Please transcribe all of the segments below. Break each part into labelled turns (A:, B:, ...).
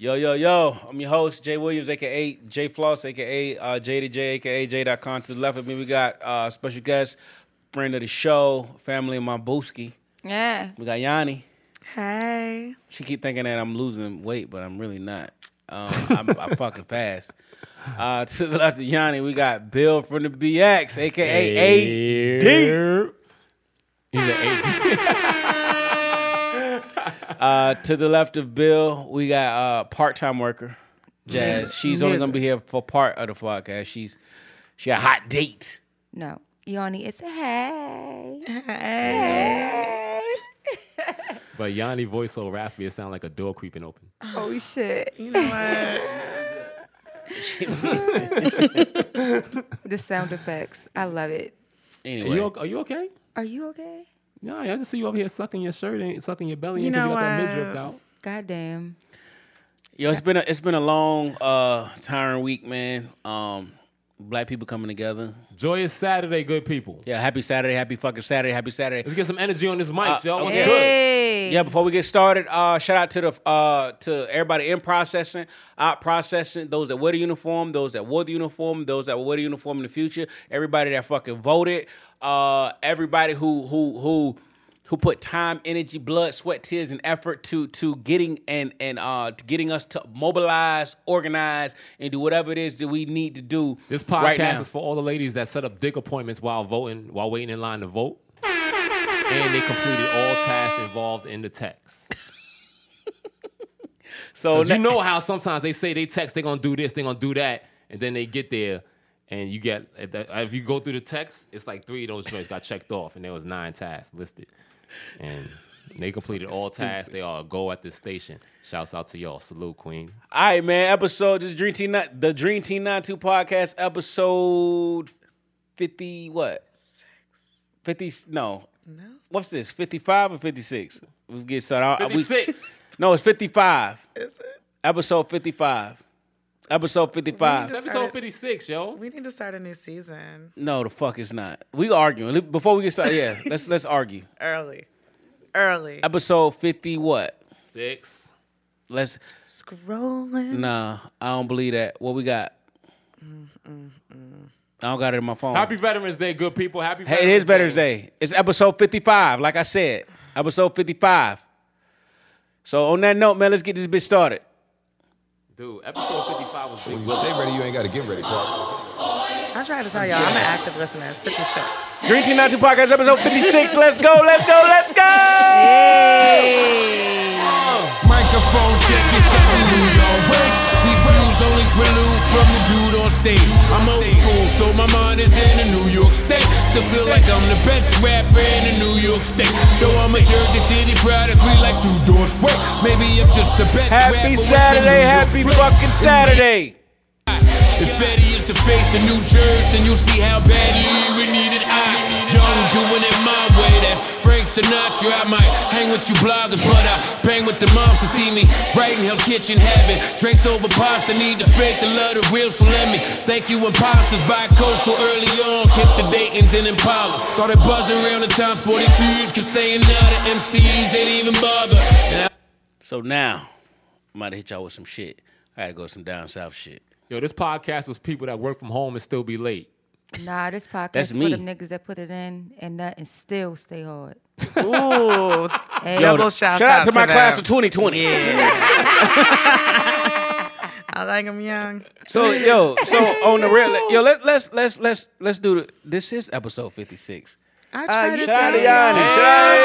A: Yo, yo, yo. I'm your host, Jay Williams, aka Jay Floss, aka uh, J to J, aka J.com. To the left of me, we got uh, special guest, friend of the show, family of my booski.
B: Yeah.
A: We got Yanni.
B: Hey.
A: She keep thinking that I'm losing weight, but I'm really not. Um, I'm, I'm fucking fast. Uh, to the left of Yanni, we got Bill from the BX, aka AD.
C: He's an eight.
A: Uh, to the left of Bill, we got uh, part-time worker Jazz. She's only gonna be here for part of the podcast. She's she a hot date.
B: No. Yoni, it's a hey.
C: But Yanni voice so raspy, it sound like a door creeping open.
B: Oh shit. the sound effects. I love it.
C: Are
A: Anyway,
C: you, o- are you okay?
B: Are you okay?
C: No, I just see you over here sucking your shirt and sucking your belly
D: You
C: and 'cause
D: know
C: you got that
D: what?
C: mid dripped out.
B: Goddamn.
A: yo, it's been a, it's been a long, uh, tiring week, man. Um, black people coming together.
C: Joyous Saturday, good people.
A: Yeah, happy Saturday, happy fucking Saturday, happy Saturday.
C: Let's get some energy on this mic,
A: Uh,
C: y'all. What's
A: okay.
C: good?
B: Hey.
A: Yeah, before we get started, uh, shout out to the uh, to everybody in processing, out processing, those that wear the uniform, those that wore the uniform, those that will wear the uniform in the future, everybody that fucking voted, uh, everybody who who who who put time, energy, blood, sweat, tears, and effort to to getting and and uh to getting us to mobilize, organize, and do whatever it is that we need to do.
C: This podcast
A: right now.
C: is for all the ladies that set up dick appointments while voting, while waiting in line to vote, and they completed all tasks involved in the text.
A: so
C: 'Cause
A: ne-
C: you know how sometimes they say they text, they're gonna do this, they're gonna do that, and then they get there, and you get if that- if you go through the text, it's like three of those joints got checked off, and there was nine tasks listed, and they completed all tasks. They all go at this station. Shouts out to y'all, salute Queen.
A: All right, man. Episode this is Dream Team Nine- the Dream Team Nine Two podcast episode fifty what? Fifty no. No. What's this? Fifty five or fifty six? We get started. I- Uh, we-
C: Fifty six.
A: no, it's fifty five.
D: Is it?
A: Episode fifty five. Episode fifty five.
D: just-
C: Episode fifty six, yo.
D: We need to start a new season
A: No, the fuck is not. We arguing Look, before we get started. Yeah, let's let's argue.
D: early, early.
A: Episode fifty what?
C: Six.
A: Let's
D: Scrolling.
A: nah. I don't believe that. What we got?
D: Mm,
A: I don't got it in my phone.
C: Happy Veterans Day, good people. Happy.
A: Oh. Hey, it is Veterans Day. It's episode 55, like I said. Episode 55. So on that note, man, let's get this bitch started.
C: dude. Episode fifty five was big.
E: You stay ready, you ain't gotta get ready, Clark.
D: I tried to tell y'all, I'm an active listener. It's 56.
A: Dream Team 92 Podcast, episode 56. Let's go, let's go, let's go.
B: Hey.
F: Microphone check, it's your New York breaks. These views only prelude from the dude on stage. I'm old school, so my mind is in a New York state. Still feel like I'm the best rapper in the New York state. Though I'm a Jersey City product, we like two doors away. Maybe I'm just the best rapper.
A: Happy
F: with the
A: Saturday,
F: New York
A: happy
F: breaks.
A: fucking
F: If
A: Saturday.
F: if Fetty is the face of New Jersey, then you'll see how badly we needed I. Young doing it my way, that's Frank Sinatra. I might hang with you bloggers, but I bang with the moms to see me. Right in Hell's Kitchen Heaven. Drinks over pasta, need the fake, the love, the real, so let me. Thank you, imposters, by coastal early on. Kept the Dayton's and Impala. Started buzzing around the time, 43s kept saying nah to MCs, they didn't even bother. And I-
A: So now, I'm about to hit y'all with some shit. I gotta go with some down south shit.
C: Yo, this podcast was people that work from home and still be late.
B: Nah, this podcast
A: That's
B: is
A: me.
B: for them niggas that put it in and nut and still stay hard.
D: Ooh,
B: Hey.
D: double shout,
A: out to my
D: them.
A: class of 2020.
D: I like them young.
A: So yo, so on the real, yo, let, let's let's let's let's do the, this is episode 56.
D: I tried
B: you
D: to
B: tried
D: tell
B: to
D: y'all.
B: y'all.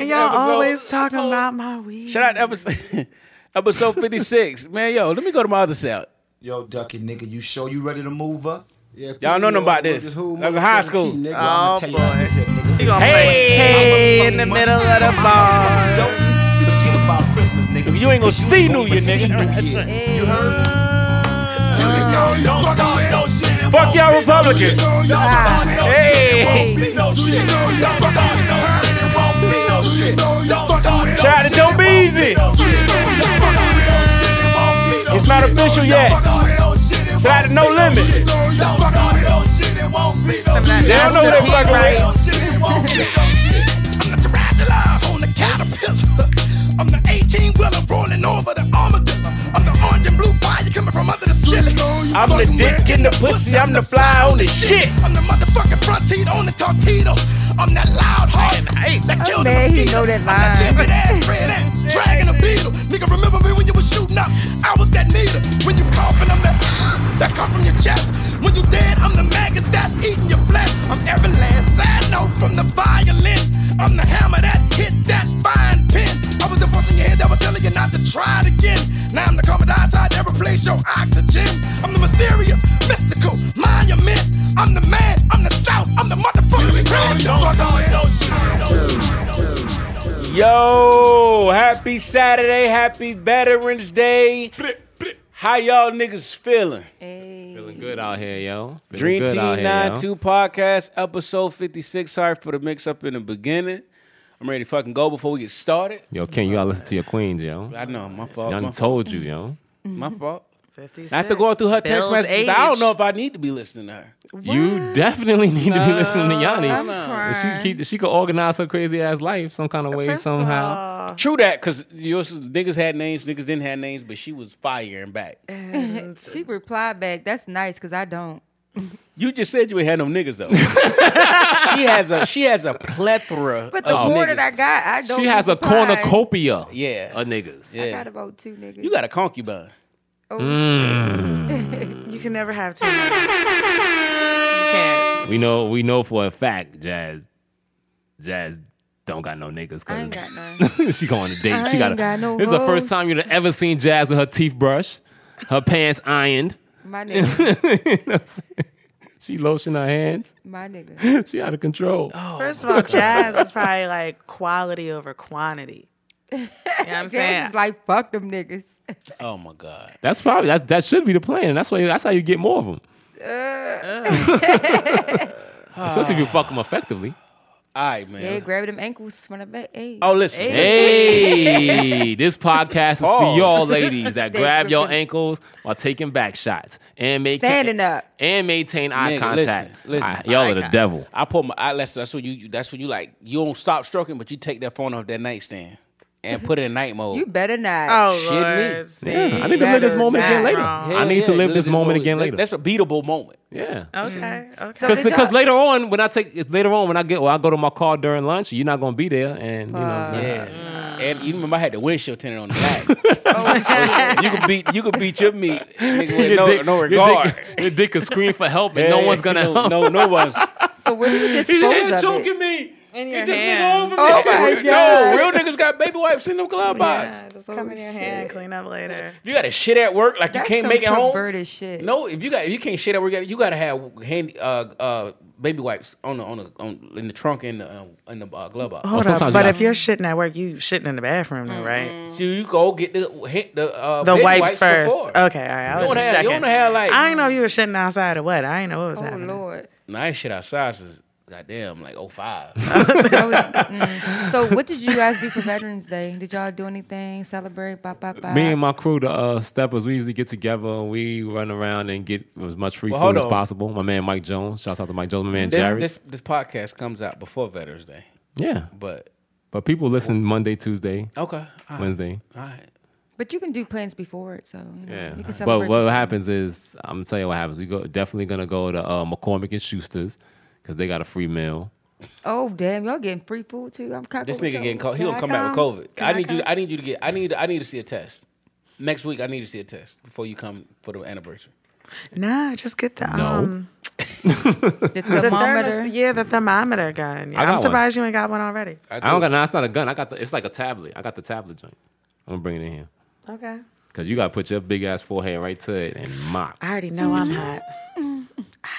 D: And y'all always talking about my weed.
A: Shout out to episode, episode 56. Man, yo, let me go to my other cell.
G: Yo, Ducky nigga, you sure you ready to move up? Yeah,
A: Y'all know nothing about this. That was in high school.
G: Nigga, I'ma
D: Oh,
G: tell you how this shit, nigga.
D: You gonna
A: Hey!
D: play hey in the middle of the bar.
G: Don't forget about Christmas, nigga.
A: You ain't gonna
G: 'cause you
A: see
G: ain't
A: New
G: gonna
A: Year,
G: see
A: nigga.
G: New Year.
B: Hey.
A: Fuck y'all Republicans. Hey. Shout out to Joe Beezy. It's not official yet. Shout out to No Limit. They don't know who they fucking with.
H: I'm the Terrazzo on the caterpillar. I'm the 18 wheeler rolling over the armadillo.
I: I'm the dick in the pussy, I'm the fly on the shit.
H: I'm the motherfucking frontier on the torpedo. I'm that loud heart that killed the
B: mad Oh, he
H: mosquito.
B: know that
H: I'm that
B: line.
H: limpid ass, red ass, dragging a beetle. Nigga, remember me when you was shooting up? I was that needle. When you coughing, I'm that that cough from your chest. When you dead, I'm the maggots that's eating your flesh. I'm every last side note from the violin. I'm the hammer that hit that fine pin. I was the voice in your head that was telling you not to try it again. Now I'm the carbon dioxide that replaced your oxygen. I'm the mysterious, mystical monument. I'm the man, I'm the south, I'm the motherfucking man.
A: Yo, happy Saturday, happy Veterans Day. How y'all niggas feeling?
C: Feeling good out here, yo. Feeling
A: Dream
C: good
A: Team
C: out here, yo.
A: 92 podcast, episode 56. Sorry for the mix up in the beginning. I'm ready to fucking go before we get started.
C: Yo, Ken, you gotta listen to your queens, yo.
A: I know, my fault.
C: Young
A: My,
C: told you, yo.
A: fault, my fault.
D: 56.
A: After going through her text
D: Bill's
A: messages, I don't
D: age.
A: know if I need to be listening to her.
C: You definitely need to be listening to Yanni.
B: I'm
C: If
B: crying.
C: She keep, she could organize her crazy ass life some kind of way
D: First of
C: somehow.
D: all,
A: True that, because niggas had names, niggas didn't have names, but she was fire and back.
B: She replied back, that's nice because I don't.
A: You just said you ain't had no niggas though. she has a she has a plethora.
B: But the
A: of
B: more
A: niggas.
B: that I got, I don't.
C: Oh, She has a
B: reply.
C: cornucopia
A: Yeah.
C: of niggas.
B: I
A: Yeah.
B: got about two niggas.
A: You got a concubine.
B: Oh,
C: Mm.
D: you can never have two. you can't.
C: We know we know for a fact Jazz Jazz don't got no niggas
B: I ain't got none.
C: cause she going to date.
B: I
C: she got,
B: ain't got no
C: This is the first
B: hoes.
C: time you've ever seen Jazz with her teeth brushed, her pants ironed.
B: My nigga.
C: You know what I'm saying? she lotion her hands.
B: My nigga.
C: She out of control.
D: First of all, jazz is probably like quality over quantity. You know what I'm
B: Jazz
D: saying?
B: is like, fuck them niggas.
A: Oh my god.
C: That's probably that's, that should be the plan, and that's why that's how you get more of them.
B: Uh.
C: Especially if you fuck them effectively.
A: All right, man.
B: Yeah, grab them ankles from the back. Hey.
A: oh, listen.
C: Hey, this podcast is for
A: Pause.
C: y'all ladies that
B: They
C: grab your
B: gripping.
C: ankles while taking back shots and make
B: Standing up.
C: and maintain eye
A: Nigga,
C: contact.
A: listen, listen.
C: Ah, y'all are the devil.
A: I put my I listen, that's when you that's when you like you don't stop stroking, but you take that phone off that nightstand and put it in night mode.
B: You better not.
D: Oh,
A: Shit me.
D: Lord.
C: Yeah, I need to
B: better
C: live this moment again
B: not.
C: later.
D: Wrong.
C: I
A: Hell
C: need
A: yeah,
C: to live
A: look,
C: this moment again
A: that-
C: later.
A: That's a beatable moment.
C: yeah.
D: Okay. Okay.
B: So
C: Because
B: did y'all-
C: later on, when I take it's later on when I get well, I go to my car during lunch, you're not gonna be there, and you know what I'm saying.
A: Yeah. And you remember I had the windshield tinted on the back.
B: Oh, shit.
A: you could beat you could beat your meat, nigga, with
C: Your
A: no,
C: dick-
A: no
C: your
A: regard.
C: dick- Your dick could scream for help, and no
A: Yeah,
C: one's gonna
A: no,
C: help.
A: No, no one's.
B: So where do you
C: He's
B: dispose of it?
C: choking me.
D: In your hand.
B: Oh my
A: No,
B: god.
A: real niggas got baby wipes in them glove box.
D: Yeah, just come in your hand, clean up later.
C: Oh,
A: If you got to shit at work, like
B: That's
A: you can't
B: some
A: make it home.
B: perverted shit.
A: No, if you got if you can't shit at work, you got to have handy uh uh baby wipes on the on the on, in the trunk and the um, in the uh, glove box.
D: Hold
C: sometimes you
D: up, but
C: gotta-
D: if you're shitting at work, you shitting in the bathroom, though,
B: Mm-hmm.
D: right?
A: So you go get the hit the uh,
D: The
A: baby
D: wipes,
A: wipes
D: first.
A: Before.
D: Okay, all right. I was
A: don't
D: just
A: have- you
D: checking.
A: don't have, like-
D: I didn't know if you were shitting outside or what. I didn't know what was
B: Oh
D: happening.
B: lord.
A: Nice shit outside is goddamn like 05.
B: That was- mm. So what did you guys do for Veterans Day? Did y'all do anything? Celebrate? Bop bop bop.
C: Me and my crew, the uh, steppers, we usually get together and we run around and get as much free
A: Well, hold
C: food as
A: on.
C: possible. My man Mike Jones, shouts out to Mike Jones, my man
A: this,
C: Jared.
A: this this podcast comes out before Veterans Day,
C: yeah,
A: but
C: but people listen Monday, Tuesday,
A: okay, all right,
C: Wednesday.
A: All right.
B: But you can do plans before it, so you know,
C: Yeah.
B: you can
C: But
B: celebrate.
C: what
B: before.
C: happens is, I'm gonna tell you what happens. We go definitely gonna go to uh, McCormick and Schuster's because they got a free meal.
B: Oh damn, y'all getting free food too. I'm cocky.
A: This
B: with
A: nigga
B: y'all.
A: getting cold. He
D: Can
A: gonna
D: I
A: come back
D: come?
A: with COVID.
D: Can
A: I
D: I
A: need you.
D: come?
A: I need you to get. I need. I need to see a test next week. I need to see a test before you come for the anniversary.
D: Nah, just get the
C: No.
D: um
B: the
D: the
B: thermometer.
D: thermos- yeah, the thermometer gun.
C: I got
D: I'm
C: one.
D: surprised you ain't got one already.
C: I don't got no, it's not a gun. I got the, it's like a tablet. I got the tablet joint. I'm gonna bring it in here
D: Okay.
C: because you gotta put your big ass forehead right to it and mop.
D: I already know I'm
C: Mm-hmm.
D: hot.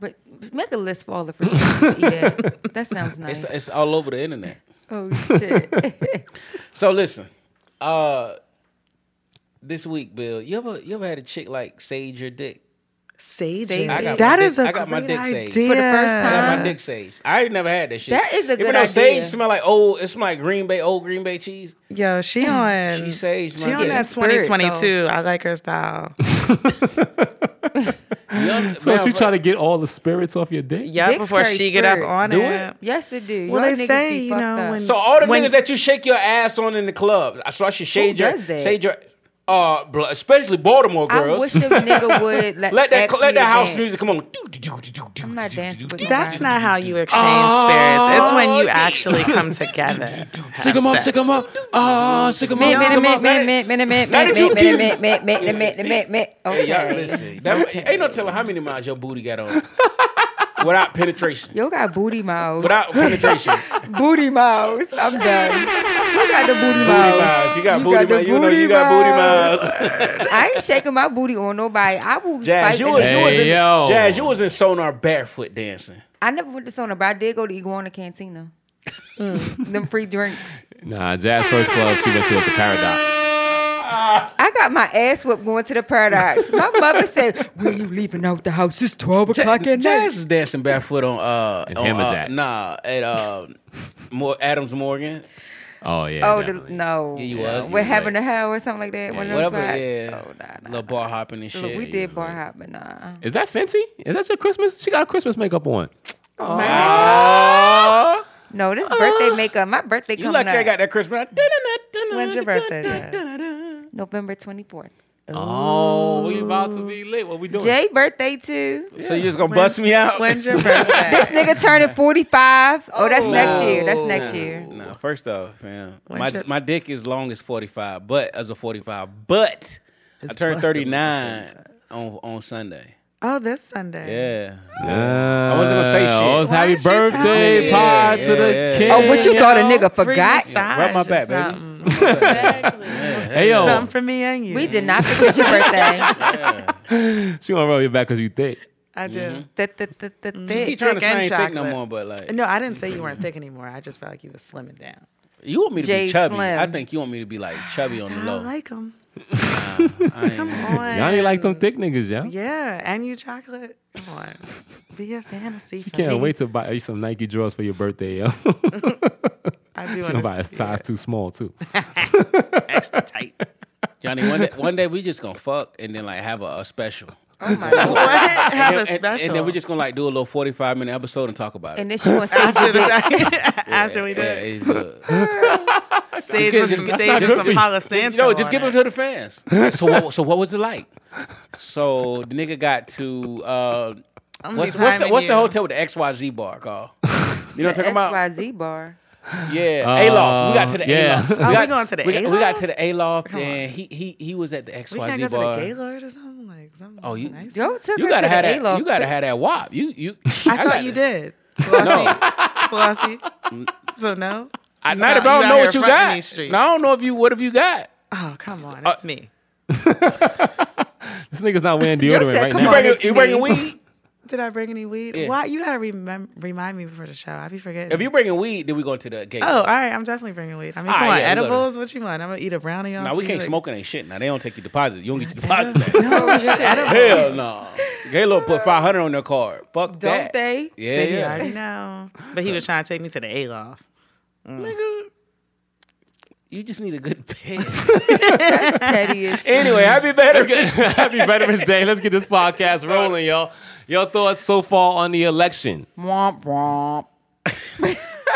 B: But make a list for all the free food. yeah, that sounds nice.
A: It's, it's all over the internet.
B: oh shit.
A: So listen, uh, this week, Bill, you ever you ever had a chick like sage your dick?
D: Sage.
B: Sage
D: That
B: I
D: is
B: got
A: my dick-
D: a
A: I got my
D: great
A: dick
D: idea.
A: saved. For
B: the first time.
A: I got my dick saged. I ain't never had that shit.
B: Uh, That is a
A: Even
B: good
A: though sage
B: idea.
A: smell like old, it smell like Green Bay old Green Bay cheese.
D: Yo, she on.
A: She saged my
D: She on
A: dick.
D: that
B: Spirit,
D: 2022. I like her style.
A: Young-
C: So
A: man,
C: she
A: bro,
C: try to get all the spirits off your dick.
D: Yeah,
B: Dicks
D: before
B: carry
D: she get up
B: spirits.
D: on
A: Do
D: it.
B: Yes, it do.
D: Well,
B: Y'all
D: they
B: niggas
D: say,
B: be
D: you
B: fucked
D: know,
B: up.
D: when-
A: So all the
D: When-
A: niggas that you shake your ass on in the club, so I should shade your
B: does that?
A: shade your uh, bl- especially Baltimore girls.
B: I wish a nigga would let,
A: let that
B: ask
A: let that
B: me to
A: house
B: dance.
A: music come on.
B: I'm not dancing with
D: That's
B: nobody.
D: not how
A: Oh.
D: you exchange spirits. It's when you actually come together. Check
C: him up, check him up. Ah, check him
B: Meh,
C: up.
B: meh,
A: come
B: meh,
A: on,
B: meh,
A: man.
B: meh, meh, meh,
A: Now that
B: meh,
A: you
B: meh,
A: keep-
B: meh, meh, meh, meh, meh, meh, meh.
A: Hey, y'all
B: Okay.
A: listen. That, Ain't no telling how many miles your booty got on without penetration.
B: Yo got booty mouths.
A: Without penetration,
B: Booty mouths. I'm done. You got the booty
A: booty
B: mouths.
A: miles. You got
B: You
A: booty
B: got the
A: miles. You know you
B: booty
A: got booty miles.
B: I ain't shaking my booty on nobody. I will
A: Jazz,
B: fight.
A: you
B: the
A: was,
B: nigga.
A: you was in,
C: Hey, yo.
A: Jazz, you was in Sonar barefoot dancing.
B: I never went to Sona, but I did go to Iguana Cantina. Them free drinks.
C: Nah, Jazz First Club, she went to at the Paradox.
B: I got my ass whipped going to the Paradox. My mother said, "When you leaving out the house? It's twelve o'clock at night."
A: Jazz was dancing barefoot on uh,
C: And
A: on,
C: Hammer
A: uh,
C: Jacks.
A: nah at uh, Mo- Adams Morgan.
C: Oh, yeah.
B: Oh the,
C: definitely.
B: no!
A: Yeah, you was, you
B: We're
A: was
B: having
C: like-
B: a hell or something like that. one of those
A: Whatever,
B: spots.
A: yeah.
B: Oh nah, nah.
A: Little bar hopping and
B: Look,
A: shit.
B: we did bar hop, but nah.
C: Is that Fenty? Is that your Christmas? She got Christmas makeup on.
B: My nigga- no, this is birthday makeup. My birthday
A: you
B: coming
A: lucky
B: up
A: I got that Christmas.
D: When's your birthday? Jazz?
B: November twenty fourth.
C: Oh, we about to be lit. What we doing?
B: Jay birthday too.
A: So you just gonna bust me out?
D: When's your birthday?
B: This nigga turning forty five. Oh, that's next year. That's next year.
A: Nah, first off, man,
D: When's
A: my
D: your-
A: my dick is long as forty five, but as a forty five, but I turned thirty nine on on Sunday.
D: Oh, this Sunday.
A: Yeah,
C: I
A: wasn't gonna say shit.
C: Oh, it's
D: Why
C: happy
D: did she tell
C: birthday,
A: me?
C: pie
A: Yeah,
C: to the
A: yeah, yeah.
C: king.
B: Oh, what you thought a nigga
D: Free
B: forgot?
D: massage
A: rub my
D: or
A: back, baby.
D: something. Exactly.
C: Hey, yo,
D: Something for me and you.
B: We did not forget your birthday.
C: she gonna rub your back because you thick.
D: I do.
A: Mm-hmm.
B: Th- th- th- th-
A: you
B: thick.
A: keep trying to
D: Dick
A: say I ain't
D: and
A: thick no
D: chocolate.
A: more, but like
D: No, I didn't say you weren't thick anymore. I just felt like you was slimming down.
A: you want me to
B: Jay
A: be chubby.
B: Slim.
A: I think you want me to be like chubby on the
D: I
A: low.
D: like them.
A: I ain't-
D: on.
C: Y'all ain't like them thick niggas, y'all.
D: Yeah, and you chocolate. Come on. Be a fantasy.
C: She
D: for
C: can't
D: me.
C: wait to buy you some Nike drawers for your birthday, yo. she
D: I do
C: gonna buy a
D: want
C: size too small too.
D: extra tight.
A: Johnny, one day, one day we just gonna fuck and then like have a, a special.
B: Oh my god.
D: What? Have
A: And-
D: a
A: and-
D: special.
A: And, then we just gonna like do a little forty five minute episode and talk about it.
B: And then she wants to
D: after,
B: save
D: the,
B: your dick.
D: after we do
A: Yeah,
D: it.
A: it's good.
D: Sage
A: Just-
D: with
A: just-
D: some
A: that's
D: sage
A: not
D: and
A: good
D: some
A: for you.
D: Palo
A: Just-
D: Santo.
A: No, just give
D: on
A: it to the fans. So what, so what was it like? So the nigga got to uh,
D: I'm
A: what's what's the
D: timing
A: what's the
D: you.
A: hotel with the XYZ bar called? You know what I'm talking about?
B: XYZ bar.
A: Yeah, Alof. We got to the
C: yeah.
A: Aloft.
C: Oh,
A: got,
D: we going to the
A: we got, we got
D: Aloft?
A: to the Aloft, and he he he was at the
D: We can't
A: XYZ
D: go
A: bar.
D: to the Gaylord or something like something.
A: Oh, you-
D: nice.
B: Joe took
A: You
B: her
A: gotta
B: to
A: have
B: the
A: that.
B: A-Lo.
A: You gotta have that wop. You you.
D: I thought
A: gotta-
D: you did. Flossie. Flossie.
A: Mm.
D: So no.
A: I
D: You
A: not
D: out-
A: about
D: you out
A: know
D: here
A: what you
D: fronting these
A: got.
D: streets.
A: No, I don't know if you what have you got.
D: Oh come on,
A: Uh,
D: it's me.
C: This nigga's not wearing
B: Yo
C: deodorant
B: said,
C: right
B: "Come
C: now.
B: on, it's
A: you bringing
B: me."
A: weed?
D: Did I bring any weed? Why you gotta remem- remind me before the show? I be forgetting.
A: If you bringing weed, then we going to the gate.
D: oh, all right, I'm definitely bringing weed. I mean,
A: All
D: come
A: right,
D: on,
A: yeah, we gotta-
D: edibles. What you want? I'm gonna eat a brownie.
A: Now
D: off
A: we
D: you,
A: can't
D: like-
A: smoke any shit. Now they don't take your deposit. You don't get your deposit back.
B: Oh, shit.
A: Hell no. Gaylord put five hundred on their card. Fuck
B: Don't
A: that.
B: they?
A: Yeah,
D: Said he
A: yeah.
D: already know. But he was trying to take me to the Aloft.
A: Nigga, you just need a good pay.
B: Petty as shit.
A: anyway, happy better.
C: Happy Veterans Day. Let's get this podcast rolling, y'all. Your thoughts so far on the election?
B: Womp womp.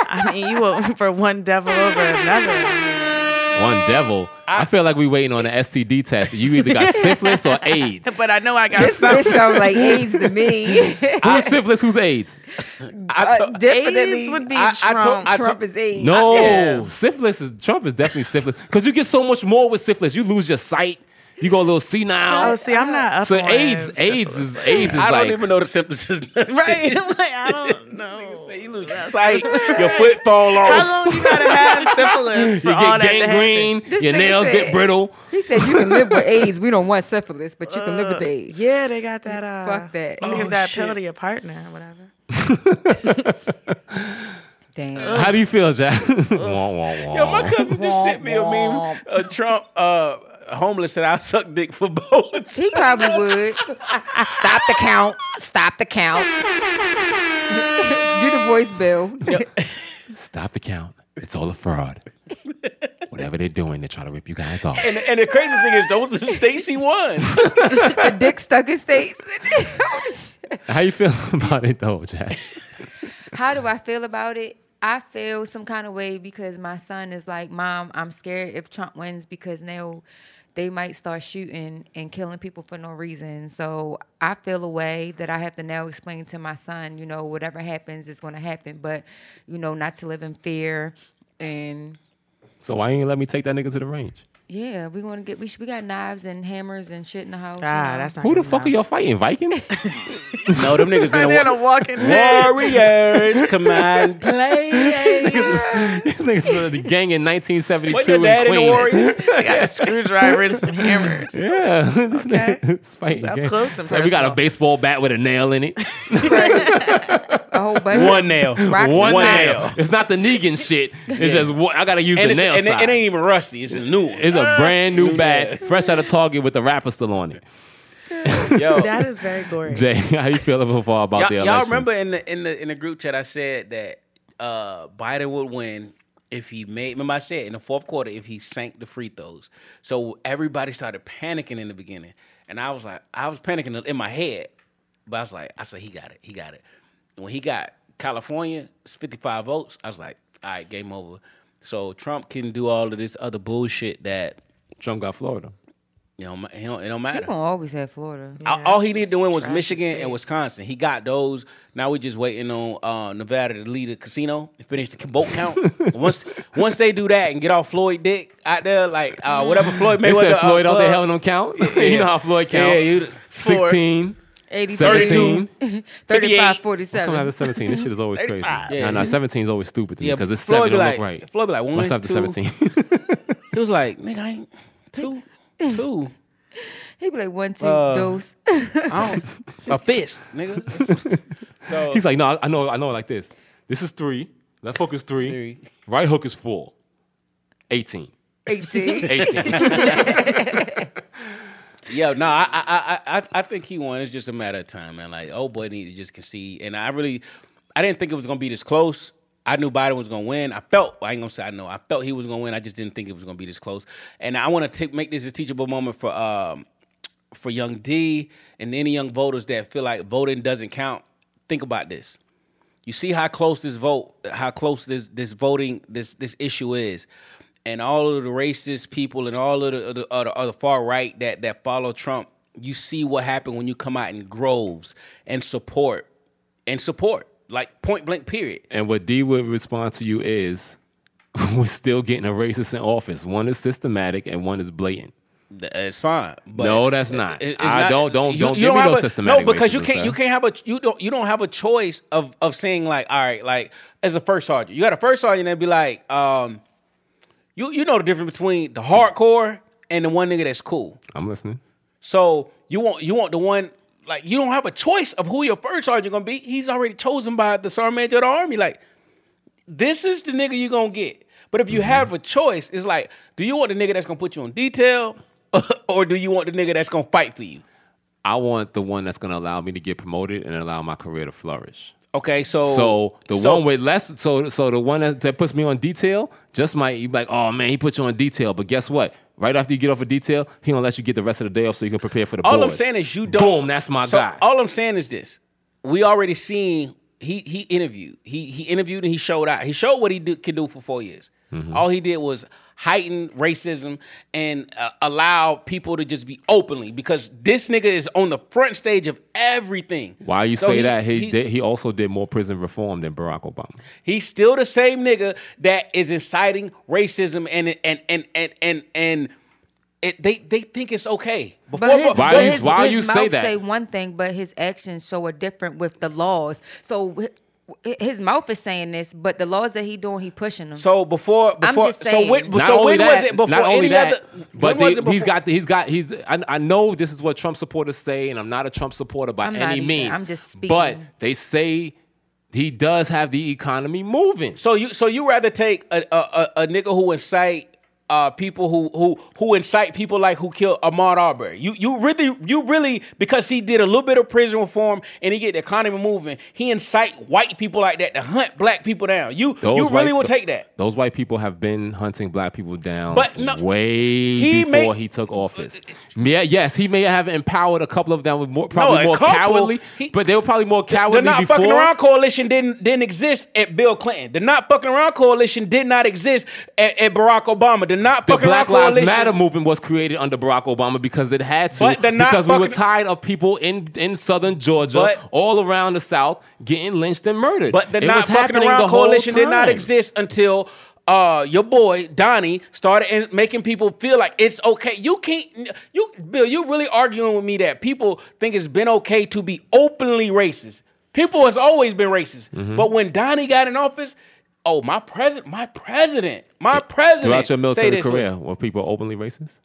D: I mean, you voting for one devil over another.
C: One devil. I, feel like we waiting on an STD test. You either got syphilis or AIDS.
D: But I know I got
B: This
D: some.
B: this sound like AIDS to me.
C: Who's syphilis? Who's AIDS?
A: I
B: Uh,
A: to-
B: definitely,
D: AIDS would be
A: I- I
D: Trump.
A: told- I
B: Trump is AIDS.
C: No, syphilis is Trump is definitely syphilis because you get so much more with syphilis. You lose your sight. You go a little senile.
D: oh, see, I'm not up
C: So
D: on
C: AIDS, AIDS is AIDS is
A: I don't
C: like
A: even know the symptoms.
D: Right? like, I don't know.
A: you lose your sight, your foot fall off.
D: How long you gotta have syphilis for
C: you
D: all
C: get
D: that to happen?
C: gangrene,
B: This
C: your
B: nigga
C: nails
B: said-
C: get brittle.
B: He said you can live with AIDS. We don't want syphilis, but you can live with AIDS.
D: Yeah, they got that. Uh,
B: Fuck that.
D: You can give that pill to your partner or whatever.
B: Damn.
C: How do you feel, Jack? Wah, wah, wah.
A: Yo, my cousin just sent me a meme. A Trump uh, homeless said I suck dick for both.
B: He probably would. Stop the count. Stop the count. Do the voice, Bill.
C: Stop the count. It's all a fraud. Whatever they're doing, they try to rip you guys off.
A: And, and the crazy thing is, those are Stacy one.
B: A dick stuck in states. Oh, shit.
C: How you feel about it though, Jack?
B: How do I feel about it? I feel some kind of way because my son is like, Mom, I'm scared if Trump wins because now they might start shooting and killing people for no reason. So I feel a way that I have to now explain to my son, you know, whatever happens is going to happen, but, you know, not to live in fear. And
C: So why ain't you let me take that nigga to the range?
B: yeah, we want to get, we, sh- we got knives and hammers and shit in the house. you
D: Ah,
B: know.
D: that's not
C: Who the
D: good
C: fuck are
D: enough.
C: y'all fighting? Vikings?
A: No, them niggas
D: And then a
A: didn't wa-
D: walking dead.
A: Warriors, come on, play.
C: These niggas are the gang in 1972
A: Wasn't your dad
C: in
A: in the
C: Queens.
A: Warriors?
D: They got a screwdriver and some hammers.
C: yeah, this nigga's fighting
D: Up
C: gang.
D: close and
C: So we got a
D: personal.
C: baseball bat with a nail in it.
B: a whole bunch.
A: One nail.
B: Rocks and
C: One
B: knives.
C: nail. It's not the Negan shit. It's just what I gotta use
A: And,
C: the
A: it's,
C: nail
A: and it,
C: side.
A: it ain't Ah. even rusty. It's a new one.
C: it's a brand new bat, fresh out of Target with the wrapper still on it.
A: Yo,
D: That is very gory.
C: Jay, how you feel before about the
A: y'all,
C: election?
A: y'all remember in the in the in the group chat I said that uh, Biden would win if he made. Remember I said in the fourth quarter if he sank the free throws. So everybody started panicking in the beginning, and I was like, I was panicking in my head, but I was like, I said he got it, he got it. When he got California, it's fifty five votes. I was like, all right, game over. So Trump can do all of this other bullshit that
C: Trump got Florida.
A: you know it don't, it don't
B: You
A: matter.
B: gonna always have Florida.
A: All-
D: Yeah,
A: all
D: it's
A: he needed
D: such
A: to
D: a
A: win was
D: tragic
A: Michigan
D: state.
A: and Wisconsin. He got those. Now we're just waiting on uh, Nevada to lead the casino and finish the vote count. once once they do that and get off Floyd Dick out there, like uh, whatever Floyd
C: They
A: Mayweather.
C: said Floyd
A: uh,
C: out there
A: uh,
C: helping them count. you know how Floyd count.
A: Yeah, you,
C: 16,
B: 82,
C: 17.
B: 35,
C: Come out
B: 47.
C: of 17. This shit is always crazy.
A: Yeah.
C: Yeah, no, 17 is always stupid to me
A: Yeah,
C: because it's
A: Floyd be
C: 7 don't
A: like,
C: look right.
A: Floyd be like one,
C: What's up to
A: two.
C: 17?
A: He was like, nigga, I ain't two, two.
B: He be like one, two,
A: Uh,
B: those.
A: I don't a fist, nigga. So
C: He's like, no, I- I know, I know it like this. This is 3. Left hook is 3.
A: Three.
C: Right hook is 4. 18.
B: 18.
C: 18.
A: Yeah, no, I, I, I, I, I think he won. It's just a matter of time, man. Like, oh boy, need to just concede. And I really, I didn't think it was gonna be this close. I knew Biden was gonna win. I felt I ain't gonna say I know. I felt he was gonna win. I just didn't think it was gonna be this close. And I want to make this a teachable moment for um for Young D and any young voters that feel like voting doesn't count. Think about this. You see how close this vote, how close this this voting this this issue is, and all of the racist people and all of the other the, of the far right that that follow Trump. You see what happened when you come out in groves and support and support like point blank period.
C: and what D would respond to you is, we're still getting a racist in office. One is systematic and one is blatant.
A: Th- uh, It's fine. But
C: No, that's not.
A: It- it's
C: I don't- don't- don't give me
A: have
C: no
A: a-
C: systematic
A: No, because you
C: racism,
A: can't.
C: sir.
A: You can't have a. You don't. You don't have a choice of of saying like, all right, like as a first sergeant, you got a first sergeant and be like, um, you you know the difference between the hardcore and the one nigga that's cool.
C: I'm listening.
A: So you want you want the one like you don't have a choice of who your first sergeant gonna be. He's already chosen by the sergeant major of the army. Like this is the nigga you gonna get. But if you
C: Mm-hmm.
A: have a choice, it's like, do you want the nigga that's gonna put you on detail, or do you want the nigga that's gonna fight for you?
C: I want the one that's going to allow me to get promoted and allow my career to flourish.
A: Okay, so
C: So the
A: Oh, so-
C: one with less, so so the one that, that puts me on detail, just might you be like, oh man, he put you on detail. But guess what? Right after you get off a detail, he gonna let you get the rest of the day off so you can prepare for the
A: all
C: board.
A: I'm saying is you don't.
C: Boom, that's my
A: so
C: guy.
A: All I'm saying is this: we already seen he he interviewed, he he interviewed and he showed out. He showed what he do, could do for four years.
C: Mm-hmm.
A: All he did was heighten racism and uh, allow people to just be openly because this nigga is on the front stage of everything.
C: Why you
A: So
C: say
A: he's-
C: that? He
A: he's-
C: did, he also did more prison reform than Barack Obama.
A: He's still the same nigga that is inciting racism and and and and and and it, they they think it's okay. Before,
B: But his,
C: Why
B: but
C: you-
B: his,
C: why
B: his
C: you
B: mouth
C: say that?
B: say one thing, but his actions so are different with the laws. So hi- his mouth is saying this, but the laws that he doing, he pushing them.
A: So before
B: I'm
A: before
B: just saying.
A: so when
C: Not
A: so
C: only
A: when
C: that,
A: was it before
C: not only
A: any
C: that,
A: other when
C: but the-
A: was it
C: he's
A: before-
C: got the- he's got he's I, I know this is what Trump supporters say, and I'm not a Trump supporter by
B: I'm not
C: any
B: either.
C: means.
B: I'm just speaking.
C: But they say he does have the economy moving.
A: so you so you rather take a a, a, a nigga who incite uh, people who who who incite people like who killed Ahmaud Arbery. You you really you really because he did a little bit of prison reform and he get the economy moving. He incite white people like that to hunt black people down. You
C: Those
A: you really
C: white-
A: will take that.
C: Those white people have been hunting black people down
A: But no-
C: way
A: He
C: before
A: may-
C: he took office. Yeah, yes, he may have empowered a couple of them with more, probably
A: a
C: more
A: couple.
C: cowardly,
A: He-
C: but they were probably more
A: The
C: cowardly
A: Not
C: before.
A: Fucking Around Coalition didn't didn't exist at Bill Clinton. The Not Fucking Around Coalition did not exist at, at Barack Obama. The Not
C: the
A: Fucking
C: Black
A: Around
C: Lives
A: Coalition.
C: Matter movement was created under Barack Obama because it had to.
A: But they're not
C: because we were
A: fucking-
C: tired of people in, in southern Georgia,
A: But-
C: all around the South, getting lynched and murdered.
A: But the
C: It
A: Not
C: was
A: Fucking
C: happening
A: Around
C: the whole
A: Coalition did not
C: time.
A: exist until uh, your boy Donnie started in- making people feel like it's okay. You can't, you Bill, you really arguing with me that people think it's been okay to be openly racist. People has always been racist,
C: Mm-hmm.
A: but when Donnie got in office, oh my president, my president, my president
C: Throughout your
A: say
C: military
A: this way.
C: career, were people openly racist?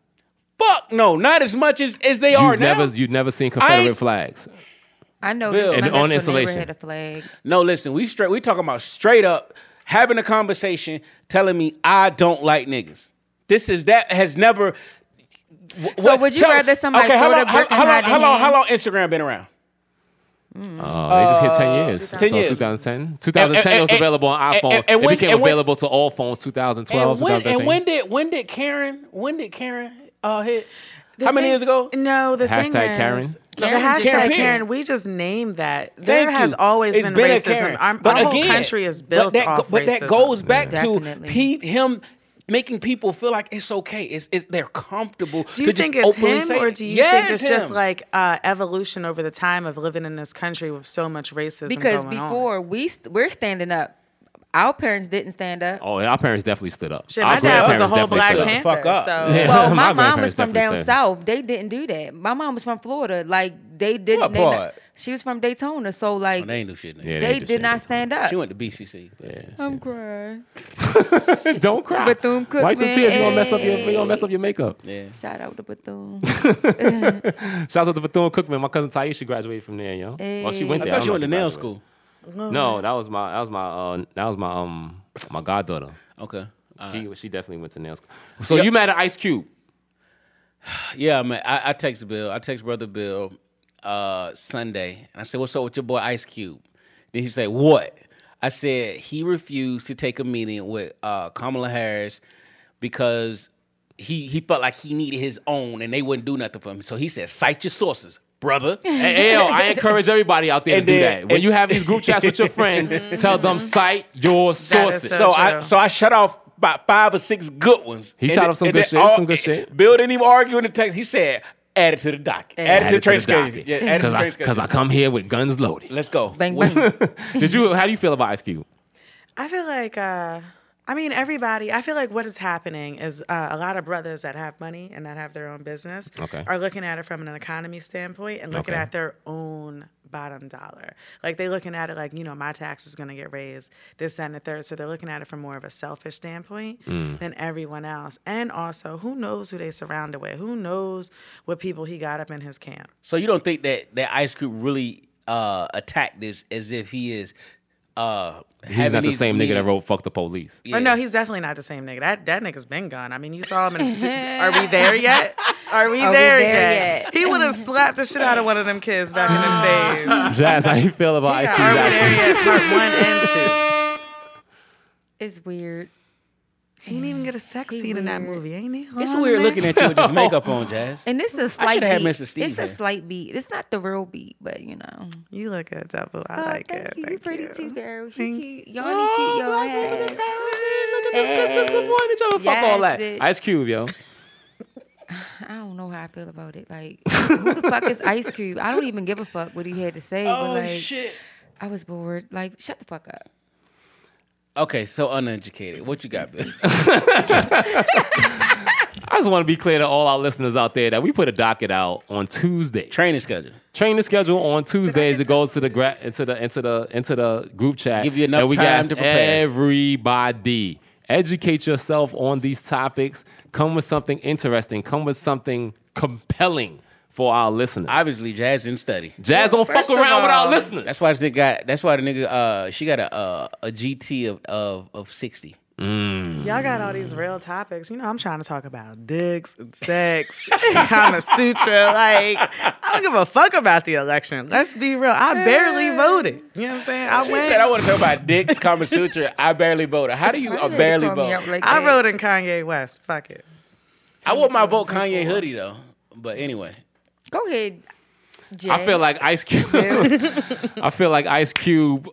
A: Fuck no, not as much as, as they are
C: You've
A: now.
C: never, you've never seen Confederate
A: I-
C: flags.
B: I know
A: Bill.
B: this
A: And
B: my
C: on
B: next door neighbor
C: installation.
B: had a flag.
A: No, listen, we straight we talking about straight up having a conversation telling me I don't like niggas. This is that has never wh-
B: So would you rather somebody
A: how
B: throw
A: long,
B: the brick
A: how,
B: and
A: how long,
B: hide their
A: how long,
B: hand?
A: how long Instagram been around?
C: Oh, they just hit 10 years.
A: 10
C: so
A: Uh, years.
C: 2010. 2010 it was
A: and-
C: available on
A: and-
C: iPhone.
A: and- and when-
C: it became
A: and when-
C: available to all phones 2012,
A: and when and
C: 2013.
A: when did when did Karen when did Karen uh hit how many years ago?
D: No, the thing
C: Hashtag Karen.
D: is,
B: Karen
D: the hashtag
B: just-
D: Karen,
A: Karen.
D: We just named that. There
A: Thank
D: has
A: you.
D: always
A: It's
D: been,
A: a
D: racism.
A: Karen.
D: Our, our whole country is built
A: but that,
D: off
A: But
D: racism.
A: that goes back to
B: Definitely.
A: Pete him making people feel like it's okay. It's, it's they're comfortable.
D: Do
A: to
D: you
A: just
D: think it's
A: openly
D: him,
A: say
D: or
A: it.
D: do you
A: Yes,
D: think it's just
A: him.
D: like uh, evolution over the time of living in this country with so much racism?
B: Because
D: going on?
B: before we st- we're standing up, our parents didn't stand up.
C: Oh, yeah, our parents definitely stood up.
D: Shit,
C: Our
D: my dad was a
C: grandparents definitely
D: whole Black
C: stood up.
A: the fuck
D: Panther.
A: up.
D: So
C: Yeah.
B: Well, my,
C: My
B: mom was
C: grandparents
B: from down
C: definitely stayed.
B: south. They didn't do that. My mom was from Florida. Like they didn't.
A: What
B: they not-
A: part?
B: she was from Daytona, so like
C: Oh,
A: They ain't do shit. nigga.
C: Yeah,
B: they
C: do
B: did
C: shit.
B: not stand up.
A: She went to BCC.
B: I'm crying.
C: Don't cry.
B: Bethune
C: Wipe the
B: Cookman,
C: tears. You're gonna mess up your, you
B: ayy.
C: gonna mess up your makeup.
B: Shout out to Bethune.
C: Shout out to Bethune Cookman. My cousin Taisha graduated from there, yo. Well, she went
A: I
C: there.
A: thought
C: don't
A: she
C: know
A: went to
C: if
A: nail
C: graduated.
A: school.
C: No, that was my that was my uh, that was my um my goddaughter.
A: Okay.
C: She she definitely went to nail school. So you mad at Ice Cube?
A: Yeah, man. I, I text Bill. I text brother Bill uh, Sunday, and I said, "What's up with your boy Ice Cube?" Then he said, "What?" I said he refused to take a meeting with uh, Kamala Harris because he he felt like he needed his own, and they wouldn't do nothing for him. So he said, "Cite your sources, brother."
C: Hey, yo, I encourage everybody out there to
A: And
C: do
A: then-
C: that. When you have these group chats with your friends, tell them cite your sources.
D: so-
A: Mm-hmm. so I
D: true.
A: so I shut off about five or six good ones.
C: He
A: And
C: shot
A: then-
C: off some
A: and
C: good
A: then
C: shit, some good shit.
A: Bill didn't even argue in the text. He said, "Add it to the docket. Add, it to the train schedule. Yeah, add it to the train
C: Because
A: schedule.
C: I, come here with guns loaded.
A: Let's go.
B: bang bang.
C: Did you? How do you feel about Ice Cube?
D: I feel like, uh, I mean, everybody, I feel like what is happening is uh, a lot of brothers that have money and that have their own business
C: Okay.
D: are looking at it from an economy standpoint and looking
C: Okay.
D: at their own bottom dollar. Like they're looking at it like, you know, my tax is going to get raised, this, that, and the third. So they're looking at it from more of a selfish standpoint
C: Mm.
D: than everyone else. And also, who knows who they surrounded with? Who knows what people he got up in his camp?
A: So you don't think that that Ice Cube really uh, attacked this as if he is uh,
C: He's not the same nigga that wrote "Fuck the Police."
D: Oh no, he's definitely not the same nigga. That that nigga's been gone. I mean, you saw him. In, are we there yet? Are we,
B: Are we
D: there,
B: there
D: yet?
B: yet? Ah.
D: He would have slapped the shit out of one of them kids back in them days.
C: Jazz, how you feel about Ice
D: Are we
C: Cube's
D: there
C: actions?
D: yet? Part one and two.
B: it's weird.
D: He didn't even get a sex
B: He
D: scene in that
B: weird.
D: movie. Ain't he?
A: It's weird looking at you with this makeup on, Jazz.
B: And this is a slight
A: shoulda had
B: beat.
A: Mr. Steve
B: it's
A: here.
B: a slight beat. It's not the real beat, but you know.
D: You look a double. I
B: Oh,
D: like
B: thank
D: it.
B: you. you
D: Thank
B: pretty
D: you.
B: too, girl. She
D: Thank- Oh,
B: cute. Y'all need cute your ass.
C: Look
B: the sisters Hey. supporting each other. Fuck Yes, all that. bitch.
C: Ice Cube, yo.
B: I don't know how I feel about it. Like, who the fuck is Ice Cube? I don't even give a fuck what he had to say.
A: Oh,
B: but like, I was bored. Like, shut the fuck up.
A: Okay, so uneducated. What you got, Bill?
C: I just want to be clear to all our listeners out there that we put a docket out on Tuesday.
A: Training schedule.
C: Train the schedule on Tuesdays. It goes to the gra- into the into the into the group chat.
A: Give you enough
C: and we
A: time
C: ask
A: to prepare.
C: Everybody, educate yourself on these topics. Come with something interesting. Come with something compelling for our listeners.
A: Obviously, Jazz didn't study.
C: Jazz don't fuck
D: First of
C: around with our
D: all,
C: listeners.
A: That's why she got. That's why the nigga. Uh, she got a uh, a GT of of of sixty.
D: Y'all got all these real topics. You know, I'm trying to talk about dicks and sex, and Kama Sutra. Like, I don't give a fuck about the election. Let's be real. I barely voted. You know what I'm saying? I
A: She
D: went.
A: said, "I want to talk about dicks, Kama Sutra. I barely voted. How do you
B: Why
A: uh,
B: you had to
A: barely
B: call me
A: vote?
B: up like
D: I
B: that?
D: wrote in Kanye West. Fuck it.
A: I want my vote
B: 2024.
A: Kanye hoodie though. But anyway,
B: Go ahead, Jay.
C: I feel like Ice Cube. I feel like Ice Cube.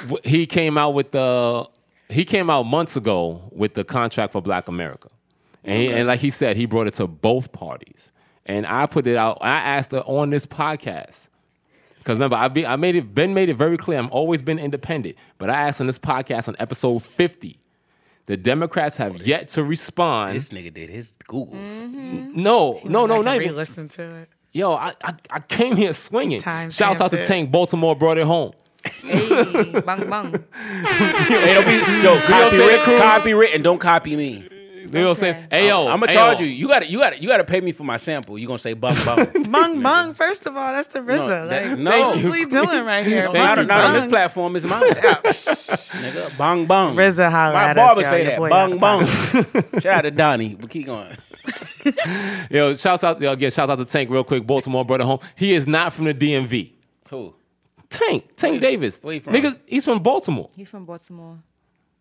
C: w- He came out with the. He came out months ago with the contract for Black America, and, he, and like he said, he brought it to both parties. And I put it out. I asked her on this podcast because remember, I be I made it been made it very clear. I'm always been independent, but I asked on this podcast on episode 50. The Democrats have yet to respond.
A: this nigga did his Googles.
C: no,
D: Oh,
C: no, no, not even.
D: Re-listen to it.
C: Yo, I, I, I came here swinging.
D: Time
C: Shouts out to
D: stamped it.
C: Tank Baltimore brought it home.
B: hey, bang bang.
A: Hey, don't be yo copyright,
C: Crew?
A: copyright, and don't copy me.
C: You know what I'm saying?
B: Okay.
C: Hey yo,
A: I'm gonna
C: hey,
A: charge
C: yo.
A: you. You got to you got to you got to pay me for my sample. You gonna say bum bum?
D: Mung Mung, first of all, that's the RZA.
A: that-
D: like,
A: no.
D: thank you. What we doing right here?
A: No, not,
D: Mung
A: not on this
D: Mung.
A: platform. It's mine. Nigga, bong bong.
D: RZA holla
A: My
D: at
A: barber
D: us, y'all.
A: say
D: Your
A: that.
D: boy
A: Bong
D: out
A: bong. Shout out to Donnie. But keep going.
C: Yo, shouts out yo, again, shouts out to Tank real quick. Baltimore brother home. He is not from the DMV.
A: Who?
C: Tank, Tank Davis.
A: where he from?
C: Nigga, he's from Baltimore.
B: You from Baltimore?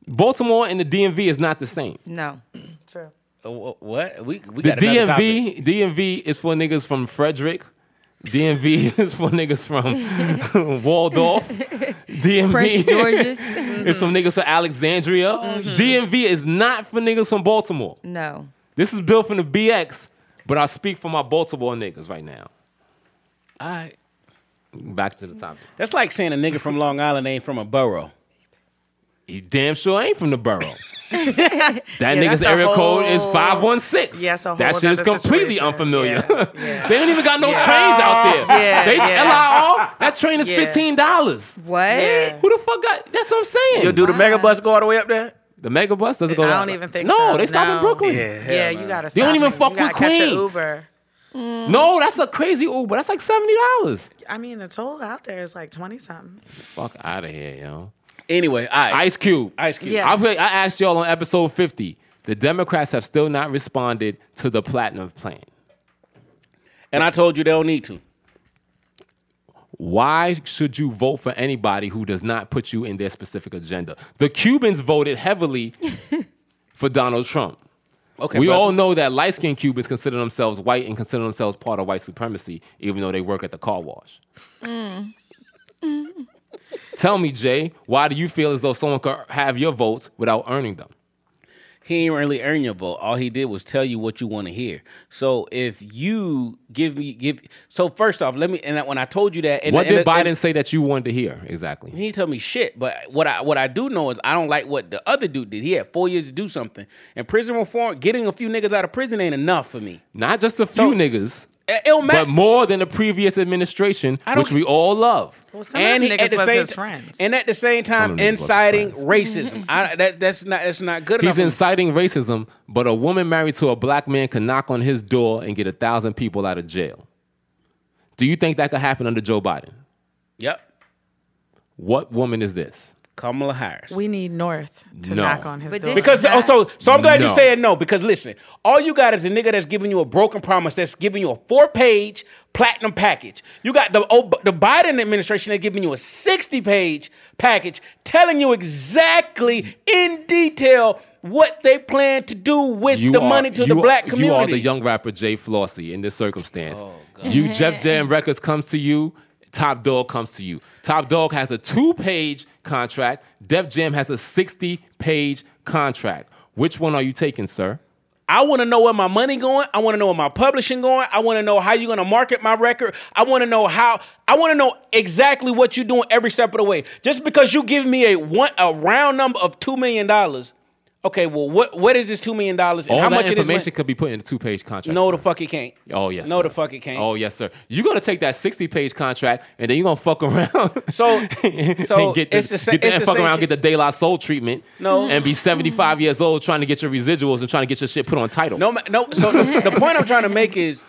C: Baltimore and the DMV is not the same.
B: No.
D: True.
A: Uh, wh- What? We we
C: The
A: got another topic.
C: DMV, DMV is for niggas from Frederick. DMV is for niggas from Waldorf. DMV
B: Prince Mm-hmm. George's?
C: is from niggas from Alexandria. DMV is not for niggas from Baltimore.
B: No.
C: This is built from the BX, but I speak for my Baltimore niggas right now.
A: All right.
C: Back to the topic.
A: That's like saying a nigga from Long Island ain't from a borough.
C: He damn sure ain't from the borough. that
D: that's
C: nigga's
D: a
C: area code is
D: whole-
C: 516.
D: Yeah, that's a whole
C: that shit is
D: nother
C: completely
D: situation.
C: unfamiliar.
D: Yeah, yeah.
C: they don't even got no trains out there.
D: Yeah,
C: they
D: yeah.
C: LIR, that train is
D: Yeah.
C: $15.
B: What?
D: Yeah.
C: Who the fuck got that's what I'm saying.
A: Yo, do the
B: Wow.
A: mega bus go all the way up there?
C: the mega bus doesn't go
D: I
C: down-
D: don't even think
C: No,
D: so,
C: they stop in
D: no.
C: Brooklyn.
A: Yeah.
D: Yeah, you gotta.
C: They don't
D: stop
C: even
D: it. You
C: fuck with
D: gotta catch a
C: Queens.
D: Uber.
C: No, that's a crazy Uber. That's like $70.
D: I mean, the toll out there is like twenty something.
C: Fuck out of here, yo.
A: Anyway, all right.
C: Ice Cube.
A: Ice Cube.
D: Yeah.
C: I, feel- I asked y'all on episode 50. The Democrats have still not responded to the platinum plan.
A: And I told you they don't need to.
C: Why should you vote for anybody who does not put you in their specific agenda? The Cubans voted heavily for Donald Trump.
A: Okay.
C: we
A: but-
C: all know that light skinned Cubans consider themselves white and consider themselves part of white supremacy, even though they work at the car wash.
A: Mm.
C: Tell me, Jay, why do you feel as though someone could have your votes without earning them?
A: he didn't really earn your vote. All he did was tell you what you want to hear. So if you give me give, so first off, let me. And when I told you that, and,
C: what
A: and-
C: did Biden
A: and-
C: say that you wanted to hear exactly?
A: He didn't tell me shit, but what I what I do know is I don't like what the other dude did. He had four years to do something, and prison reform, getting a few niggas out of prison ain't enough for me.
C: Not just a few niggas,
A: It don't
C: but
A: matter.
C: more than the previous administration,
A: I don't-
C: which we all love.
D: Well, some
A: And
D: of
A: he,
D: them
A: at
D: niggas
A: the
D: was
A: same
D: his friends.
A: and at the same time
C: of them niggas was his
A: inciting racism. I, that, that's not that's not good
C: He's
A: enough.
C: inciting racism, but a woman married to a black man can knock on his door and get a thousand people out of jail. Do you think that could happen under Joe Biden?
A: yep,
C: What woman is this?
A: Kamala Harris.
D: we need North to
C: No.
D: knock on his
B: But
D: door.
B: this-
A: Because oh, so so I'm glad
C: No.
A: you're saying no. Because listen, all you got is a nigga that's giving you a broken promise. That's giving you a four page platinum package. You got the Ob- the Biden administration that's giving you a sixty page package, telling you exactly in detail what they plan to do with the
C: are-
A: money to the
C: you are-
A: black
C: You are
A: community.
C: the young rapper Jay Flossie in this circumstance. you Jeff Jam Records comes to you. Top Dog comes to you. Top Dog has a two-page contract. Def Jam has a 60-page contract. Which one are you taking, sir?
A: I want to know where my money going. I want to know where my publishing going. I want to know how you're going to market my record. I want to know how. I want to know exactly what you're doing every step of the way. Just because you give me a one a round number of two million dollars, okay. Well, what what is this two million dollars and
C: All
A: how
C: that
A: much it is?
C: information could be put in a two-page contract.
A: No, the
C: sir.
A: fuck it can't.
C: Oh yes.
A: No,
C: sir.
A: the fuck it can't.
C: Oh yes, sir. You're gonna take that 60 page contract and then you're gonna fuck around.
A: So- so
C: and get the,
A: it's the sa-
C: get the-
A: it's
C: and
A: the
C: fuck
A: same
C: around,
A: shit-
C: get the De La Soul treatment.
A: No.
C: and be 75 years old trying to get your residuals and trying to get your shit put on title.
A: No, ma- no. So the, the point I'm trying to make is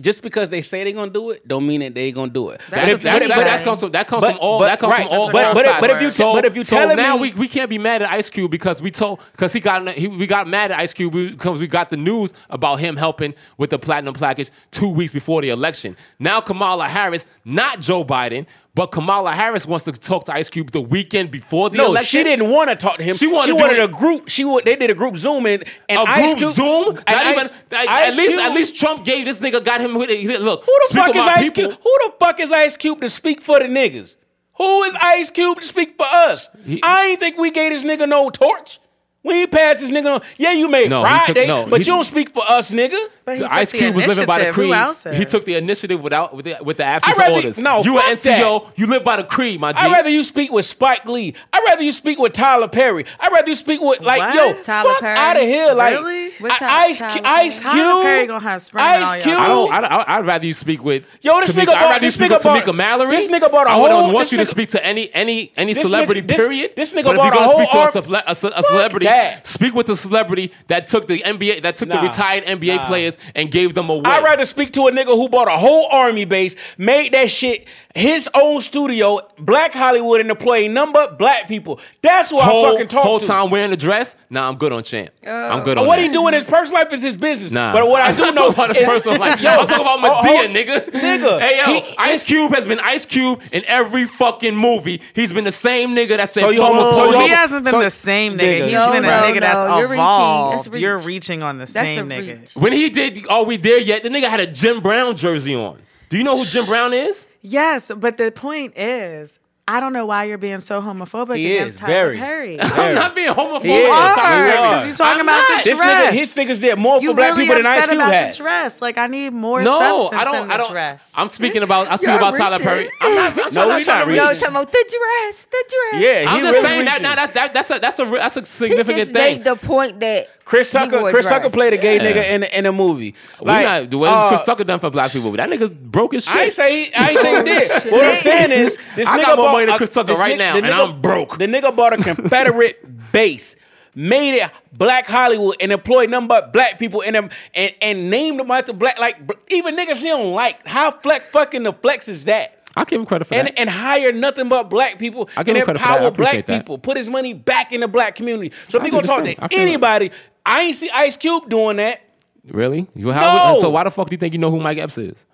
A: just because they say they're gonna do it, don't mean that they gonna do it.
B: That's-
A: But
C: That's,
A: if-
C: that's,
A: but-
C: but
A: but-
C: that comes from that comes
A: but-
C: from all
A: but-
C: that comes
A: right.
C: from all
A: But- but-
C: sides.
A: but if you-
C: so,
A: but if you
C: so
A: telling
C: now
A: me-
C: we, we can't be mad at Ice Cube because we told because he got he, we got mad at Ice Cube because we got the news about him helping with the platinum package two weeks before the election. Now Kamala Harris, not Joe Biden, but Kamala Harris wants to talk to Ice Cube the weekend before the
A: no,
C: election.
A: she didn't want to talk to him.
C: She
A: She
C: wanted
A: wanted,
C: to do it-
A: a group. She wa- they did a group Zoom and and
C: A
A: Ice
C: group
A: Cube-
C: Zoom?
A: and
C: Not
A: Ice-
C: even, at,
A: Ice
C: at least,
A: Cube-
C: at least Trump gave this nigga got him. with it. Look,
A: Who the
C: speak
A: fuck
C: of
A: is
C: our
A: Ice
C: people,
A: Cube? Who the fuck is Ice Cube to speak for the niggas? Who is Ice Cube to speak for us?
C: He-
A: I ain't think we gave this nigga no torch. We ain't passed this nigga no. Yeah, you made
C: No, he took-
A: Friday,
C: no,
A: but
C: he-
A: you don't speak for us, nigga.
D: But he
C: So
D: took
C: Ice
D: the
C: Cube was living by the
D: initiative. Who
C: creed.
D: else
C: He
D: is?
C: took the initiative without with the, with the absence of
A: rather-
C: orders.
A: no,
C: you were
A: fuck
C: NCO. You live by the creed, my G.
A: I'd rather you speak with Spike Lee. I'd rather you speak with Tyler Perry. I'd rather you speak with like
D: What?
A: yo,
B: Tyler
A: fuck
B: Perry?
A: out of here, like
D: Really?
B: What's
A: I-
B: up,
A: Ice
B: Tyler
A: Cu-
B: Perry?
A: Ice Cube.
D: Tyler Perry gonna have spring in all
A: Ice
D: y'all.
A: Cube.
D: I
C: I don't, I don't, I- I'd rather you speak with
A: Yo, this
C: Tamika.
A: nigga
C: I'd
A: bought-
C: rather you
A: this
C: speak
A: nigga
C: with
A: bought-
C: Tamika Mallory.
A: this nigga bought a
C: I
A: whole-
C: don't want
A: this
C: you to
A: nigga-
C: speak to any any any
A: This
C: celebrity.
A: nigga- this-
C: period.
A: this nigga
C: but if
A: bought
C: you're
A: a
C: gonna
A: whole
C: speak to a,
A: arm-
C: suble- a, ce- a celebrity,
A: that.
C: speak with a celebrity that took the NBA that took
A: Nah.
C: the retired NBA
A: Nah.
C: players and gave them away.
A: I'd rather speak to a nigga who bought a whole army base, made that shit his own studio, Black Hollywood, and employing number black people. That's who
C: whole,
A: I fucking talk
C: whole
A: to.
C: time wearing a dress. Nah, I'm good on champ. I'm good on
A: What
C: that.
A: he do in his personal life is his business.
C: Nah.
A: But what I do
C: I'm
A: know
C: talking about his
A: is,
C: personal life.
A: Yo,
C: I'm talking about
A: oh,
C: Medea,
A: oh,
C: nigga.
A: Nigga.
C: Hey, yo,
A: He-
C: Ice Cube has been Ice Cube in every fucking movie. He's been the same nigga that said,
A: So you
C: "Fuck
A: homo-
C: with
A: so
C: police."
A: you
D: he
A: homo-
D: hasn't been
A: so-
D: the same
A: nigga.
D: nigga. He's
A: No,
D: been a
B: no,
D: nigga that's
B: no, you're reaching. That's
D: evolved.
B: reach.
D: You're reaching on the
B: a
D: same nigga.
B: reach.
C: When he did Are We There Yet, the nigga had a Jim Brown jersey on. Do you know who Jim Brown is?
D: Yes, but the point is, I don't know why you're being so homophobic
A: He
D: against
A: is,
D: Tyler
A: very.
D: Perry.
C: I'm not being homophobic.
A: He is. Are,
C: I'm talking
A: we
C: about-
A: are.
D: Because you're talking
C: I'm
D: about
C: not.
D: the
A: This
D: dress.
A: nigga, his niggas did more
D: you
A: for black
D: really
A: people than
D: upset
A: Ice Cube
D: about
A: has.
D: the dress. Like I need more
C: No,
D: substance
C: I don't.
D: than the
C: I don't.
D: dress.
C: I'm speaking about. I'm speaking
B: You're
C: about Tyler
B: reaching.
C: Perry. I'm not. I'm
A: No,
C: not
A: we
C: trying
A: not
C: to reach.
A: reaching.
B: No, talking about the dress, the dress.
A: Yeah,
C: I'm
A: he
C: just
A: really
C: saying that,
A: reaching.
C: now that, that that's a that's a re- that's a
B: He
C: significant
B: just
C: thing.
B: made the point that
A: Chris
B: he
A: Tucker,
B: wore a
A: Chris
B: dress.
A: Tucker played a gay
C: Yeah.
A: nigga in in a movie.
C: we
A: Like,
C: not, what has
A: uh,
C: Chris Tucker done for black people? That nigga's broke as shit.
A: I ain't say he, I ain't say he did. What I'm saying is, this
C: I
A: nigga
C: got more
A: bought
C: money than
A: a-
C: Chris Tucker
A: this
C: right
A: nigga-
C: now,
A: the
C: and
A: nigga-
C: I'm broke.
A: The nigga bought a Confederate base, made it Black Hollywood, and employed nothing but black people in them, and and named them after black. Like br- even niggas he don't like. How flex fucking the flex is that?
C: I give him credit for
A: and
C: that.
A: and hire nothing but black people
C: I
A: and
C: give him credit for that. I
A: empower black
C: appreciate that.
A: people. Put his money back in the black community. So if
C: I
A: you
C: do
A: gonna
C: the
A: talk
C: same.
A: to
C: I feel that.
A: anybody, I ain't see Ice Cube doing that,
C: Really? You how?
A: No!
C: So why the fuck do you think you know who Mike Epps is?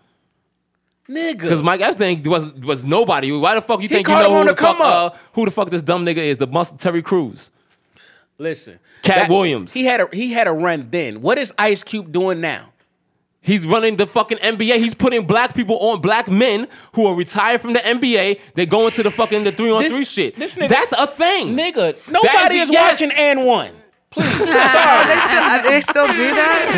C: Because
A: nigga.
C: Mike Epps thing was was nobody. Why the fuck
A: He
C: you think you
A: caught him
C: know
A: on
C: who
A: the
C: the fuck
A: come
C: uh,
A: up.
C: who the fuck this dumb nigga is? The must Terry Crews.
A: Listen,
C: Cat Williams.
A: He had a he had a run then. What is Ice Cube doing now?
C: He's running the fucking NBA. He's putting black people on black men who are retired from the NBA. They go into the fucking the three on three
A: This-
C: shit.
A: this nigga-
C: That's a thing,
A: Nigga, nobody is,
C: yes.
A: watching and one.
D: Oh, they still, uh, they still do that?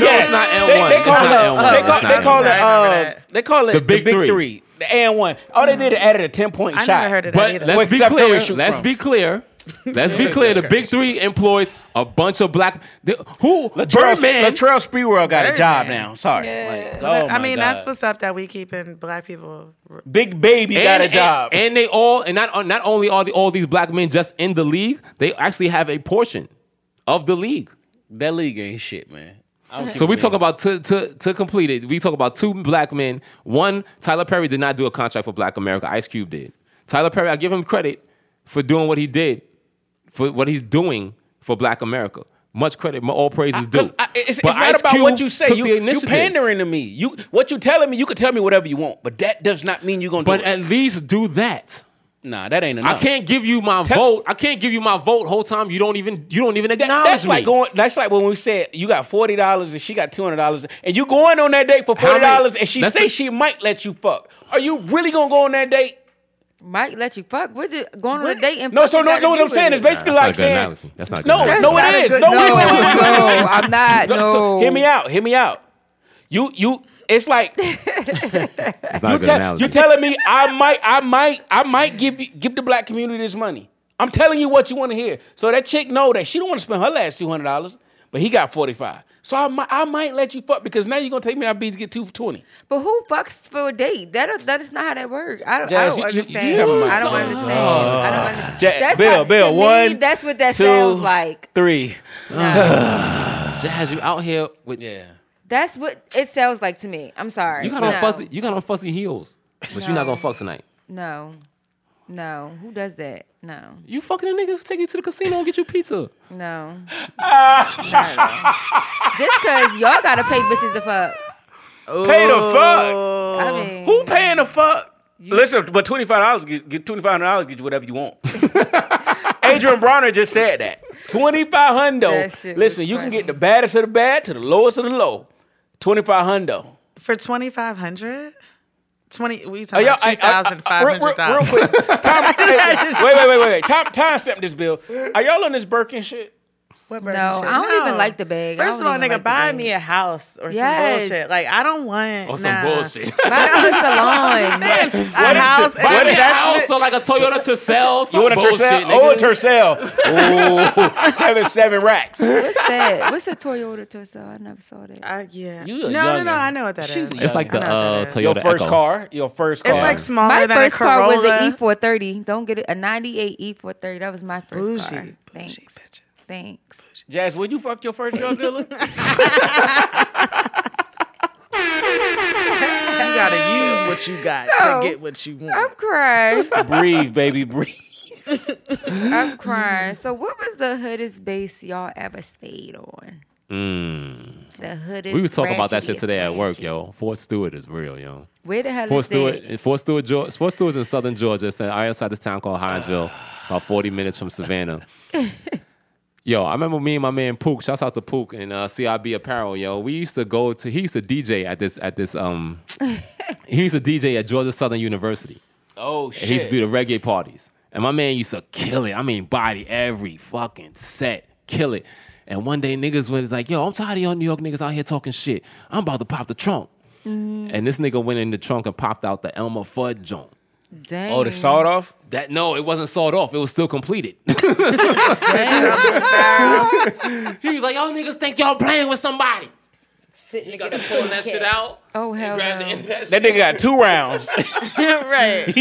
C: No, it's not N
A: They,
C: one.
A: they call
C: it's
A: it.
C: not N one.
A: They call, they call it.
D: N1. I remember
A: Uh,
D: that.
A: they call it the big, three. The and one. All they did is added a ten point
D: I
A: shot.
D: never heard of that
C: But
D: either.
C: let's
A: Where
C: be
A: Steph Curry
C: clear.
A: shoot
C: Let's
A: from.
C: be clear. Let's be clear. The big three employs a bunch of black. the- who?
A: Latrell,
C: Birdman.
A: Latrell Sprewell got a job
D: Birdman.
A: now. Sorry. Like, oh
D: I
A: my
D: mean,
A: God.
D: that's what's up that we keeping black people.
A: Big Baby got a job.
C: And, they all, and not not only are the, all these black men just in the league, they actually have a portion of the league.
A: that league ain't shit, man.
C: So we talk about to to to complete it. We talk about two black men. One, Tyler Perry did not do a contract for Black America. Ice Cube did. Tyler Perry, I give him credit for doing what he did, for what he's doing for Black America. Much credit, all praise is due.
A: Because I- it's, it's
C: But
A: not
C: Ice
A: about
C: Cube
A: what you say.
C: took
A: You,
C: the
A: you
C: initiative.
A: pandering to me. You what you telling me? You can tell me whatever you want, but that does not mean you gonna.
C: But
A: do
C: at
A: it.
C: least do that.
A: nah, that ain't
C: I
A: enough.
C: can't give you my
A: Tell-
C: vote. I can't give you my vote whole time. You don't even you don't even
A: That-
C: acknowledge
A: that's
C: me.
A: like going. That's like when we said you got forty dollars and she got two hundred dollars, and you going on that date for
C: How
A: forty
C: many-
A: dollars, and she
C: that's
A: say
C: the-
A: she might let you fuck. Are you really gonna go on that date?
B: Mike let you fuck. What did going on a date and
A: No,
B: fuck
A: so
B: it
A: no,
B: gotta
A: no. What
B: do
A: I'm saying is
B: with it?
A: basically like
C: That's not a good
A: saying
C: analogy. That's not a good
A: no,
C: analogy.
A: no.
B: That's not
A: It
B: a
A: is
B: good-
A: no.
B: no,
A: Wait, wait, wait, wait, wait, wait.
B: no, I'm not. No,
A: So hear me out. Hear me out. You you. It's like
C: That's not a good
A: tell-
C: analogy.
A: You're telling me I might, I might, I might give you- give the black community this money. I'm telling you what you want to hear. So that chick know that she don't want to spend her last two hundred dollars, but he got forty five. So I might, I might let you fuck because now you're gonna take me out beats get two for twenty.
B: But who fucks for a date? That is, that is not how that works. I don't, I
A: Jazz,
B: don't
A: you- you- you
B: understand.
A: having my-
B: I don't
A: Oh.
B: understand. I don't understand. That's
A: Bill,
B: how,
A: Bill,
B: to me,
A: one,
B: that's what that
A: two,
B: sounds like.
A: Three.
B: Nah,
C: Jazz, you out here with
A: Yeah.
B: That's what it sounds like to me. I'm sorry.
C: You got on
B: No.
C: fussy. You got on fussy heels, but you're not
B: No.
C: gonna fuck tonight.
B: No. No. Who does that? No.
C: You fucking a nigga take you to the casino and get you pizza.
B: No. no. Just cause y'all gotta pay bitches to fuck.
A: Pay the fuck.
B: I mean
A: Who paying the fuck? Listen, but twenty five dollars get, get twenty five hundred dollars get you whatever you want. Adrian Bronner just said that twenty five
B: That
A: hundo.
B: shit
A: Listen,
B: was
A: you can get
B: funny.
A: the baddest of the bad to the lowest of the low. Twenty five hundo.
D: For twenty five hundred? Twenty we
A: Oh,
D: talking
A: y'all-
D: about
A: I-
D: two
A: I- I-
D: thousand
A: I-
D: five
A: real-
D: hundred
A: real- Real
D: dollars.
A: quick, time, wait, wait, wait, wait, wait. Time, time stamp this bill. Are y'all on this Birkin shit?
D: What
B: No,
D: bullshit?
B: I don't even like the bag. I
D: First of
B: don't
D: all,
B: even
D: nigga,
B: like the
D: buy
B: bag.
D: me a house or
B: Yes.
D: some bullshit. Like I don't want
C: Or Oh, some
D: nah.
C: bullshit.
B: buy me a salon.
D: a house. and
C: Buy me a
D: investment.
C: house or like a Toyota Tercel. Some
A: You want a
C: bullshit,
A: Tercel?
C: nigga.
A: Oh, a Tercel. Ooh, seven, seven racks.
B: What's that? What's a Toyota Tercel? I never saw that.
D: Uh, yeah.
A: You a
D: no, no,
A: youngin'.
D: no. I know what that is.
A: She's a
C: It's like the
D: I know
C: uh,
D: what
C: Toyota
D: that is.
A: Your first
C: Echo.
A: car. Your first car.
D: It's like smaller
B: My
D: than
B: first
D: a
B: car
D: Corolla.
B: was an E430. Don't get it. A 98 E430. That was my first
D: Bougie,
B: car.
D: bougie
B: Thanks.
D: bitches.
B: Thanks.
A: Jazz, would you fuck your first drug dealer?
D: You gotta use what you got
B: E So,
D: to get what you want.
B: Oh, I'm crying.
A: breathe, baby, breathe.
B: I'm crying. So, what was the hoodest base y'all ever stayed on? The hoodest.
C: Hmm. We was talking about that shit
B: ratchetest
C: today at work,
B: ratchet.
C: yo. Fort Stewart is real, yo.
B: Where the hell
C: Fort
B: is that?
C: Stewart, Fort Stewart, Georgia, Fort Stewart's in southern Georgia. It's uh, right outside this town called Hinesville, about 40 minutes from Savannah. yo, I remember me and my man Pook. Shouts out to Pook and uh, CIB Apparel, yo. We used to go to. He used to DJ at this at this um. he used to DJ at Georgia Southern University.
A: Oh
C: And he used to do the reggae parties. And my man used to kill it. I mean, body every fucking set, kill it. And one day niggas was like, yo, I'm tired of y'all New York niggas out here talking shit. I'm about to pop the trunk.
B: Mm.
C: And this nigga went in the trunk and popped out the Elmer Fudd joint.
B: Dang.
A: Oh, the sawed off.
C: That no, it wasn't sawed off. It was still completed.
B: Dang.
C: he was like, y'all niggas think y'all playing with somebody. He got to pulling that shit out.
B: Oh, hell
C: Grab the
B: no.
C: end of that
A: That
C: shit.
A: nigga got two rounds.
D: right.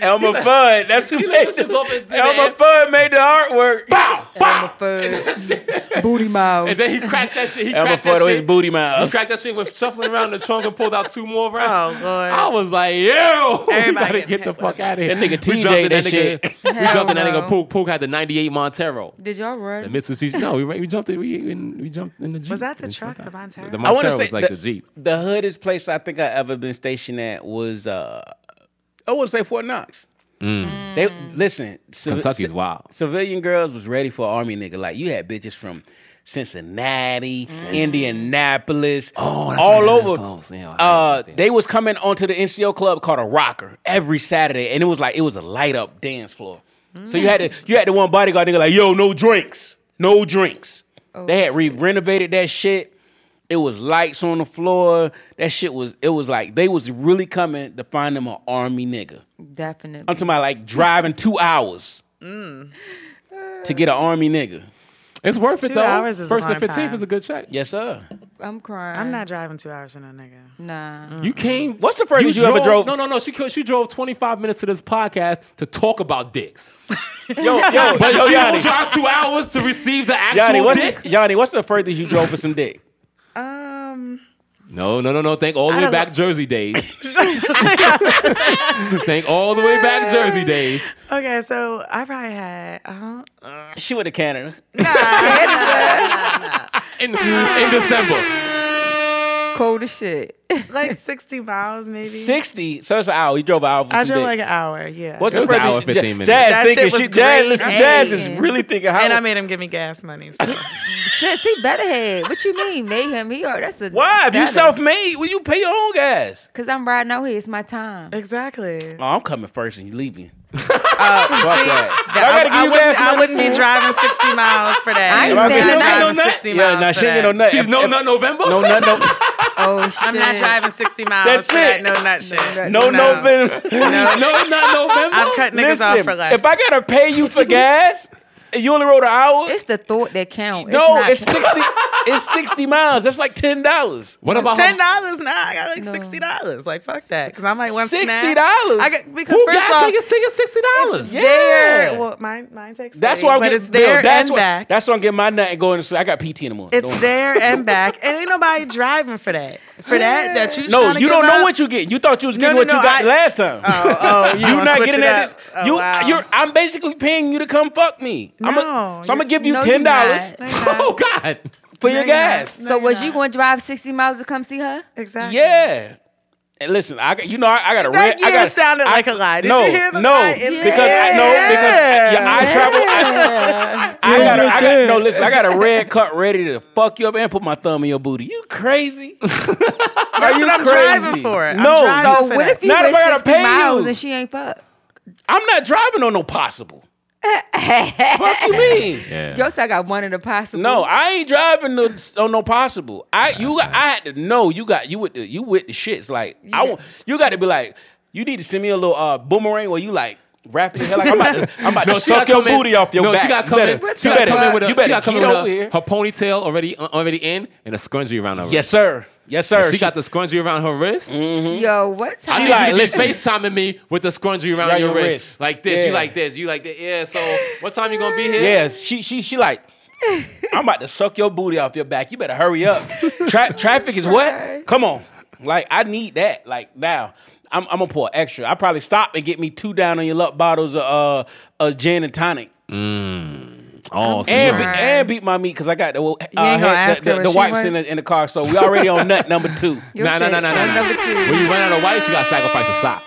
A: Elmer Fudd. That's who made
C: pushes off and
A: the,
C: did
A: Elmer
C: that.
A: Fudd made the artwork. Bow, bow.
B: I'm a fud. Booty mouth.
C: And then he cracked that shit. He
A: Elmer
C: cracked that
A: Fudd with his
C: shit.
A: booty
C: He
A: mouth.
C: cracked that shit with shuffling around the trunk and pulled out two more rounds.
D: Oh lord.
C: I was like, yo, we
D: Everybody
C: gotta
D: getting
C: get the
D: hit
C: fuck out of here.
A: That nigga
C: we jumped
A: TJ
C: in that
A: that
C: nigga. We
B: Hell
C: jumped in that
B: no.
C: nigga. Pook Pook had the '98 Montero.
B: Did y'all run?
C: The Mitsubishi. No, we we jumped in. We in, we jumped in the Jeep.
D: Was that the
C: It's
D: truck,
C: like
D: the Montero?
C: The
A: I want
C: Montero
A: to say
C: was like the, Jeep.
A: The hoodest place I think I ever been stationed at was uh, I would say Fort Knox. They listen. civ-
C: Mm. Kentucky's
A: ci-
C: wild.
A: Civilian girls was ready for army nigga. Like you had bitches from Cincinnati, Indianapolis,
C: Oh, that's
A: all
C: right, that's
A: over.
C: close. Yeah, I
A: uh,
C: had that.
A: they was coming onto the NCO club called a rocker every Saturday, and it was like it was a light up dance floor. So you had to you had the one bodyguard nigga like yo, no drinks, no drinks.
C: Oh,
A: they had re- renovated that shit. It was lights on the floor. That shit was it was like they was really coming to find them an army nigga.
B: Definitely.
A: I'm talking about like driving two hours
C: Mm.
A: to get an army nigga.
C: It's worth it
D: Two
C: though.
D: hours is a
C: First and
D: long
C: fifteenth
D: time.
C: is a good check.
A: Yes, sir.
B: I'm crying.
D: I'm not Mm. driving two hours in a nigga.
B: Nah.
D: Mm-hmm.
C: You came.
A: What's the furthest you, ever drove?
C: No, no, no. She co- she drove 25 minutes to this podcast to talk about dicks.
A: Yo, yo,
C: But
A: yo,
C: she will
A: Yanni,
C: drive two hours to receive the actual
A: Yanni, what's
C: dick.
A: the, Yanni, what's the furthest you drove for some dick?
D: Um,
C: No, no, no, no. Thank all the
D: I
C: way
D: don't
C: back Jersey days. Thank all the way back Jersey days.
D: okay, so I probably had uh,
A: She went to Canada.
C: in, in December.
B: Cold as shit.
D: like 60 miles maybe.
A: Sixty, so it's an hour. You drove an hour for
D: I
A: some
D: drove
A: dick.
D: like an hour, yeah.
A: What's the
C: It was an
A: furthest-
C: hour, 15 minutes.
A: Jazz
D: That shit
A: thinking
D: was
A: she, Jazz,
D: great.
A: listen, Jazz is
B: Hey.
A: really thinking how.
D: and I made him give me gas money. so-
B: Sis, he better had. What you mean, made him? He are. That's a.
A: Why? If you self-made, will you pay your own gas?
B: Cause I'm riding out here. It's my time.
D: exactly.
A: Oh, I'm coming first and you leaving.
D: Uh,
A: Fuck that. Y'all gotta give
D: I,
A: you
D: wouldn't,
A: gas
D: I
A: money?
D: wouldn't be driving 60 miles for that.
B: I ain't
D: I'm not
B: standing
D: driving
B: on that.
D: 60
A: Yeah,
D: miles
A: nah,
D: for
A: she ain't
D: that.
A: on that.
C: She's
A: If-
C: no
A: if-
C: nut November?
A: No, no, no,
B: Oh shit.
D: I'm not driving 60 miles
A: That's
D: for
A: it.
D: that no nut shit.
A: no, no, no.
C: no nut November?
D: I'm cutting niggas
A: Listen,
D: off for less.
A: if I gotta pay you for gas, You only rode an hour?
B: It's the thought that counts.
A: no,
B: not
A: it's sixty. it's sixty miles. That's like ten dollars.
C: What about
D: Ten
C: how,
D: dollars now. I got like
B: No.
D: sixty dollars. Like fuck that, because I might want
A: $60?
D: snacks. I got, because
C: Who gas
D: first of all,
C: tickets taking sixty dollars?
A: Yeah.
D: there. Well, mine mine takes.
A: That's
D: 30,
A: why I'm
D: but
A: getting
D: it's there
A: Bill, that's
D: and
A: why,
D: back.
A: That's why I'm getting my nut and going to sleep. I got PT in the morning.
D: it's
A: Don't-
D: there and back, and ain't nobody driving for that. For that, that you.
A: No,
D: tryna
A: you
D: give
A: don't know
D: up?
A: what you get. You thought you was
D: No,
A: getting
D: no,
A: what
D: no,
A: you got
D: I-
A: last time.
D: Oh, oh, you
A: you
D: wanna
A: not
D: switch
A: getting
D: it
A: that.
D: up.
A: This,
D: Oh,
A: you,
D: wow.
A: you're. I'm basically paying you to come fuck me. I'm
D: No,
A: a, so I'm gonna give you
B: No, you're
A: ten dollars
B: not.
C: Oh God.
A: for your gas.
B: so was you going to drive sixty miles to come see her?
D: Exactly.
A: Yeah. And listen, I got you know I, I got a
D: That
A: red. I
D: year
A: got
D: sounded
A: I-
D: like a lie. Did
A: no,
D: you hear the
A: no,
D: lie? It-
A: because I know because yeah, I travel. I, I got a, I got no. Listen, I got a red cut ready to fuck you up and put my thumb in your booty. You crazy? Are you
D: what I'm
A: crazy?
D: driving for. I'm
A: No,
D: driving
B: So
D: for
B: what
D: that.
B: if you
A: Not if I
B: went
A: gotta
B: sixty
A: pay
B: miles
A: you.
B: and she ain't fuck?
A: I'm not driving on no possible. fuck you mean?
C: Yeah.
B: Yo, so I got one of the possible.
A: No, Mm-hmm.
C: Mm-hmm.
A: I ain't driving no, on no possible. I you got, I had to know you got you with the you with the shits. Like I
B: got-
A: want you got to be like you need to send me a little uh, boomerang where you like wrapping your head like I'm about to, I'm about
C: No,
A: to
C: she
A: suck
C: gotta
A: your
C: come in-
A: booty off your
C: no,
A: back.
C: she got
A: You
C: come
A: better,
C: in.
A: you
C: She got
A: better,
C: come in with a,
A: you
C: she
A: better
C: got come
A: get
C: in with
A: over
C: her,
A: here.
C: her ponytail already uh, already in and a scrunchie around her.
A: Yes,
C: wrist.
A: sir. Yes, sir.
C: She got the scrunchie around her wrist.
B: Yo, what time?
A: like,
C: I need you to
A: listen.
C: be FaceTiming me with the scrunchie around
A: Around
C: your,
A: your
C: wrist.
A: wrist.
C: Like this,
A: Yeah.
C: you like this, you like that. Yeah, so what time you gonna be here?
A: Yeah, she she she like. I'm about to suck your booty off your back. You better hurry up. Tra- traffic is what? Come on. Like I need that. Like now. I'm, I'm gonna pour extra. I probably stop and get me two down on your luck bottles of uh of gin and tonic.
C: Oh, so
A: And,
C: you-
A: be,
B: Right.
A: and beat my meat because I got the uh,
D: gonna
A: hand-
D: ask
A: the,
D: her
A: the,
D: what
A: the
D: she
A: wipes in
D: wants?
A: the, in the car, so we already on nut number two
B: Yo
C: Nah, nah,
B: said
C: nah, nah, nah,
B: nut
C: nah.
B: Number two.
C: when you run out of wipes, you gotta sacrifice a sock.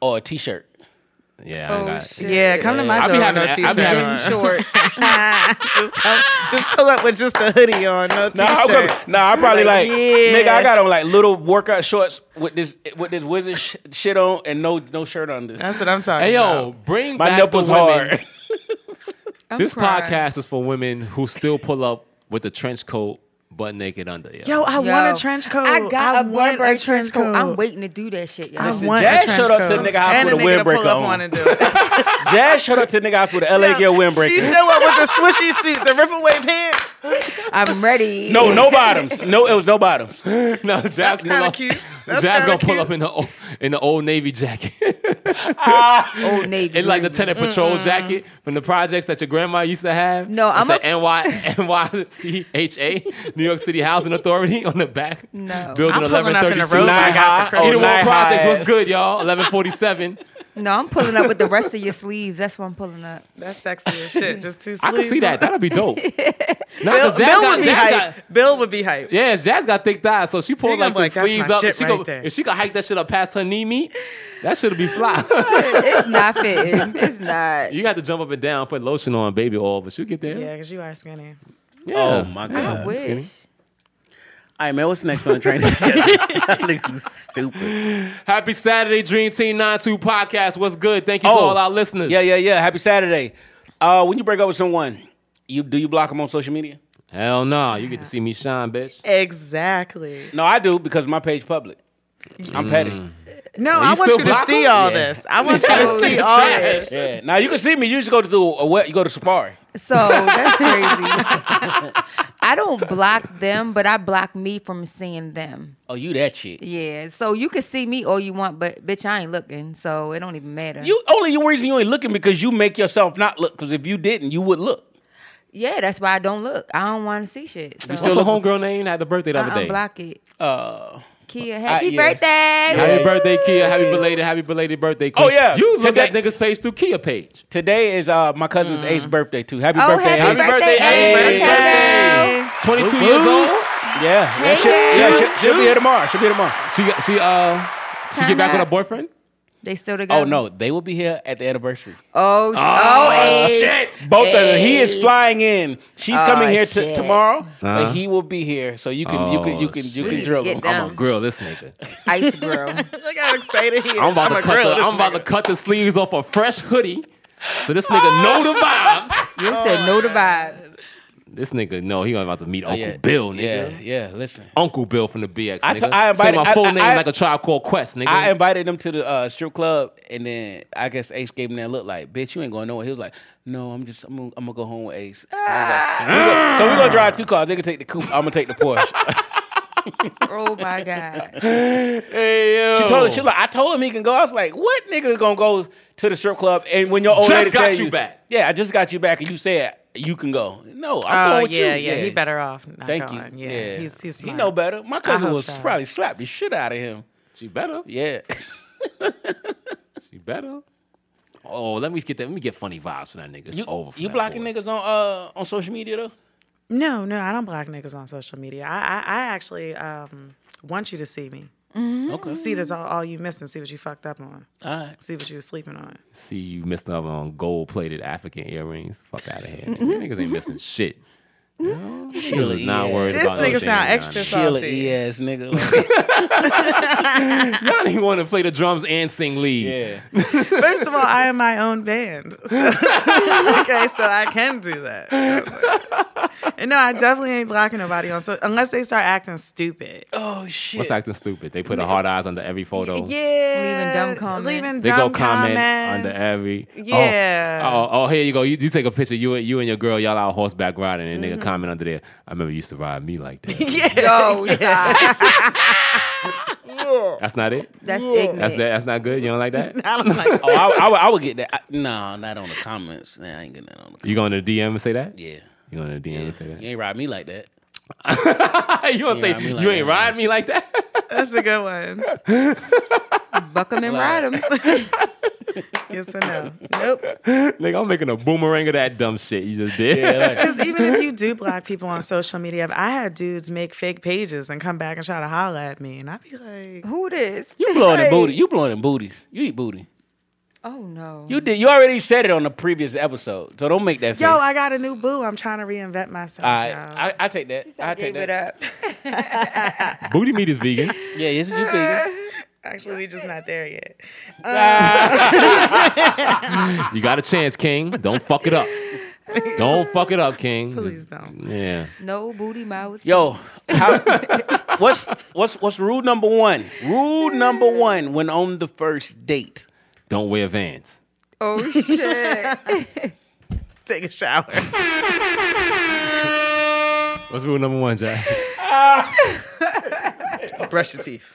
A: or a t-shirt.
C: Yeah, I
B: Oh
C: got it.
B: shit.
D: Yeah, come to my
C: I be
D: door.
C: having
D: no
C: that- I be
D: t-shirt
C: having
B: Gym
D: on.
B: shorts.
D: just, come, just pull up with just a hoodie on, no
A: Nah, how
D: t-shirt.
A: come- nah, I probably like
D: Yeah.
A: nigga. I got on like little workout shorts with this with this wizard sh- shit on and no no shirt on. This
D: That's what I'm talking
C: Hey
D: about.
C: yo, bring
A: my
C: back
A: nipples
C: the women.
A: hard.
B: I'm
C: This
B: crying.
C: podcast is for women who still pull up with a trench coat, butt naked under. Yo,
D: Yo, I
B: Yo,
D: want a trench coat.
B: I got
D: I
B: a
D: want
B: Burberry trench coat. I'm waiting to do that shit,
D: I
B: y'all.
D: want
A: Jazz
D: a trench
A: showed up to
D: coat.
A: the nigga house
D: and
A: with a
D: nigga to pull
A: windbreaker
D: up
A: on.
D: and do it.
A: Jazz shut up to nigga house with the LA Gear
D: She
A: windbreaker.
D: show up with the swishy suit, the rip away pants.
B: I'm ready.
A: No, no bottoms. No, it was no bottoms.
C: no, Jazz
D: kinda
C: gonna,
D: cute. That's
C: Jazz
D: kinda
C: gonna pull
D: cute.
C: up in the old, in the old navy jacket,
B: Old Navy.
C: in like the tenant patrol jacket from the projects that your grandma used to have.
B: No, I'm
C: it's
B: a-
C: a NY NYCHA New York City Housing Authority on the back.
B: No.
C: building
D: I'm pulling
C: eleven
D: up in
C: thirty
D: the
C: two.
D: robe
A: Nine
D: I got
A: high,
D: for
A: oh,
D: Christmas.
C: Either one
A: nine
C: projects
A: high
C: was
A: ass.
C: good, y'all. Eleven forty seven.
B: no, I'm pulling up with the rest of your sleeves. That's what I'm pulling up.
D: That's sexy as shit. Just two sleeves.
C: I could see that. That'd be dope. Nah,
D: Bill,
C: 'cause Jazz
D: Bill
C: got-
D: would be
C: Jazz
D: hype.
C: got-
D: Bill would be hype.
C: Yeah, Jazz got thick thighs, so she pulled
D: He
C: like
D: gonna be
C: the
D: like, "That's my
C: sleeves up.
D: shit
C: She
D: right
C: go,
D: there."
C: if she could hike that shit up past her knee meat, that should be fly.
B: It's not fitting. It's not.
C: you got to jump up and down, put lotion on, baby oil, but she'll get there.
D: Yeah, because you are skinny.
A: Oh
C: Yeah.
A: my god.
B: I
C: skinny.
B: wish.
A: All right, man. What's next on the train? Niggas is stupid.
C: Happy Saturday, Dream Team 92 Podcast. What's good? Thank you to
A: Oh.
C: all our listeners.
A: Yeah, yeah, yeah. Happy Saturday. Uh, when you break up with someone, you do you block them on social media?
C: Hell no, you get to see me shine, bitch.
D: Exactly.
A: No, I do because my page public. I'm petty.
D: No, I want
C: still
D: you to
C: block
D: see
C: him?
D: all
C: Yeah.
D: this. I want you to
C: Holy
D: see all
C: shit.
D: this.
A: Yeah. Now you can see me. You just go to do a wet. You go to Safari.
B: So that's crazy. I don't block them, but I block me from seeing them.
A: Oh, you that shit.
B: Yeah. So you can see me all you want, but bitch, I ain't looking, so it don't even matter.
A: You only the reason you ain't looking because you make yourself not look. Because if you didn't, you would look.
B: yeah, that's why I don't look. I don't want to see shit. So
C: What's a homegirl name had the birthday the
B: I
C: other day?
B: unblock it.
A: Uh,
B: Kia, happy
A: yeah.
B: birthday.
C: Happy birthday, Kia. Happy belated, happy belated birthday, Kia.
A: Oh, yeah.
C: You look at
A: Today-
C: niggas' page through Kia page.
A: today is uh, my cousin's eighth birthday too. Happy
B: Mm. Oh,
A: birthday!
B: happy
A: Ace.
B: birthday, Ace.
C: Ace.
B: Hey,
C: 22 years old.
A: Yeah, yeah, she,
B: Ace.
A: yeah she, she'll be here tomorrow. She'll be here tomorrow.
C: She got- she uh she
B: Turn
C: get back with
B: up.
C: her boyfriend?
B: They still together.
A: Oh no, they will be here at the anniversary.
B: Oh, sh- oh, Ace.
A: Both of them. He is
B: Ace.
A: flying in. She's coming here t-
B: Oh, shit.
A: tomorrow,
C: Uh-huh.
A: but he will be here. So you can you can you can you
C: Oh,
A: can
C: shit.
A: drill
B: Get
A: him.
B: down.
C: I'm gonna grill this nigga.
B: Ice girl.
D: Look how excited he is.
C: I'm about,
D: I'ma
C: to, cut
D: grill
C: the,
D: this
C: I'm about
D: nigga.
C: to cut the sleeves off a fresh hoodie. So this nigga know the vibes.
B: You said no to vibes.
C: This nigga, no, he about to meet Uncle
A: Oh, yeah.
C: Bill, nigga.
A: Yeah, yeah. Listen,
C: Uncle Bill from the BX, nigga.
A: I to- I
C: Say
A: invited-
C: my
A: I-
C: full
A: I-
C: name
A: I-
C: like a tribe called Quest, nigga.
A: I invited them to the uh, strip club, and then I guess Ace gave him that look like, "Bitch, you ain't going nowhere." He was like, "No, I'm just, I'm, gonna- I'm gonna go home with Ace." So, we're gonna,
D: Ah!
A: drive two cars. They can take the coupe. I'm gonna take the Porsche.
B: Oh my God.
C: hey, yo.
A: she told him, she like, I told him he can go. I was like, "What nigga gonna go to the strip club?" And when your old
C: Just
A: lady
C: got
A: tell
C: you back.
A: yeah, I just got you back, and you said you can go. No, I'm
D: Oh
A: going with
D: yeah,
A: you.
D: yeah, He better off. Not
A: Thank you.
D: going. Yeah. he's he's smart.
A: He know better. My cousin
D: hope
A: was
D: so.
A: probably slapped the shit out of him.
C: She better.
A: Yeah.
C: She better. Oh, let me get that. Let me get funny vibes from that nigga. It's
A: You,
C: over. for
A: you
C: that
A: blocking
C: boy.
A: niggas on uh on social media though?
D: No, no, I don't block niggas on social media. I I, I actually um, want you to see me.
A: Okay.
D: See this all, all you missing. See what you fucked up on.
A: All right.
D: See what you was sleeping on.
C: See you missing out on gold plated African earrings. Fuck out of here. Nigga. niggas ain't missing shit. You know? Niggas is not
A: yeah.
C: worried
D: This
C: about no
D: nigga
C: James
D: sound
C: Brown.
D: extra
A: Sheila
D: salty.
A: E. ass nigga. Like,
C: Y'all didn't want to play the drums and sing lead.
A: yeah.
D: First of all, I am my own band. So, okay, so I can do that. And no, I definitely ain't blocking nobody on so unless they start acting stupid.
A: Oh shit.
C: What's acting stupid? They put a hard eyes under every photo.
D: Yeah.
B: dumb comments.
D: Leaving
C: They
D: dumb
C: go comment
D: comments.
C: under every. oh,
D: Yeah.
C: Oh, oh, here you go. You, you take a picture. You and you and your girl, y'all out horseback riding, and nigga comment under there. I remember you used to ride me like that.
D: Yeah.
B: Yo, stop.
C: That's not it.
B: That's
C: That's
B: ignorant.
C: that. That's not good. You don't like that.
D: I don't like
A: Oh, I, I, would- I would get that. I, no, not on the comments. Nah, I ain't getting that on the comments.
C: You going to DM and say that?
A: Yeah.
C: You going to DM and say that?
A: You ain't ride me like that.
C: you gonna say
A: ride me
C: you
A: like
C: ain't
A: that.
C: ride me like that?
D: That's a good one.
B: Buck 'em and ride 'em.
D: Yes or no? Nope.
C: Nigga, I'm making a boomerang of that dumb shit you just did.
D: Because even if you do block people on social media, if I had dudes make fake pages and come back and try to holler at me, and I'd be like,
B: Who this?
A: You blowing in booty. You blowing in booties. You eat booty.
B: Oh no.
A: You did. You already said it on the previous episode, so don't make that face.
D: "Yo, I got a new boo. I'm trying to reinvent myself."
A: All right,
D: y'all."
A: I, I take that. I
B: I
A: take
B: gave
A: that.
B: it up.
C: Booty meat is vegan.
A: Yeah, yes, you vegan.
D: Actually, we just not there yet.
C: You got a chance, King. Don't fuck it up. Don't fuck it up, King.
D: Please
C: Just-
D: don't.
C: Yeah.
B: No booty mouths.
A: Yo, how- what's what's what's rule number one? Rule number one when on the first date.
C: Don't wear Vans.
B: Oh shit.
D: Take a shower.
C: What's rule number one, Jack?
D: Brush your teeth.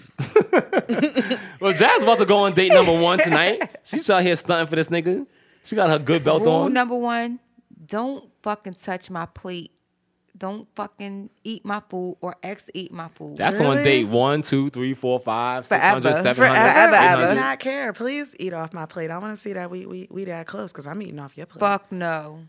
C: Well, Jazz about to go on date number one tonight. She's out here stunting for this nigga. She got her good belt
B: Rule
C: on.
B: number one: Don't fucking touch my plate. Don't fucking eat my food or ex eat my food.
C: That's on
D: Really?
C: date one, two, three, four, five, six
B: Forever.
C: hundred, seven
D: Forever,
C: hundred, eight
B: Forever,
C: hundred.
B: ever.
D: I do not care. Please eat off my plate. I want to see that we we we that close because I'm eating off your plate.
B: Fuck no.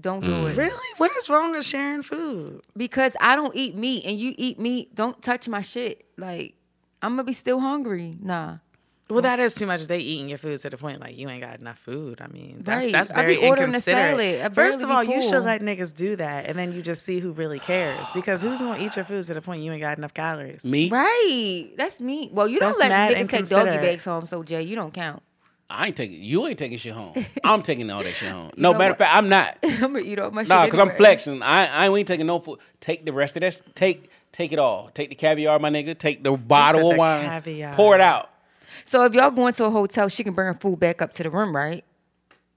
B: Don't do
A: Mm.
B: it.
D: Really? What is wrong with sharing food?
B: Because I don't eat meat and you eat meat, don't touch my shit. Like, I'm gonna be still hungry. Nah.
D: Well, that is too much. If they eating your food to the point like you ain't got enough food. I mean, that's
B: Right.
D: that's
B: I be
D: very
B: ordering a
D: inconsiderate.
B: salad. I
D: First
B: barely
D: of
B: be
D: all, you
B: full.
D: should let niggas do that, and then you just see who really cares. Because who's gonna eat your food to the point you ain't got enough calories?
A: Me,
B: Right. That's me. Well, you
D: That's
B: don't
D: mad
B: let niggas take doggy
D: inconsiderate.
B: bags home, so Jay, you don't count.
A: I ain't taking. You ain't taking shit home. I'm taking all that shit home. No,
B: know
A: matter of
B: what?
A: fact, I'm not.
B: I'm gonna eat all my shit.
A: Nah, because I'm
B: anyway.
A: flexing. I, I ain't taking no food. Take the rest of that. Take take it all. Take the caviar, my nigga. Take the bottle
D: said
A: of
D: the
A: wine.
D: caviar.
A: Pour it out.
B: So if y'all going to a hotel, she can bring her food back up to the room, right?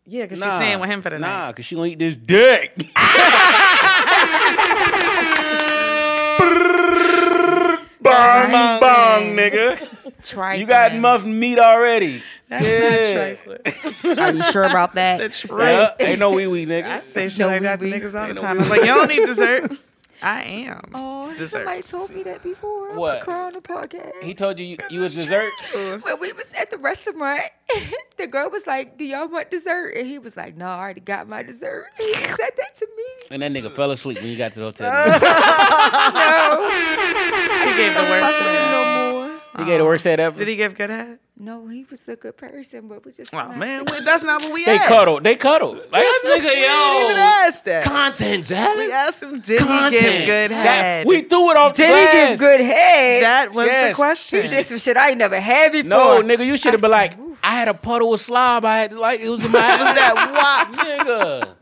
D: Yeah, because she's staying with him for the
A: nah,
D: night.
A: because she gonna eat this dick.
B: Bang,
A: Bong, nigga.
B: Try.
A: You got muffed meat already.
D: That's
A: Yeah.
D: not trifling.
B: Are you sure about that?
D: That's trifling.
A: Yeah, ain't no wee wee,
D: I
A: nigga.
D: say shit
B: No,
D: like
B: we-
D: that to
B: we-
D: niggas all the
A: no,
D: time.
A: we-
D: I'm like, y'all need dessert. I am.
B: Oh,
D: Dessert.
B: somebody told me that before.
A: What?
B: What? on the podcast.
A: He told you you, you was dessert.
B: when we was at the restaurant, the girl was like, "Do y'all want dessert?" And he was like, "No, I already got my dessert." He said that to me.
A: And that nigga fell asleep when you got to the hotel.
B: No,
D: He gave the worst. head.
B: no more.
A: he gave the worst head ever.
D: Did he give good head?
B: No, he was a good person, but we just
D: Oh
B: not
D: man,
B: together.
D: we- that's not what we
A: they
D: asked.
A: cuddled. They cuddled. Like,
C: This nigga,
D: We didn't even
C: yo.
D: ask that.
C: Content,
D: We
C: Jazz.
D: asked him, did he give
C: Content.
D: good
A: that,
D: head?
A: we threw it off the
B: Did he
A: glass.
B: give good head?
D: that was
A: Yes.
D: the question.
B: he did some shit I ain't never had before.
A: No, nigga, you should have been
B: said,
A: like, I had a puddle of slob. I had like it was in my
D: That was that wop.
A: nigga.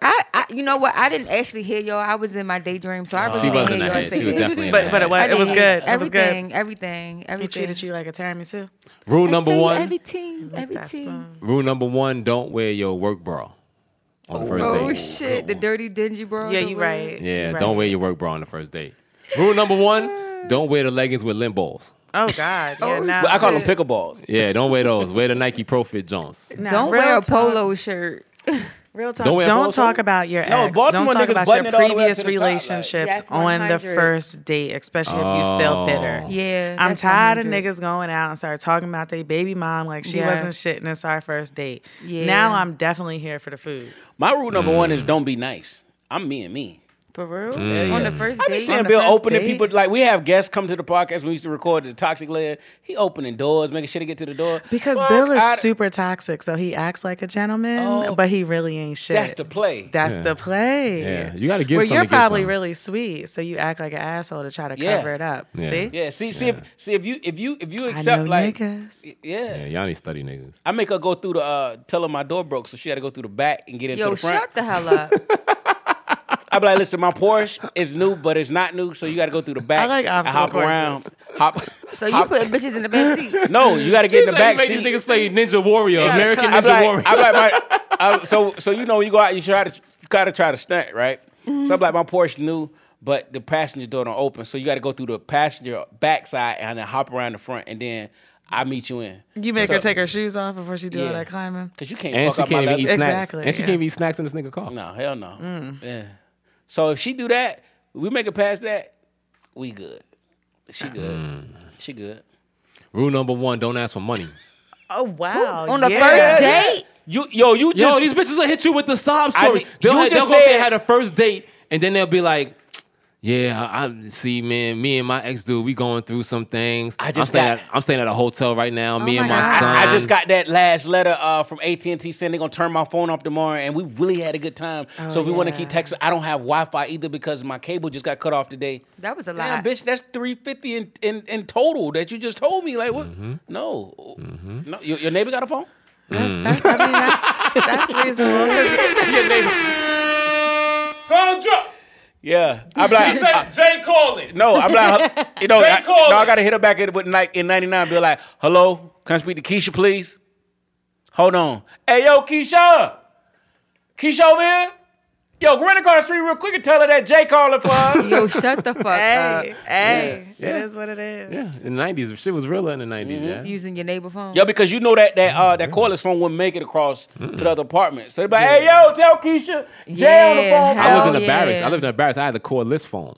B: I, I, you know what? I didn't actually hear y'all. I was in my daydream, so I really
C: She
B: didn't
C: was
B: hear
C: in the
B: y'all
C: head.
B: say
C: She was
B: that.
C: definitely in
D: But-
C: the
D: but it
C: head.
D: was-
B: I did.
D: good. It was good.
B: Everything, everything, everything.
D: He treated you like a Tammy too.
C: Rule number one.
B: Everything, everything.
D: spoon.
C: Rule number one: Don't wear your work bra on the first
B: Oh
C: date.
B: shit, the dirty, dingy bro.
D: Yeah,
B: the
D: you
B: word.
D: right.
C: Yeah,
D: You right.
C: don't wear your work bra on the first date. Rule number one: Don't wear the leggings with limb balls.
D: Oh God. Yeah,
B: Oh,
D: nah.
B: shit.
A: I call them pickleballs.
C: Yeah, don't wear those. Wear the Nike ProFit Jones.
D: Nah,
B: Don't
D: real
B: wear a
D: talk.
B: polo shirt.
D: Real talk.
C: Don't
D: Don't,
C: wear polo
D: talk
C: tie?
D: about your
A: No,
D: ex.
A: Baltimore
D: Don't talk
A: niggas
D: about
A: button
D: your
A: it all the way up
D: previous
A: to the top, like-
D: relationships
B: Yes,
D: on the
B: 100.
D: first date, especially if you still bitter.
C: Oh.
B: Yeah,
D: I'm
B: that's
D: tired of
B: 100.
D: niggas going out and start talking about their baby mom like she
B: Yes.
D: wasn't shitting. It's our first date.
B: Yeah.
D: Now I'm definitely here for the food.
A: My rule number one is don't be nice. I'm me and me.
B: For real?
A: Mm.
B: On the first
A: I be
B: date?
A: seeing
D: On the
A: Bill
D: first
A: opening
D: date?
A: people like we have guests come to the podcast. We used to record the toxic layer. He opening doors, making sure to get to the door
D: Because
A: Fuck
D: Bill is
A: outta-
D: super toxic, so he acts like a gentleman,
A: Oh.
D: but he really ain't shit.
A: That's the play.
D: That's the play.
C: Yeah, you gotta give
D: Well,
C: some
D: you're
C: to get
D: probably
C: some.
D: really sweet, so you act like an asshole to try to
A: Yeah.
D: cover it up.
C: Yeah.
D: See?
A: Yeah, see, see if see if you if you if you
D: I
A: accept
D: know
A: like
D: niggas.
A: yeah.
C: Yeah, y'all need to study niggas.
A: I make her go through the uh tell her my door broke, so she had to go through the back and get into
B: Yo,
A: the front.
B: shut the hell up.
A: I be like, listen, my Porsche is new, but it's not new, so you got to go through the back.
D: I like
A: and
D: obstacle
A: hop
D: courses.
A: around, hop.
B: So you
A: hop-
B: put bitches in the back seat.
A: no, you got to get in the back
C: make
A: seat.
C: these niggas play Ninja Warrior, American
A: I'm
C: Ninja Warrior.
A: like, I'm like my, I'm- so so you know when you go out, you try to you gotta try to stunt, right? So
D: Mm-hmm.
A: I'm like, my Porsche new, but the passenger door don't open, so you got to go through the passenger backside and then hop around the front, and then I meet you in.
D: You make her
A: So-
D: take her shoes off before she do all
A: Yeah.
D: that climbing.
A: Cause you can't
C: and
A: fuck
C: she
A: up my
C: can't even eat
A: leather.
C: snacks.
D: Exactly,
C: and she
D: yeah.
C: can't even eat snacks in this nigga car.
A: No, hell no. Yeah. So if she do that, we make it past that, we good. She good. She good.
C: Rule number one: Don't ask for money.
D: Oh wow!
B: On the
D: yeah.
B: first date?
A: You yo, you
C: Yo,
A: just
C: these bitches will hit you with the sob
A: I
C: story.
A: mean,
C: they'll
A: you
C: ha- they'll
A: just
C: go up there
A: said-
C: had a first date, and then they'll be like, "Yeah, I I- see, man. Me and my ex dude, we going through some things.
A: I
C: am
A: just got-
C: staying at, I'm staying at a hotel right now. me and
D: my
C: my
D: God.
C: son.
A: I, I just got that last letter uh, from AT and T saying they're gonna turn my phone off tomorrow, and we really had a good time. so if we want to
D: yeah.
A: keep texting, I don't have Wi Fi either because my cable just got cut off today.
B: That was a
A: Damn,
B: lot.
A: bitch, that's three fifty in, in in total that you just told me. Like what? No, no. Your, your neighbor got a phone?
D: That's, that's, I mean, that's, that's reasonable. 'cause
A: Sandra. Yeah, I'm like uh,
I: Jay calling.
A: no, I'm like you know, I,
I: call
A: no, I
I: it.
A: gotta hit her back in with like in '99. Be like, hello, can I speak to Keisha, please? Hold on. Hey, yo, Keisha, Keisha over here. Yo, rent across the street real quick and tell her that Jay calling for her.
B: Yo, shut the fuck
D: Hey,
B: up.
D: hey,
C: Yeah.
D: it is what it is.
C: yeah, in the '90s, shit was realer in the '90s. Yeah,
B: Using your neighbor phone.
A: yo, because you know that that uh, that cordless phone wouldn't make it across to the other apartment. So they be like, hey, yo, tell Keisha, Jay on the
B: Yeah,
A: phone.
C: I lived
B: Hell
C: in the barracks.
B: yeah.
C: I lived in the barracks. I had the core list phone.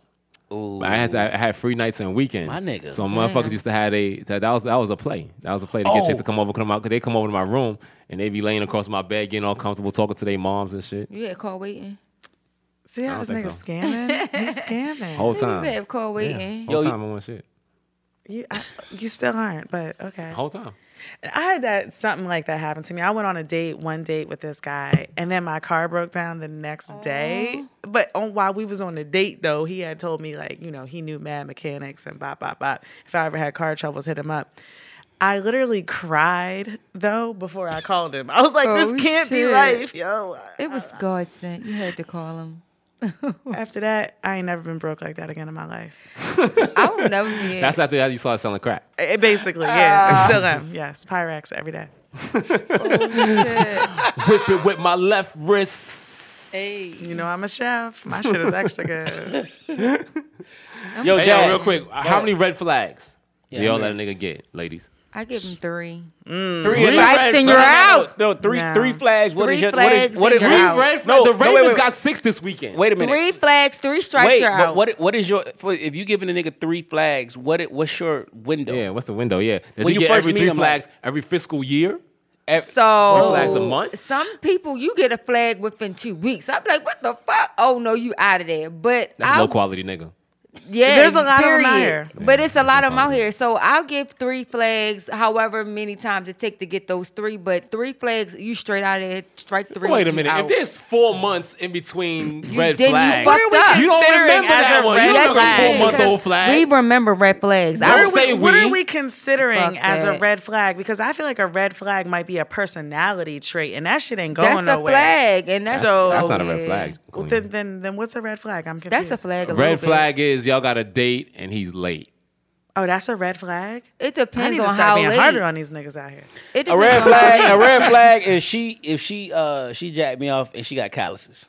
C: Ooh. I had I had free nights and weekends.
A: My nigga.
C: So motherfuckers used to have a that, that was that was a play. That was a play to get
A: Oh.
C: chicks to come over, come out. Cause they come over to my room and they be laying across my bed, getting all comfortable, talking to their moms and shit.
B: You had call waiting.
D: See how this
C: think
D: nigga
C: so.
D: scamming? He's scamming.
C: Whole
B: You
C: time.
B: had call waiting.
C: Whole
A: Yo,
C: time I want shit.
D: You, I, you still aren't, but okay.
C: Whole time.
D: I had that something like that happen to me. I went on a date, one date with this guy, and then my car broke down the next day.
B: Oh.
D: But on, while we was on the date though, he had told me like, you know, he knew mad mechanics and bop bop bop. If I ever had car troubles, hit him up. I literally cried though before I called him. I was like, this
B: Oh,
D: can't be
B: shit.
D: life, yo.
B: It was God sent. You had to call him.
D: After that, I ain't never been broke like that again in my life.
B: I will never be.
C: That's after that you started selling crack.
D: Eh, basically, yeah,
B: Ah.
D: I still am. Yes, Pyrex every day.
C: Whip it with my left wrist.
B: hey.
D: You know I'm a chef. My shit is extra good.
A: yo,
C: Hey, yo,
A: Jazz.
C: real quick, how many red flags do y'all let a nigga get, ladies?
B: I give him three.
A: Three and
B: Stripes
A: red
B: and you're
A: flags.
B: out.
A: No, three
D: No.
A: three flags. What is
B: Three
A: your what is-
B: flags
A: what
B: and
A: is
B: you're
A: three-
B: out.
C: Red
A: No, no,
C: flag. the
A: wait,
C: Ravens
A: wait, wait.
C: got six this weekend.
A: Wait a minute.
B: Three flags, three strikes,
A: Wait,
B: you're
A: but
B: out.
A: what what is your for, if you giving a nigga three flags? What it- what's your window?
C: Yeah, what's the window? Yeah. Does
A: When
C: he
A: you
C: get
A: first
C: every
A: meet
C: three
A: him, like-
C: flags every fiscal year?
A: Ev-
B: So
C: Red flags a month?
B: Some people you get a flag within two weeks. I'm like, what the fuck? Oh no, you out of there. But
C: That's
B: I
C: a low quality nigga.
B: Yeah,
D: There's a lot of 'em out
B: period.
D: here.
B: but it's a lot of them out here. So I'll give three flags, however many times it take to get those three. But three flags, you straight out of it, strike three.
C: Wait a
B: you
C: minute.
B: out.
C: If there's four months in between red
B: then you
C: flags,
B: fucked up.
C: you don't
D: Considering
C: remember
D: as
C: that
D: a
C: one.
D: red
C: You don't
D: flag.
C: remember four month old
D: Because
C: flag.
B: we remember red flags. I
C: Don't
B: don't
C: say
D: Wait, what
C: we.
D: are we considering
B: Fuck
D: as a
B: that.
D: red flag? Because I feel like a red flag might be a personality trait, and that shit ain't going
B: that's a
D: nowhere.
B: flag, and that's
D: So-
C: That's not a
B: yeah.
C: red flag.
D: Well,
C: Queen.
D: then, then, then what's a red flag? I'm confused.
B: That's a flag. A little
C: Red
B: bit.
C: flag is y'all got a date and he's late.
D: Oh, that's a red flag.
B: It
D: I
B: depends
D: need to
B: on
D: start
B: how
D: being
B: late.
D: harder on these niggas out here.
B: It
A: A
B: depends
A: red
B: on
A: flag. A
B: how late.
A: red flag is she if she uh she jacked me off and she got calluses.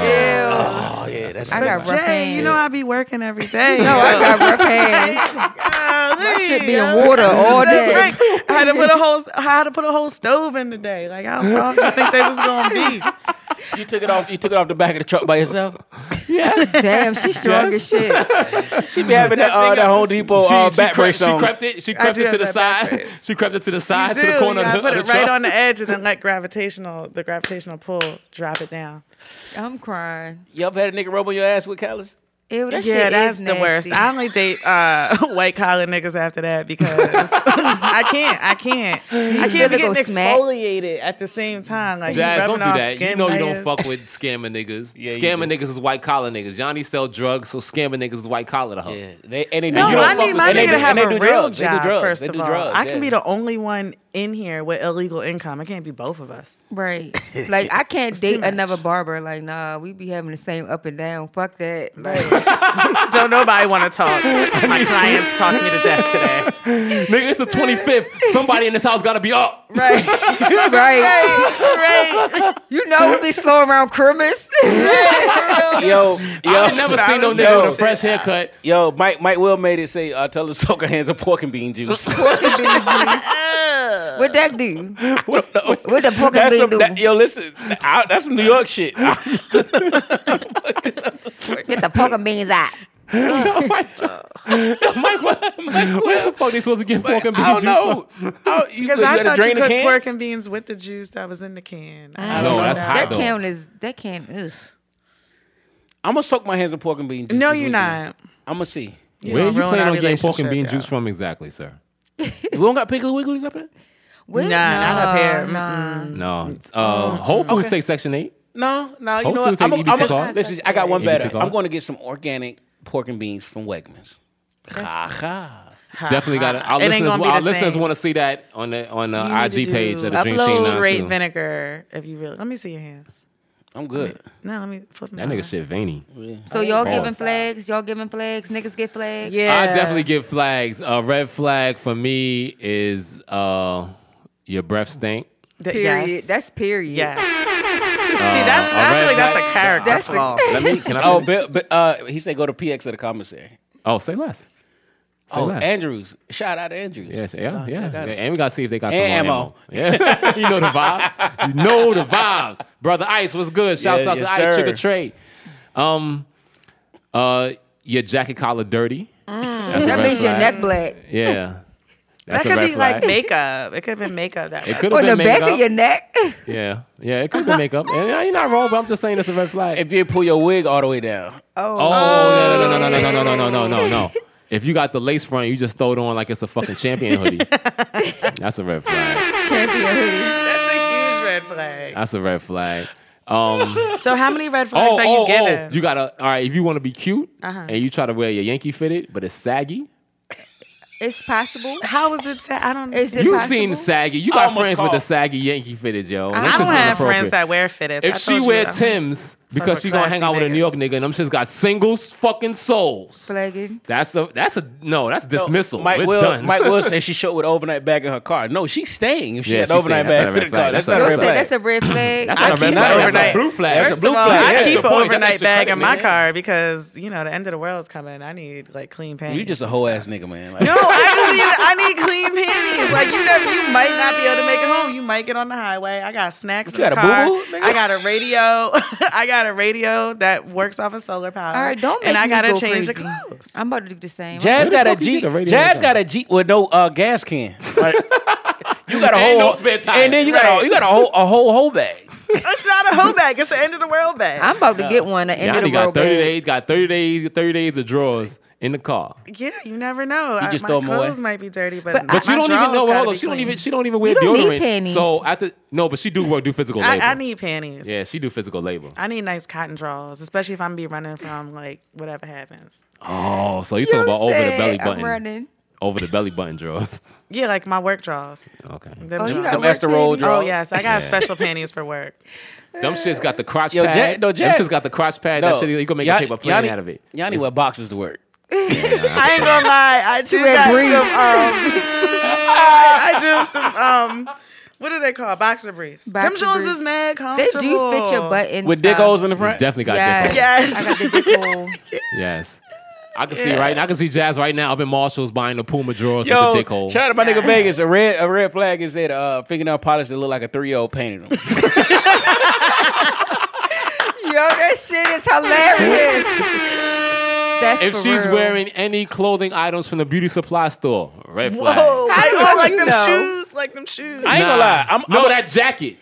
B: Ew.
A: Oh yeah, that's,
B: I got rough
D: Jay,
B: hands.
D: you know I be working every day.
B: No, I got rough hands.
D: that
B: Should be in water all day.
D: I had to put a whole, I had to put a whole stove in today. Like how soft you think they was gonna be?
A: you took it off. You took it off the back of the truck by yourself.
B: Damn, she's strong as shit.
A: She be having that uh, that Home Depot
C: she,
A: uh,
C: she
A: back
C: crept-
A: brace
C: she
A: on.
C: crept it. She
D: I
C: crept
D: do
C: it to
D: have
C: the
D: that back
C: side.
D: brace.
C: She crept it to the side to
D: Dude,
C: the corner
D: yeah,
C: of the,
D: put
C: of
D: it
C: the
D: right
C: truck.
D: on the edge and then let gravitational, the gravitational pull drop it down.
B: I'm crying.
A: You ever had a nigga rub on your ass with callus?
B: Ew, that
D: yeah,
B: shit
D: that's
B: is
D: the worst.
B: nasty.
D: I only date uh, white collar niggas after that because I can't, I can't, I
B: feel
D: can't
B: it
D: be
B: go
D: getting
B: smack?
D: exfoliated at the same time. Like you
C: Jazz,
D: rubbing
C: don't do
D: off
C: that. You
D: skin
C: know you
D: layers.
C: don't fuck with scammer niggas.
A: Yeah, you
C: scammer
A: do.
C: niggas is white collar niggas. Johnny sell drugs, so scammer niggas is white collar to her.
A: Yeah, they, and they
D: No,
A: do, you don't
D: I
A: fuck
D: need
A: with-
D: my
A: and they
D: nigga
A: do-
D: to have
A: and they
D: a
A: do
D: real
A: drugs. They
D: job.
A: do drugs.
D: First
A: they
D: of
A: do
D: all,
A: drugs.
D: I can be
A: yeah.
D: the only one in here with illegal income. I can't be both of us.
B: Right. Like I can't
D: too
B: date
D: much.
B: another barber. Like, nah, we be having the same up and down. Fuck that. Like,
D: Don't nobody want to talk. My clients talked me to death today.
C: Nigga, it's the 25th. Somebody in this house gotta be up.
B: right. right. You know we be slow around Christmas.
A: yo, yo,
C: I never seen no
D: was
C: nigga with
A: dope.
C: a fresh haircut.
A: yo. Mike, Mike Will made it say, uh, "Tell us, soak her hands of pork and bean juice."
B: Pork and bean juice. What that do? What the pork and
A: that's
B: bean
A: some,
B: do?
A: that, yo, listen, I, that's some New York shit.
B: Get the pork and beans out.
C: Mike, what, Mike, where the fuck they supposed to get pork and bean
A: I don't
C: juice
A: know. I, you
D: Because
A: could-
D: I
A: you gotta
D: thought you
A: drain the
D: cooked
A: cans?
D: pork and beans with the juice that was in the can. I
C: No,
D: don't know
C: that's
D: that.
C: hot
B: Mm. That
C: dogs.
B: can is that can ugh.
A: I'm gonna soak my hands in pork and bean juice.
D: No,
A: this
D: you're
A: weekend.
D: not.
A: I'm gonna see.
D: You
C: Where
D: know,
C: you
D: ruin
C: plan
D: our
C: on getting pork and
D: relationship,
C: bean
D: yo.
C: juice from exactly, sir?
A: We don't got pickle wigglies up here.
B: What?
D: Nah, not up here.
B: Nah.
C: No.
D: Mm.
C: it's,
D: Oh,
C: Uh, Whole Foods take Section 8.
A: No, no, you
C: Oh,
A: know
C: so
A: what?
C: it's
A: I'm,
C: like
A: I'm,
C: EBT
A: I'm,
C: card?
A: listen, I got one
C: EBT
A: better.
C: card?
A: I'm going to get some organic pork and beans from Wegmans. Ha
C: Definitely got it. Our
D: It ain't
C: listeners,
D: gonna be
C: our
D: the
C: listeners
D: same.
C: want to see that on the on the
B: You need
C: IG
B: to
C: page
B: do
C: of the Dream Team.
D: Upload
C: now,
D: straight
C: too.
D: vinegar if you really. Let me see your hands.
A: I'm good.
D: No, let me flip
C: That
D: mine.
C: nigga shit veiny.
B: So y'all
C: Balls.
B: giving flags? Y'all giving flags? Niggas get flags?
D: Yeah,
C: I definitely give flags. A red flag for me is uh, your breath stink.
D: Th-
B: Period.
D: yes.
B: That's period.
D: yes. See,
C: Uh,
D: that's I
C: red
D: feel like that's
C: flag-
D: a character
B: That's a-
D: flaw.
C: Let me. Can I?
A: Oh,
C: Oh,
A: Bill, Bill- uh, he said go to PX of the commissary.
C: oh say less. Say
A: oh,
C: less.
A: Andrews. Shout out to Andrews.
C: Yes, yeah, yeah.
A: got it.
C: and we gotta see if they got some
A: And
C: more ammo. Yeah, you know the vibes. You know the vibes, brother. Ice, what's good? Shouts
A: Yeah,
C: out
A: yes,
C: to Ice
A: sir.
C: Trick or Trade. Um, uh, your jacket collar dirty.
B: Mm.
C: That's a
B: That
C: red
B: means your
C: flag.
B: neck black.
C: Yeah, that's
D: That could
C: a red
D: be
C: flag.
D: like makeup. It could have been makeup. That
C: it
D: red
C: could have
B: On
C: been
B: the
C: makeup.
B: back of your neck.
C: Yeah, yeah, it could have been makeup. Yeah, you're not wrong, but I'm just saying it's a red flag.
A: If you pull your wig all the way down.
C: Oh, no, no, no, no, no, no, no, no, no, no, no. If you got the lace front, you just throw it on like it's a fucking champion hoodie. That's a red flag.
B: Champion hoodie.
D: That's a huge red flag.
C: That's a red flag. Um, oh,
D: So how many red flags
C: oh,
D: are you Uh-huh.
C: oh,
D: giving?
C: you gotta. All right, if you want to be cute and you try to wear your Yankee fitted, but it's saggy.
B: It's possible.
D: How is it? Sa- I don't.
B: Is it
C: You've
B: possible?
C: seen saggy. You
A: I
C: got
A: almost
C: friends with the
A: called.
C: saggy Yankee fitted, yo. Them
D: I
C: shits
D: don't
C: is
D: have
C: inappropriate.
D: friends that wear fitteds. I
C: If she
D: told you
C: wear
D: that.
C: Tims because
D: with
C: she gonna hang
D: classy
C: out with a New
D: niggas.
C: York nigga and them shits got single fucking souls.
B: Flagging.
C: That's a that's a no. That's dismissal.
A: Mike
C: We're
A: Will,
C: done.
A: Mike Will said she showed with an overnight bag in her car. No, she's staying if she
C: Yeah,
A: had an
C: she's
A: overnight
C: staying.
A: bag in her
C: That's not a red flag.
A: car. That's
C: That's
A: not a
C: not
B: Y'all
A: red
B: said
A: flag.
B: that's a red flag.
C: That's not a
A: keep
C: red
A: it
C: flag. That's
A: overnight.
C: a blue flag.
A: That's a
C: That's
D: First
A: blue
D: of all,
A: flag.
D: I
A: That's a
D: keep an
A: point. That's
D: overnight
A: extra
D: bag in
A: credit,
D: my
A: nigga.
D: car because you know the end of the world's coming. I need like clean panties.
A: You just a whole ass nigga, man. Like,
D: No, I just need I need clean panties. Like you never, you might not be able to make it home. You might get on the highway. I got snacks
A: You
D: in the
A: got a
D: car.
A: boo-boo, nigga?
D: I got a radio. I got a radio that works off of solar power.
B: All right, don't make
D: and I
B: me
D: gotta
B: go
D: change
B: crazy.
D: the clothes.
B: I'm about to do the same.
A: Jazz
C: Where the
A: got a
C: fuck you
A: Jeep.
C: get the radio
A: Jazz
C: from?
A: got a Jeep with no uh, gas can. Like, you got a
C: And
A: whole
C: no spare tire.
A: and then you got a, you got a whole a whole whole bag.
D: It's not a hoe bag. It's the end of the world bag.
B: I'm about to get one. An end of
C: Yanni
B: the
C: got
B: world
C: 30
B: bag.
C: days, got 30 days, 30 days of drawers in the car.
D: yeah, you never know. I-
A: just
D: my
A: throw 'em away.
D: clothes might be dirty, but,
B: But
D: my
C: But you don't
D: drawers
C: even know.
D: gotta
C: Hold on,
D: be
C: she don't
D: clean.
C: even she don't even wear
B: You don't need
C: deodorant.
B: panties.
C: So after no, but she do work do physical labor.
D: I, I need panties.
C: yeah, she do physical labor.
D: I need nice cotton draws, especially if I'm be running from like whatever happens.
C: Oh, so you talking about over the
B: said
C: belly
B: I'm
C: button?
B: running.
C: Over the belly button drawers.
D: Yeah, like my work draws.
C: Okay.
D: Them
B: Oh, you
D: draws.
B: got
A: Them Esther Roll
B: panties.
D: Oh
A: drawers.
D: yes, I got special panties for work.
C: Them shits got the crotch
A: Yo,
C: pad.
A: Jack- no,
C: Them
A: Jack-
C: shits got the crotch pad. That shit, you gonna make a paper plane out of it.
A: Yanni wear boxers to work.
D: I ain't gonna lie, I do
B: wear
D: got some.
B: briefs.
D: Um, I, I do have some. Um, what do they call boxer briefs?
B: Boxer
D: Them Jones
B: briefs.
D: is mad
B: They
D: comfortable.
B: do fit your butt and
A: With dick
B: stuff.
A: holes in the front?
C: Definitely got dick
B: Yes. I
C: holes.
D: Yes.
B: got the dick hole.
C: Yes. I can see right now. I can see Jazz right now up in Marshalls buying the Puma drawers
A: Yo,
C: with the dick hole.
A: shout out to my nigga Vegas. A red, a red flag is that uh, fingernail polish that look like a three year old painted them.
B: Yo, that shit is hilarious. That's
C: if
B: for
C: she's
B: real.
C: wearing any clothing items from the beauty supply store, red flag.
D: Whoa!
B: How
D: I
B: the
D: don't
B: fuck
D: Oh, like
B: you
D: them
B: know?
D: shoes. Like them shoes.
A: I ain't gonna
C: Nah.
A: lie. I'm,
C: no,
A: I'm,
C: that jacket.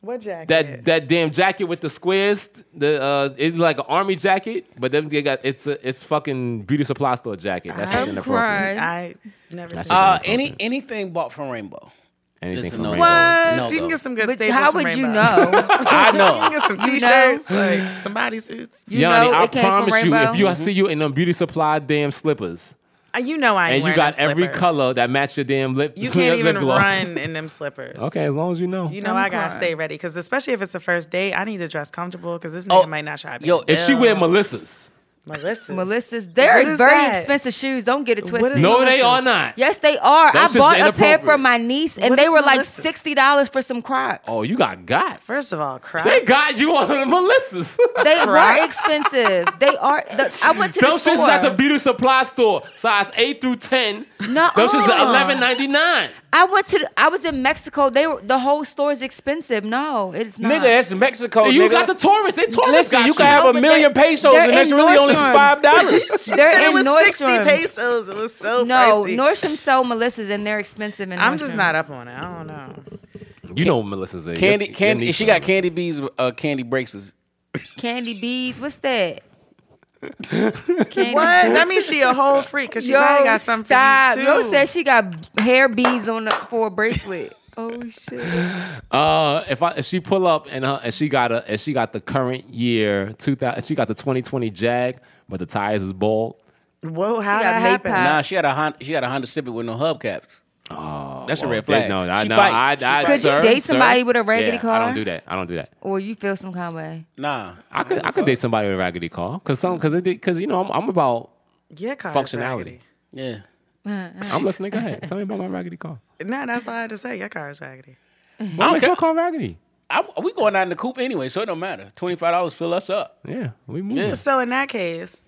D: what jacket?
C: That that damn jacket with the squares, the uh, it's like an army jacket, but then they got it's a it's fucking beauty supply store jacket. That's just
B: I'm
C: inappropriate.
B: crying.
D: I never. Seen
C: just-
D: that.
A: uh, any anything bought from Rainbow.
C: Anything
A: Listen,
C: from
A: no.
C: Rainbow.
D: What?
A: No,
D: you can
A: though.
D: get some good
B: But
D: staples.
B: how
D: from
B: would you
D: Rainbow.
B: know?
A: I
D: You can
A: know.
D: get some
B: You know?
D: t-shirts, like some bodysuits.
B: You
C: Yanni,
B: know,
C: I
B: it came from
C: promise you,
B: Rainbow.
C: if you I see you in them beauty supply damn slippers,
D: Uh, You know I ain't
C: and you
D: wearing
C: got
D: them
C: every
D: slippers.
C: color that match your damn lip,
D: You
C: your
D: can't
C: lip
D: even
C: gloss.
D: run in them slippers.
C: Okay, as long as you know.
D: You know
B: I'm
D: I gotta
B: crying.
D: stay ready because especially if it's a first date, I need to dress comfortable because this
A: Oh,
D: nigga might not shop.
A: yo,
C: if she wear Melissa's,
D: Melissa,
B: Melissa's, there
D: What
B: is
D: is
B: very
D: that?
B: expensive shoes. Don't get it
D: What
B: twisted.
D: is
C: no,
D: Melissa's.
C: they are not.
B: Yes, they are.
C: That's
B: I
C: just
B: bought a pair for
C: inappropriate.
B: my niece, and
D: What
B: they
D: is
B: were like
D: Melissa's?
B: sixty dollars for some Crocs.
C: Oh, you got got.
D: First of all, cry.
C: They got you on the Melissa's.
B: they
D: Crocs?
B: were expensive. They are. The, I went to
C: Them
B: the store.
C: shits is at the beauty supply store, size eight through ten.
B: Nuh-uh.
C: Them shits are eleven ninety nine.
B: I went to. The, I was in Mexico. They were the whole store is expensive. No, it's not.
A: Nigga, that's Mexico.
C: You
A: Oh, nigga.
C: got the Taurus. They Taurus
A: Listen,
C: got
A: you can have
B: No,
A: a
B: but
A: million
B: they-
A: pesos,
B: they're
A: and that's
B: in
A: really only
B: Nordstrom's.
A: five dollars.
D: She
B: They're
D: said
B: in
D: it was
B: Nordstrom's.
D: sixty pesos. It was so
B: no,
D: pricey.
B: Nordstrom sell Melissa's, and they're expensive. And
D: I'm just not up on it. I don't know.
C: You know Melissa's a
A: Candy,
C: your- your
A: candy.
C: niece
A: She got
C: Melissa's.
A: candy bees, uh, candy braces.
B: Candy beads. What's that? Candy
D: What? That means she a whole freak because she
B: Yo,
D: probably got something
B: stop.
D: for you
B: Yo
D: too.
B: said she got hair beads on the, for a bracelet. Oh shit.
C: Uh, if I if she pull up and her, and she got a and she got the current year two thousand she got the twenty twenty Jag, but the tires is bald.
D: Whoa, how
B: She got
D: that
B: made
D: happened?
B: pie.
A: Nah, she had a Honda, she had a Honda Civic with no hubcaps. Oh, that's a red
C: They-
A: flag.
C: no, I
A: She
C: no,
A: fight-
C: I,
A: she
C: I,
A: fight-
B: Could you
C: sir,
B: date
C: sir.
B: somebody with a raggedy
C: Yeah, I
B: car?
C: don't do that. I don't do that.
A: Oh
B: Or you feel some kind of way.
A: nah.
C: I could I could date somebody with a raggedy car because some because because you know I'm, I'm about
D: Yeah, car is
C: functionality.
A: Yeah.
C: I'm listening. Go ahead. Tell me about my raggedy car.
D: raggedy. Nah, that's all I had to say. Your car is raggedy.
C: What makes
A: care.
C: my car raggedy?
A: I, we going out in the coupe anyway, so it don't matter. Twenty five dollars fill us up.
C: Yeah, we moving.
A: Yeah.
D: So in that case,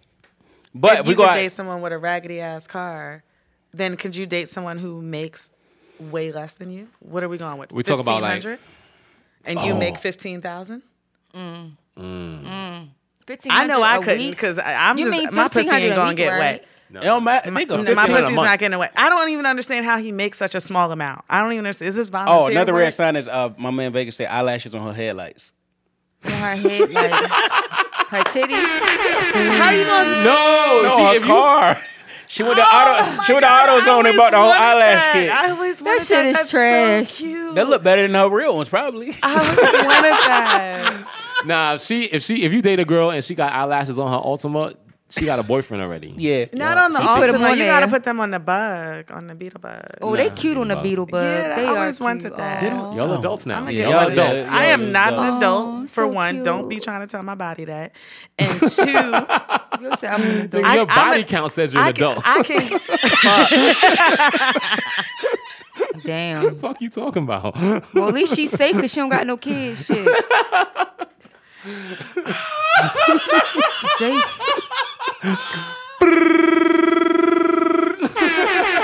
A: But
D: if
A: we
D: you
A: go
D: could
A: out.
D: date someone with a raggedy ass car, then could you date someone who makes way less than you? What are we going with?
C: We talk about, like-
D: 1500? and you
C: Oh.
D: make fifteen thousand.
B: Fifteen.
D: I know I couldn't
B: because
D: because I'm
B: You
D: just
B: mean
D: my pussy
B: 1500
D: ain't
B: a
D: gonna
B: week,
D: get
B: right?
D: wet.
A: It don't matter. Nigga,
D: No, my
A: 15 a
D: pussy's
A: month.
D: not getting away. I don't even understand how he makes such a small amount. I don't even understand. Is this
A: Oh,
D: voluntary?
A: another
D: work?
A: red sign is uh, my man Vegas said eyelashes on her headlights.
B: her head, like her titties.
D: How you gonna?
C: No,
A: No,
C: she,
A: her
C: if you-
A: car. she
D: Oh
A: went to auto. She went to AutoZone and bought the whole eyelash
D: kid.
A: kit.
D: I always wanted that.
B: shit is
D: That's so
B: trash.
D: cute.
A: That look better than her real ones, probably.
D: I always wanted that.
C: Nah, if she if she if you date a girl and she got eyelashes on her Ultima, she got a boyfriend already.
A: Yeah.
D: Not on the
B: She put 'em
D: Ultima.
B: on
D: You gotta
B: there.
D: put them on the bug, on the beetle bug.
B: Oh, they cute on the beetle bug.
D: Yeah, I
B: they
D: always
B: are
D: wanted
B: cute. Oh.
D: that.
B: Aw.
C: Y'all adults now.
D: I'ma
C: Yeah,
A: get
C: y'all
A: one of
C: adults.
A: those.
D: I am not
B: Oh,
D: an adult for
B: so
D: one. Don't be
B: cute.
D: trying to tell my body that. And two,
B: You said, I'm an adult.
D: I-
C: Your
D: I'm
C: body
D: a-
C: count says you're an
D: I can,
C: adult.
D: I can.
B: Damn.
C: fuck you talking about?
B: Well, at least she's safe because she don't got no kids. Shit. she's safe.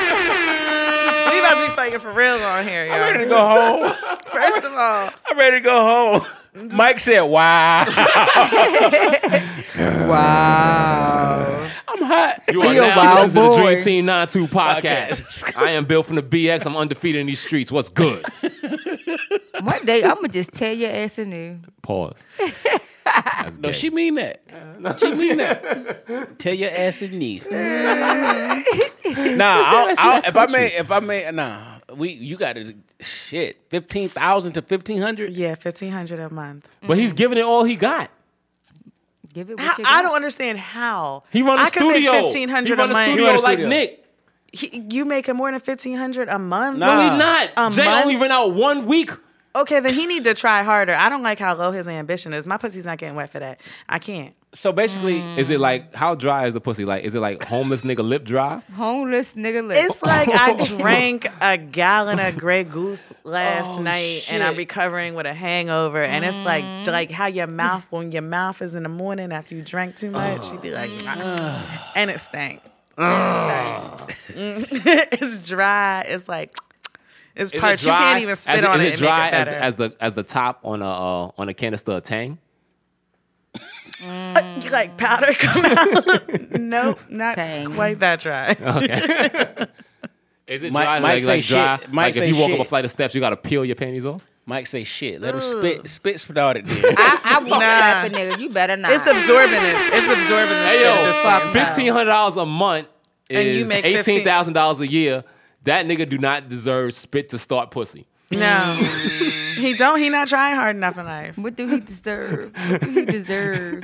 D: We about to be fighting for real on here,
A: I'm ready to
D: y'all.
A: go home.
D: First of all,
A: I'm ready to go home. Mike said, "Wow,
B: Wow.
A: I'm hot."
C: You are
B: He a
C: now
B: wild
C: listening to the Dream
B: boy.
C: Team 92 podcast. I am Bill from the BX. I'm undefeated in these streets. What's good?
B: One day I'm gonna just tear your ass in there.
C: Pause. That's
A: No,
C: gay.
A: she mean that. She mean that. Tell your ass and knee. nah, I'll, I'll, if I may, if I may, nah. We you got to shit fifteen thousand to fifteen hundred.
D: Yeah, fifteen hundred a month.
C: But he's giving it all he got.
B: Give it.
D: How,
B: What you
D: I
B: got.
D: don't understand how
C: He run a
D: I could
C: studio.
D: Make fifteen hundred
C: He
D: a
C: run a
D: month.
C: studio
A: run a
C: like
A: studio.
C: Nick.
D: He- you making more than fifteen hundred a month?
A: Nah.
C: No, he not.
D: A
C: Jay
D: month?
C: only ran out one week.
D: Okay, then he need to try harder. I don't like how low his ambition is. My pussy's not getting wet for that. I can't.
A: So basically,
C: Is it like how dry is the pussy? Like is it like homeless nigga lip dry?
B: Homeless nigga lips.
D: It's like I drank a gallon of Grey Goose last night, and I'm recovering with a hangover. And it's like like how your mouth when your mouth is in the morning after you drank too much, you'd be like, "Ah," and it stank. It stank. it's dry. It's like it's
C: Is
D: parched. You can't even spit
C: as
D: on
C: is
D: it.
C: it
D: and
C: dry
D: make it
C: as,
D: better.
C: as the as the top on a uh, on a canister of Tang?
D: like powder come out. nope, not
B: Tang.
D: quite that dry.
C: Is it
A: Mike-
C: dry?
A: Mike
C: like, like
A: say
C: dry?
A: shit. Mike
C: Like
A: say
C: if you walk
A: shit.
C: up a flight of steps, you gotta peel your panties off.
A: Mike say shit. Let him spit, spit, spit out it. Then.
B: I, I won't slap a nigga. You better not.
D: It's absorbing it. It's absorbing the
C: Hey
D: shit
C: yo,
D: that's popping out.
C: fifteen hundred dollars a month
D: And you
C: is
D: make
C: eighteen thousand dollars a year. That nigga do not deserve spit to start pussy.
D: No, he don't. He not trying hard enough in life.
B: what do he deserve? What do he deserve?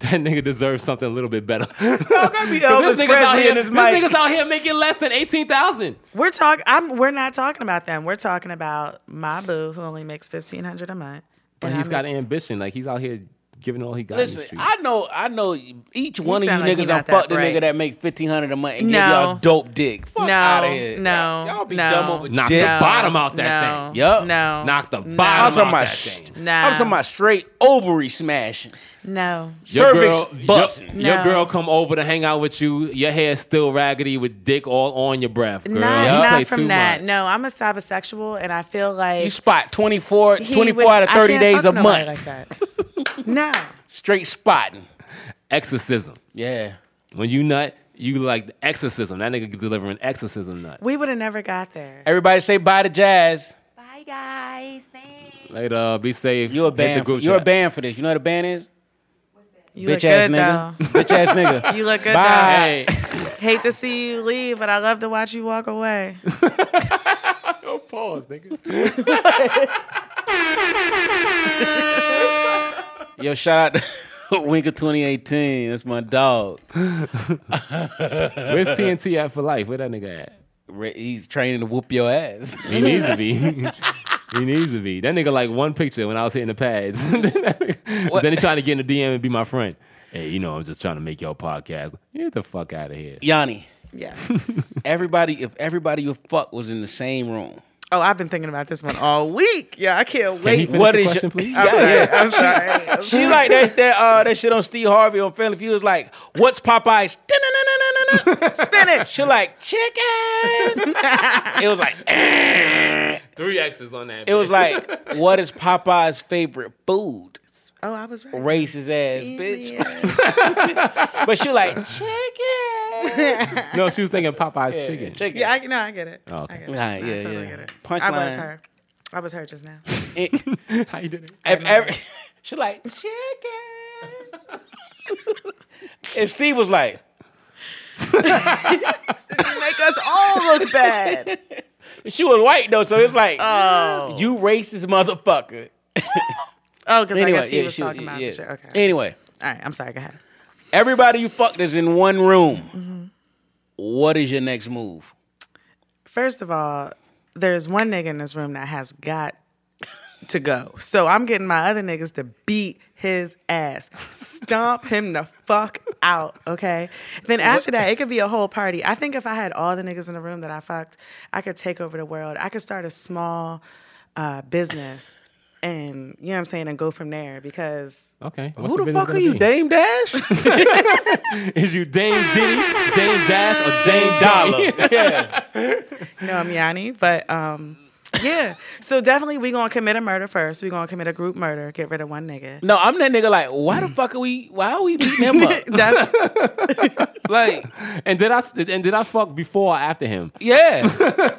C: That nigga deserves something a little bit better.
I: Elvis
C: this nigga's out
I: Presley
C: here.
I: and his
C: This
I: mic.
C: nigga's out here making less than eighteen thousand.
D: We're talk. I'm. We're not talking about them. We're talking about my boo who only makes fifteen hundred a month.
C: But
D: And
C: he's
D: I
C: got
D: make-
C: ambition. Like he's out here giving all he got. in
A: Listen,
C: the street.
A: I know, I know. Each one of you
D: sound like he
A: niggas, I
D: not that
A: fucked the
D: bright.
A: nigga that make fifteen hundred a month and give
D: No.
A: y'all dope dick. Fuck
D: No,
A: out of here.
D: no,
A: y'all, y'all be
D: no.
A: dumb over
C: knock
A: dick.
C: the bottom out that
D: no,
C: thing.
A: Yup.
D: No.
C: Knock the
D: no,
A: I'm
C: bottom
A: talking
C: out
A: about.
C: that
A: sh-
C: thing.
D: Nah.
A: I'm talking about straight ovary smashing.
D: No.
C: Your
A: Cervix
C: girl- your-
A: busting.
C: Your,
D: No.
C: girl come over to hang out with you. Your hair's still raggedy with dick all on your breath. Girl.
D: Not,
C: You play
D: not from
C: too
D: that.
C: much.
D: No, I'm a cybersexual, and I feel like
A: You spot 24,
D: he
A: 24
D: would-
A: out of
D: I
A: 30
D: can't
A: days
D: fuck
A: a
D: nobody
A: month.
D: Like that. no,
A: Straight spotting.
C: Exorcism.
A: Yeah.
C: When you nut, you like the exorcism. That nigga delivering exorcism nut.
D: we would have never got there.
A: Everybody say bye to Jazz.
B: Bye guys. Thanks.
C: Later, be safe.
A: You're a
C: Hit the
A: band. For,
C: group
A: you're a
C: chat.
A: band for this. You know what a band is?
D: You
A: Bitch
D: look
A: ass
D: good
A: nigga.
D: though.
A: Bitch ass nigga.
D: You look good
A: Bye.
C: Hey,
D: though. Hate to see you leave, but I love to watch you walk away.
C: pause, nigga.
A: Yo, shout out to Winker 2018. That's my dog.
C: Where's TNT at for life? Where that nigga at?
A: Re- He's training to whoop your ass.
C: He needs to be. he needs to be. That nigga like one picture when I was hitting the pads. then he trying to get in the DM and be my friend. Hey, you know I'm just trying to make your podcast. Get the fuck out of here.
A: Yanni,
D: Yes.
A: everybody, if everybody you fuck was in the same room,
D: oh, I've been thinking about this one all week. Yeah, I can't
C: Can he
D: wait.
C: finish
A: what
C: the
A: is
C: question,
A: your-
C: please?
D: I'm sorry. I'm sorry. I'm
A: She
D: sorry.
A: like that that uh that shit on Steve Harvey on Family Feud was like, what's Popeye's?
D: Spinach.
A: She like chicken. it was like eh.
C: Three X's on that.
A: it was like what is Popeye's favorite food?
D: Oh, I was right.
A: Racist ass bitch. But she like chicken.
C: no, she was thinking Popeye's chicken.
A: Chicken.
D: Yeah, I, no, I get it.
C: Oh,
D: I
C: okay.
D: get it.
A: Right, yeah,
D: I totally
A: yeah.
D: get it. I was
A: Punchline.
D: her. I was her just now.
A: It-
C: How you doing?
A: if ever, she like chicken. and Steve was like,
D: you make us all look bad.
A: she was white though, so it's like you racist motherfucker.
D: Oh, because Oh. I guess he
A: yeah,
D: was
A: she-
D: talking about
A: yeah.
D: the shit. Okay.
A: Anyway.
D: all right, I'm sorry. Go ahead.
A: Everybody you fucked is in one room. What is your next move?
D: First of all, there's one nigga in this room that has got to go. So I'm getting my other niggas to beat his ass, stomp him the fuck out, okay? Then after that, it could be a whole party. I think if I had all the niggas in the room that I fucked, I could take over the world. I could start a small uh, business and, you know what I'm saying, and go from there because
C: Okay.
A: Who the fuck are you, Dame Dash?
C: Is you Dame Diddy, Dame Dash, or Dame Dollar?
A: yeah.
D: No, I'm Yanni, but um, yeah. So definitely, we gonna commit a murder first. We gonna commit a group murder. Get rid of one nigga.
A: No, I'm that nigga like, why the fuck are we why are we beating him up?
D: That's,
A: Like,
C: and did I and did I fuck before or after him?
A: yeah.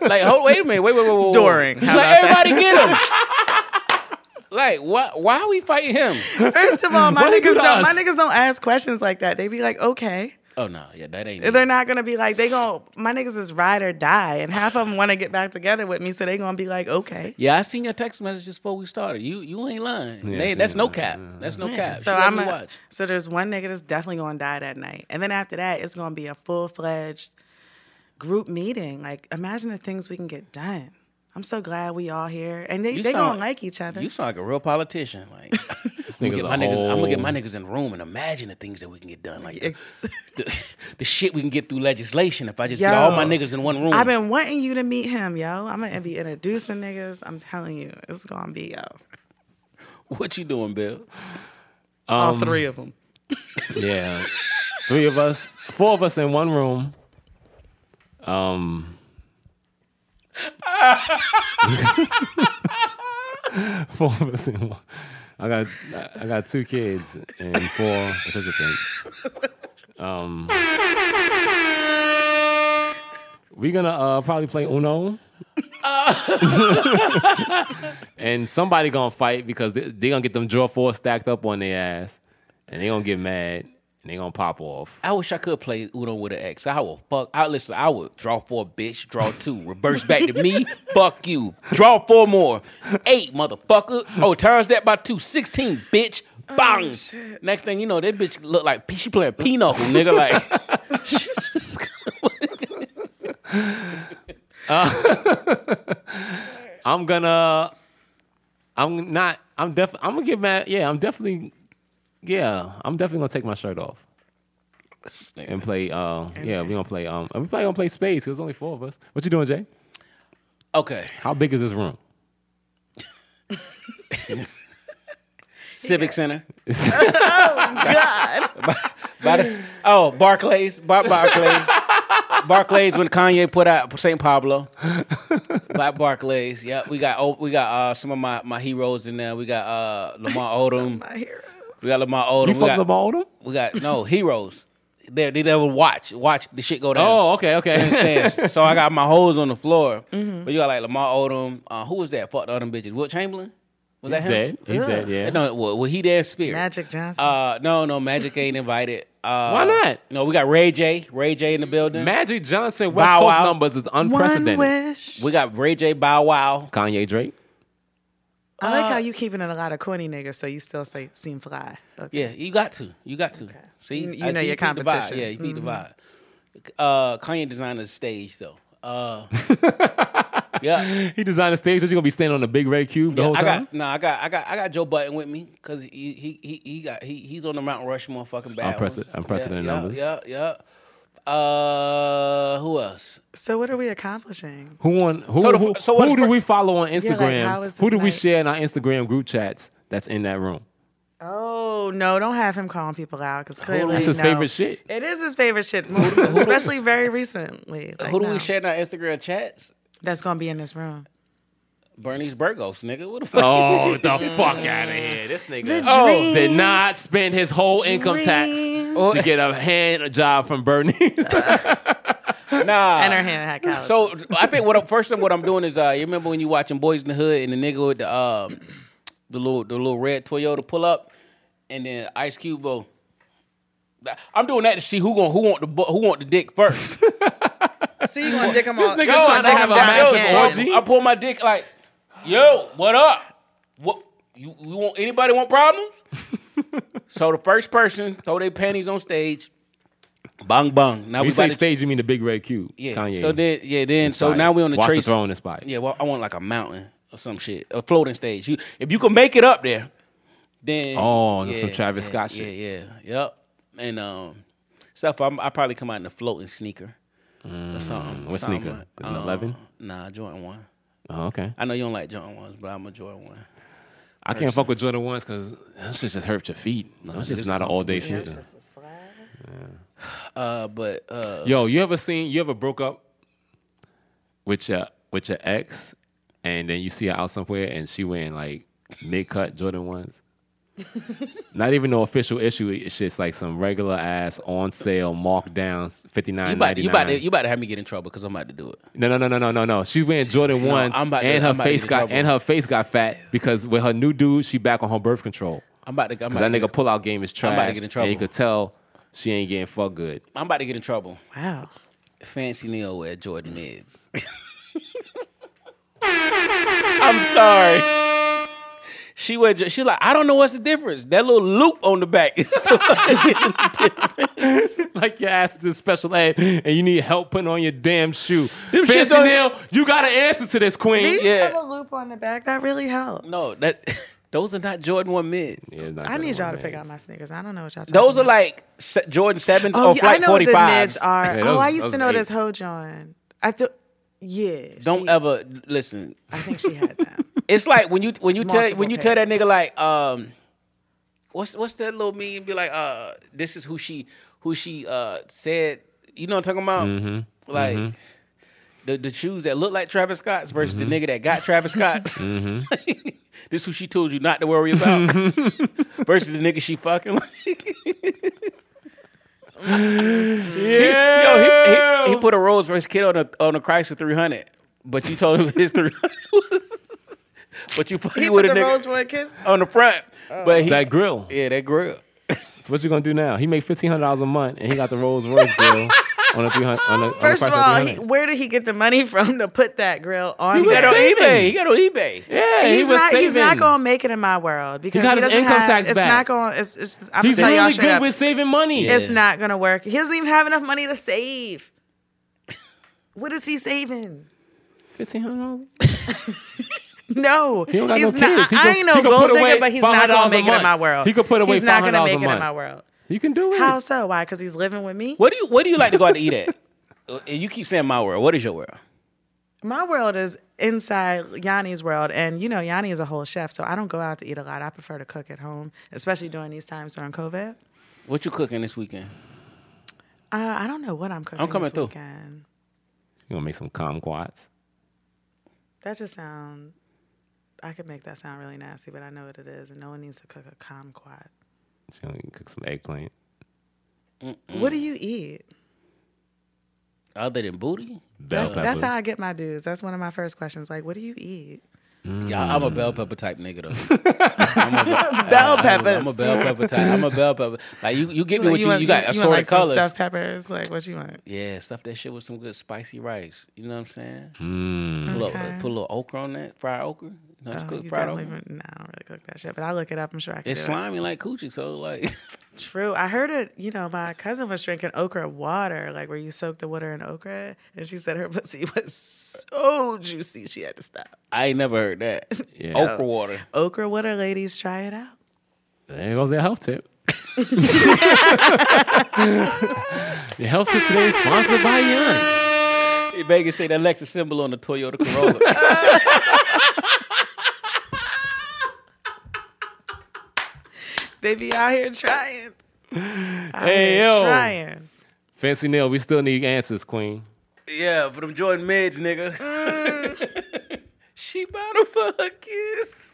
A: Like, hold wait a minute. Wait, wait, wait, wait. wait.
D: During. How
A: Like, everybody Like, why, why are we fighting him?
D: First of all, my
C: Why niggas
D: niggas don't my
C: us?
D: niggas don't ask questions like that. They be like, okay.
A: Oh, no. Yeah, that ain't. me.
D: They're not gonna be like they gon' my niggas is ride or die, and half of them want to get back together with me, so they gonna be like, okay.
A: Yeah, I seen your text messages before we started. You you ain't lying.
C: Yeah,
A: They-
C: she
A: that's
C: ain't
A: no
C: lying.
A: cap. That's no cap.
D: So
A: She let
D: I'm
A: me
D: a,
A: watch.
D: so there's one nigga that's definitely gonna die that night, and then after that, it's gonna be a full fledged group meeting. Like imagine the things we can get done. I'm so glad we all here, and they
A: You
D: they
A: sound-
D: gonna like each other.
A: You sound like a real politician. Like I'm, gonna
C: nigga's
A: get my niggas,
C: a
A: I'm gonna get my
C: whole-
A: niggas in the room and imagine the things that we can get done. Like the,
D: Ex-
A: the, the shit we can get through legislation if I just get all my
D: Yo,
A: niggas in one room.
D: I've been wanting you to meet him, yo. I'm gonna be introducing niggas. I'm telling you, it's gonna be yo.
A: what you doing, Bill?
D: All
A: Um,
D: three of them.
C: Yeah. Three of us, four of us in one room. Um Four of us in one. I got I got two kids and four participants. Um We're gonna uh, probably play Uno. and somebody gonna fight because they, they gonna get them draw four stacked up on their ass, and they gonna get mad and they gonna pop off.
A: I wish I could play Uno with an X. I will fuck. I listen. I would draw four, bitch. Draw two. Reverse back to me. fuck you. Draw four more. Eight, motherfucker. Oh, times that by two. Sixteen, bitch. Bang. Next thing you know, that bitch look like she playing pinochle, nigga. Like
C: I'm gonna, I'm not, I'm def, I'm gonna get mad. Yeah, I'm definitely, yeah, I'm definitely gonna take my shirt off and play. Uh, yeah, we gonna play. Um, we probably gonna play space because only four of us. What you doing, Jay?
A: okay,
C: How big is this room?
A: Civic Center. oh God. by, by the s- oh, Barclays. By Barclays. Barclays when Kanye put out St. Pablo. By Barclays. Yeah, we got oh, we got uh, some of my, my heroes in there. We got uh, Lamar Odom.
D: My hero.
A: We got Lamar Odom.
C: You
A: we,
C: fuck
A: got,
C: the ball with him?
A: we got no heroes. They they never watch watch the shit go down.
C: Oh, okay, okay.
A: Understands. so I got my hoes on the floor.
C: Mm-hmm.
A: But you got like Lamar Odom. Uh, who was that? Fuck the other bitches. Will Chamberlain? Was that
C: He's
A: him?
C: dead. uh, He's dead. Yeah.
A: No, well, well, he there in spirit.
D: Magic Johnson.
A: Uh, no, no, Magic ain't invited. Uh,
C: Why not?
A: No, we got Ray J. Ray J in the building.
C: Magic Johnson West
A: Bow
C: Coast
A: Wow.
C: numbers is
D: One
C: unprecedented.
D: wish.
A: we got Ray J. Bow Wow.
C: Kanye Drake.
D: I like
C: uh,
D: how you keeping in a lot of corny niggas, so you still say seem fly. Okay.
A: Yeah, you got to. You got to. See,
D: You- you
A: I
D: know
A: see
D: your
A: peep the vibe.
D: competition.
A: Yeah, you beat
C: Mm-hmm.
A: the vibe. Uh, Kanye designed the stage though. Uh, yeah.
C: He designed a stage. What you gonna be standing on a big red cube the whole
A: I
C: time?
A: got no, I got, I got, I got Joe Button with me because he, he, he, he got, he, he's on the Mount Rushmore fucking bad. ones.
C: Unprecedented- unprecedented
A: yeah,
C: numbers.
A: Yeah, yeah. yeah. Uh, who else?
D: So what are we accomplishing?
C: Who on who
A: So the-
C: who,
A: so what
C: who
A: is
C: do
A: fir-
C: we follow on
D: like,
C: Instagram?
D: how is
C: who do
D: this
C: we
D: night-
C: share in our Instagram group chats that's in that room?
D: Oh no, don't have him calling people out because clearly
C: That's his
D: no.
C: favorite shit.
D: It is his favorite shit, especially very recently. Like,
A: Who do
D: no.
A: we share in our Instagram chats?
D: That's gonna be in this room.
A: Bernie's Burgos, nigga. What the fuck?
C: Oh, the fuck out of here. This nigga
D: The
C: oh, did
D: dreams.
C: not spend his whole income tax
D: Dreams.
C: to get a hand job from Bernie's.
A: Nah.
D: And her hand had so
A: So I think what I'm, first thing what I'm doing is uh, you remember when you watching Boys in the Hood and the nigga with the uh, the little the little red Toyota pull up and then Ice Cube go. I'm doing that to see who going who want the bu- who want the dick first.
D: see you gonna dick him off.
C: nigga trying to have a massive
A: Yo, so
C: orgy.
A: I, I pull my dick like, yo, what up? What you, you want? Anybody want problems? so the first person throw their panties on stage. Bang bang. Now
C: You
A: we
C: say
A: about to
C: stage, you mean the big red cube.
A: Yeah.
C: Kanye.
A: So then, yeah, then so
C: Inspired.
A: now we on the
C: Watch
A: Tracy.
C: the throne inspired.
A: Yeah, well, I want like a mountain or some shit, a floating stage. You, if you can make it up there, then
C: Oh, that's some Travis
A: yeah,
C: Scott
A: yeah,
C: shit.
A: Yeah, yep. And um, stuff. I'm, I probably come out in a floating sneaker or something.
C: Mm, what
A: something
C: sneaker?
A: like- Um,
C: Is it an 11?
A: Nah, Jordan one.
C: Oh, okay.
A: I know you don't like Jordan ones, but I'm a Jordan one.
C: I can't fuck with Jordan ones because that shit just hurt your feet. No, it's just not an all day sneaker.
A: Uh, but uh,
C: Yo, you ever seen? You ever broke up with your with your ex, and then you see her out somewhere, and she wearing like mid cut Jordan ones. Not even no official issue. It's just like some regular ass on sale markdowns, fifty
A: You
C: nine
A: about,
C: ninety
A: you, about to,
C: nine.
A: you about to have me get in trouble because I'm about to do it.
C: No, no, no, no, no, no, no. She's wearing Jordan
A: No,
C: ones,
A: I'm about to-
C: and her
A: I'm about to get
C: face
A: in
C: got
A: trouble.
C: and her face got fat because with her new dude, she back on her birth control.
A: I'm about to. I'm
C: Because
A: about
C: that
A: to,
C: nigga pull out game is trash.
A: I'm about to get in trouble.
C: And you could tell she ain't getting fucked good.
A: I'm about to get in trouble.
D: Wow.
A: Fancy Neil wear Jordan mids. I'm sorry. She wear. She's like, I don't know what's the difference. That little loop on the back. is the fucking difference.
C: like your ass is in special ed and you need help putting on your damn shoe.
A: Them shits
C: Fancy
A: don't-
C: Nail, you got an answer to this,
D: They
C: queen.
D: used
A: Yeah.
D: to have a loop on the back. That really helped.
A: no, that those are not Jordan one mids.
C: Yeah, it's not
D: I
C: good
D: need
C: on
D: y'all
C: my
D: to pick out
C: ass.
D: my sneakers. I don't know what y'all.
A: Those
D: talking
A: are
D: about.
A: like se- Jordan sevens
D: Oh,
A: or
D: yeah,
A: flight
D: I know what
A: forty
D: the
A: fives.
D: mids are.
C: Yeah,
D: oh,
C: those-
D: I used
C: those
D: to know
C: eight.
D: this Ho John. I feel. Yeah.
A: Don't
D: she-
A: ever listen.
D: I think she had that.
A: It's like when you when you tell
D: Multiple
A: when you tell that
D: pairs.
A: nigga like um, what's what's that little meme? Be like uh, this is who she who she uh said. You know what I'm talking about?
D: Mm-hmm.
A: Like the the shoes that look like Travis Scott's versus
D: Mm-hmm.
A: the nigga that got Travis Scott's. this who she told you not to worry about versus the nigga she fucking. yeah, yo, he, he, he put a Rolls Royce kid on a on a Chrysler 300, but you told him his 300 was. But you
D: He
A: fucking
D: put
A: with a
D: the Oh.
A: nigga
D: Rosewood kiss.
A: on Oh, the front, but he,
C: That grill.
A: yeah, that grill.
C: So what you gonna do now? He make fifteen hundred dollars a month and he got the Rolls Royce grill on a three hundred. On a,
D: First
C: on
D: of
C: a Chrysler
D: all,
C: 300.
D: he, where did he get the money from to put that grill on?
A: He
D: his-
A: got on
C: saving.
A: eBay. He got on eBay.
C: yeah, he
D: He's
C: was
D: not.
C: saving.
D: He's not gonna make it in my world because
C: got
D: he
C: his
D: doesn't
C: income
D: have,
C: tax
D: It's
C: back.
D: not gonna. It's, it's just, I'm
C: He's
D: gonna tell y'all
C: really
D: straight
C: good
D: up.
C: with saving money.
D: It's not gonna work. He doesn't even have enough money to save. What is he saving?
C: Fifteen hundred dollars.
D: No,
C: He don't got
D: he's
C: no
D: not.
C: kids. He
D: I
C: could-
D: ain't
C: he
D: no
C: could
D: gold
C: put away
D: digger, but he's not
C: $500 a
D: gonna make it
C: month.
D: in my world.
C: He could put away
D: He's not gonna
C: $500
D: make
C: a
D: it in
C: month.
D: my world.
C: You can do it.
D: How so? Why? Because he's living with me.
A: What do you What do you like to go out to eat at? Uh, And you keep saying my world. What is your world?
D: My world is inside Yanni's world, and you know Yanni is a whole chef, so I don't go out to eat a lot. I prefer to cook at home, especially during these times during COVID. Uh,
A: What you cooking this weekend?
D: I don't know what I'm cooking.
A: coming
D: this
A: through.
D: Weekend.
C: You gonna make some kumquats?
D: That just sound. I could make that sound really nasty, but I know what it is, and no one needs to cook a kumquat.
C: She's gonna cook some eggplant.
A: Mm.
D: What do you eat?
A: Other than booty,
C: Bell
D: That's, that's
C: peppers.
D: how I get my dudes. That's one of my first questions. Like, what do you eat?
A: yeah, I'm a bell pepper type nigga though.
D: Bell peppers.
A: I'm a bell pepper type. I'm a bell pepper. Like you, you get me
D: So
A: what you,
D: want-
A: you got
D: want,
A: assorted
D: like some
A: colors.
D: Stuffed peppers. Like, what you want?
A: Yeah, stuff that shit with some good spicy rice. You know what I'm saying?
C: Mm,
A: Put, a little,
D: Okay.
A: put a little okra on that, fried okra. You know,
D: Oh,
A: just cook
D: you
A: fried
D: definitely,
A: okra.
D: no, I don't really cook that shit, but I look it up. I'm sure I can.
A: It's
D: do it.
A: slimy like coochie, so like
D: True. I heard it. You know, my cousin was drinking okra water, like where you soak the water in okra, and she said her pussy was so juicy she had to stop.
A: I ain't never heard that.
C: Yeah.
D: Oh,
A: Okra water.
D: Okra water, ladies, try it out.
C: There goes that health tip. Your health tip today is sponsored by Yanni.
A: It Vegas say that Lexus symbol on the Toyota Corolla.
D: They be out here trying. Out
C: Hey,
D: here
C: yo.
D: trying.
C: Fancy Nail, we still need answers, Queen.
A: yeah, for them Jordan Mids, nigga. Mm. she bound him for her kiss.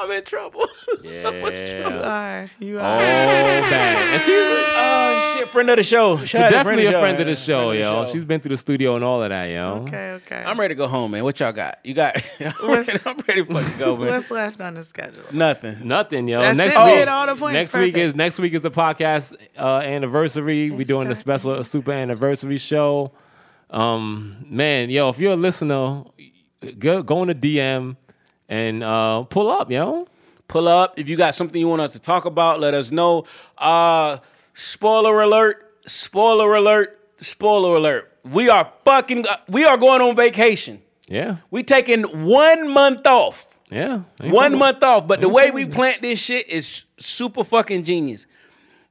A: I'm in trouble. so much
C: Yeah.
A: trouble.
D: You are. You
C: Oh,
D: are.
C: bad. And she's
A: Oh shit, friend of the show. Shout out to
C: definitely a friend of the
A: man.
C: show,
A: Friend of the
C: yo. She's been through the studio and all of that, yo.
D: Okay, okay.
A: I'm ready to go home, man. What y'all got? You got? I'm
D: What's-
A: ready, I'm ready to fucking go, man.
D: What's left on the schedule?
A: Nothing.
C: Nothing, yo.
D: That's
C: next
D: it. We
C: week,
D: hit all the points.
C: next week is
D: Perfect.
C: next week is the podcast uh, anniversary. We're doing a special a super anniversary show. Um, man, yo, if you're a listener, go go in the DM and uh, pull up, yo.
A: Pull up if you got something you want us to talk about. Let us know. Uh, spoiler alert! Spoiler alert! Spoiler alert! We are fucking. uh, We are going on vacation.
C: Yeah,
A: We taking one month off.
C: yeah. Ain't
A: One
C: no-
A: month off. But the way we plant this shit is super fucking genius.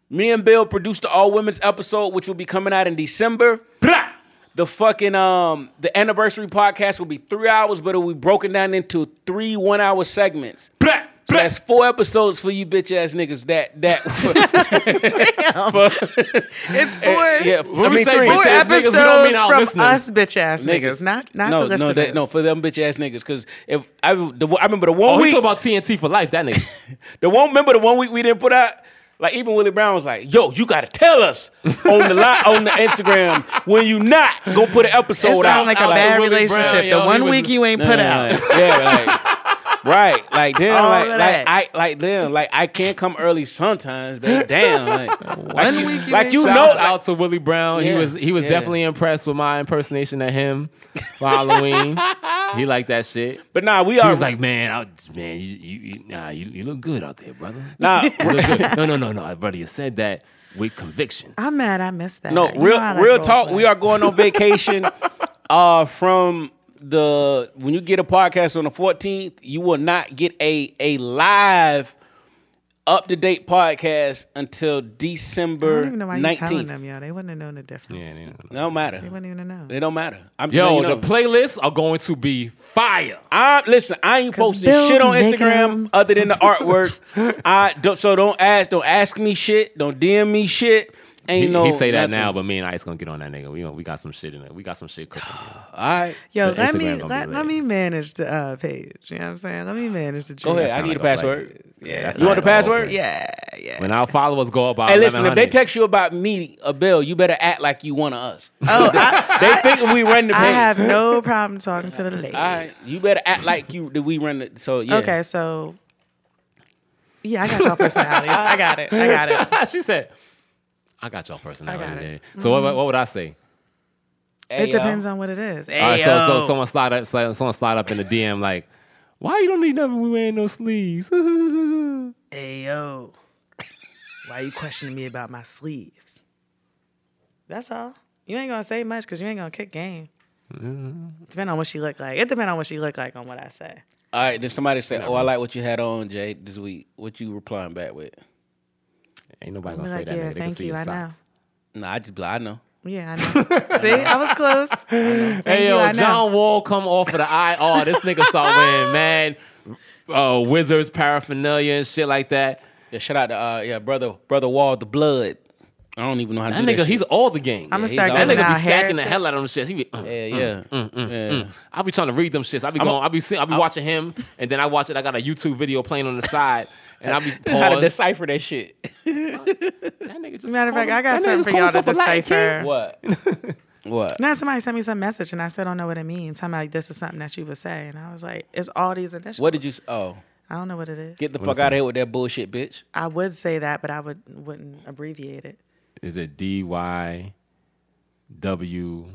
A: Me and Bill produced the all women's episode, which will be coming out in December. Blah! The fucking um the anniversary podcast will be three hours, but it'll be broken down into three one hour segments. Blah! Blah! that's four episodes for you bitch ass niggas. That that
D: It's four.
A: yeah.
C: When
A: I
C: we
A: mean,
C: say
A: three.
C: bitch
D: Four
C: ass niggas, we don't mean
D: episodes
C: our
D: from
C: listeners.
D: us bitch ass niggas, not not
A: no
D: the
A: no
D: listeners.
A: that, no for them bitch ass niggas because if I the, I remember the one
C: Oh, we
A: week
C: talk about TNT for life. That nigga.
A: The one remember the one week we didn't put out. Like even Willie Brown was like, "Yo, you gotta tell us on the li- on the Instagram when you not gonna put an episode
D: it
A: out."
D: sounds like a
C: out to
D: bad
C: Willie Brown,
D: relationship.
C: yo,
D: the
C: he
D: one
C: was-
D: week you ain't put out.
A: Like, yeah, like right, like damn,
D: All
A: like,
D: of
A: like
D: that.
A: I like damn, like I can't come early sometimes, but damn, like one
D: week you
A: like
D: ain't
A: you
C: Shouts
A: know,
C: out
A: like,
C: to Willie Brown.
A: Yeah,
C: he was he was
A: yeah.
C: definitely impressed with my impersonation of him for Halloween. he liked that shit.
A: but nah, we
C: He
A: are
C: was like, man, I, man, you, you, you- nah, you, you look good out there, brother.
A: nah,
C: You look good. No, no, no, no, brother. You said that with conviction.
D: I'm mad. I missed that.
A: No,
D: You know
A: real
D: I like
A: real
D: role
A: talk.
D: play.
A: We are going on vacation uh from the when you get a podcast on the 14th, you will not get a a live up to date podcast until
D: I
A: December
D: don't even know why you're telling them,
A: 19th.
D: yo. They wouldn't have known the difference.
C: Yeah, yeah.
A: No matter.
D: They wouldn't even know.
A: It don't matter. I'm just
C: Yo,
A: letting you know.
C: the playlists are going to be fire.
A: I listen. I ain't
D: 'Cause
A: posting
D: Bill's
A: shit on
D: making
A: Instagram
D: them.
A: other than the artwork. I don't, so don't ask. Don't ask me shit. Don't DM me shit. Ain't
C: He,
A: no.
C: he say that
A: nothing.
C: now, but me and Ice gonna get on that nigga. We gonna, we got some shit in there. We got some shit cooking.
A: All right.
D: Yo,
C: The
D: let
C: Instagram
D: me
C: gonna be
D: let,
C: lit.
D: let me manage the uh, page. You know what I'm saying? Let me manage the.
A: Go
D: tree.
A: ahead. I
C: sound
A: need a
C: like a
A: password.
C: play. Yeah, that
A: You want
C: sound
A: the
C: like a whole
A: password?
C: play.
D: Yeah, yeah.
C: When our followers go about,
A: Hey, listen, if they
C: 1100,
A: text you about me, a bill, you better act like you one of us.
D: Oh, I,
A: They think we run the page.
D: I have no problem talking to the ladies.
A: All right, you better act like you that we run the. So yeah.
D: Okay, so yeah, I got y'all personalities. I got it. I got it.
C: she said, "I got y'all personality."
D: got it.
C: man." So what, what would I say?
A: Hey,
D: It
A: yo.
D: depends on what it is.
C: All right,
D: Ayo.
C: so so someone slide up, slide, someone slide up in the DM like, "Why you don't need nothing? We wearing no sleeves." That's
D: Ayo. Why you questioning me about my sleeves? That's all. You ain't gonna say much because you ain't gonna kick game. Depend on what she look like. It depend on what she look like on what I say.
A: All right. Then somebody said, "Oh, I like what you had on, Jay, this week." What you replying back with?
C: Ain't nobody
D: Be
C: gonna say
D: like,
C: that.
D: yeah,
C: nigga. They can
D: thank
C: see
D: you.
C: your
D: I know.
C: socks.
A: Nah, I just be like, I know.
D: Yeah, I know. See, I was close. Thank
C: Hey
D: you,
C: yo,
D: I know.
C: John Wall come off of the IR. This nigga start wearing mad uh, Wizards paraphernalia and shit like that.
A: Yeah, shout out to uh, yeah, brother, brother Wall, the blood. I don't even know how to
C: That
A: do that.
C: nigga,
A: shit.
C: he's all the game.
D: I'm gonna
A: he's
D: start
A: all-
C: that
D: giving
C: nigga
D: out
C: be stacking the
D: heretics.
C: hell out of them shits. He be, uh,
A: yeah, yeah, yeah.
C: I be trying to read them shits. I be going. I be seeing. I be watching him, and then I watch it. I got a YouTube video playing on the side, and I be
A: How to
C: pause.
A: decipher that shit?
C: That nigga just
D: Matter of
C: called
D: fact, I
C: him- that nigga
D: got something
C: just
D: for
C: called
D: y'all to
C: himself a light, kid.
D: decipher.
A: What? what?
D: Now somebody sent me some message and I still don't know what it means. Talking about this is something that you would say, and I was like, it's all these initials.
A: What did you? s- Oh,
D: I don't know what it is.
A: get the fuck out of here with that bullshit, bitch.
D: I would say that, but I would wouldn't abbreviate it.
C: Is it D Y W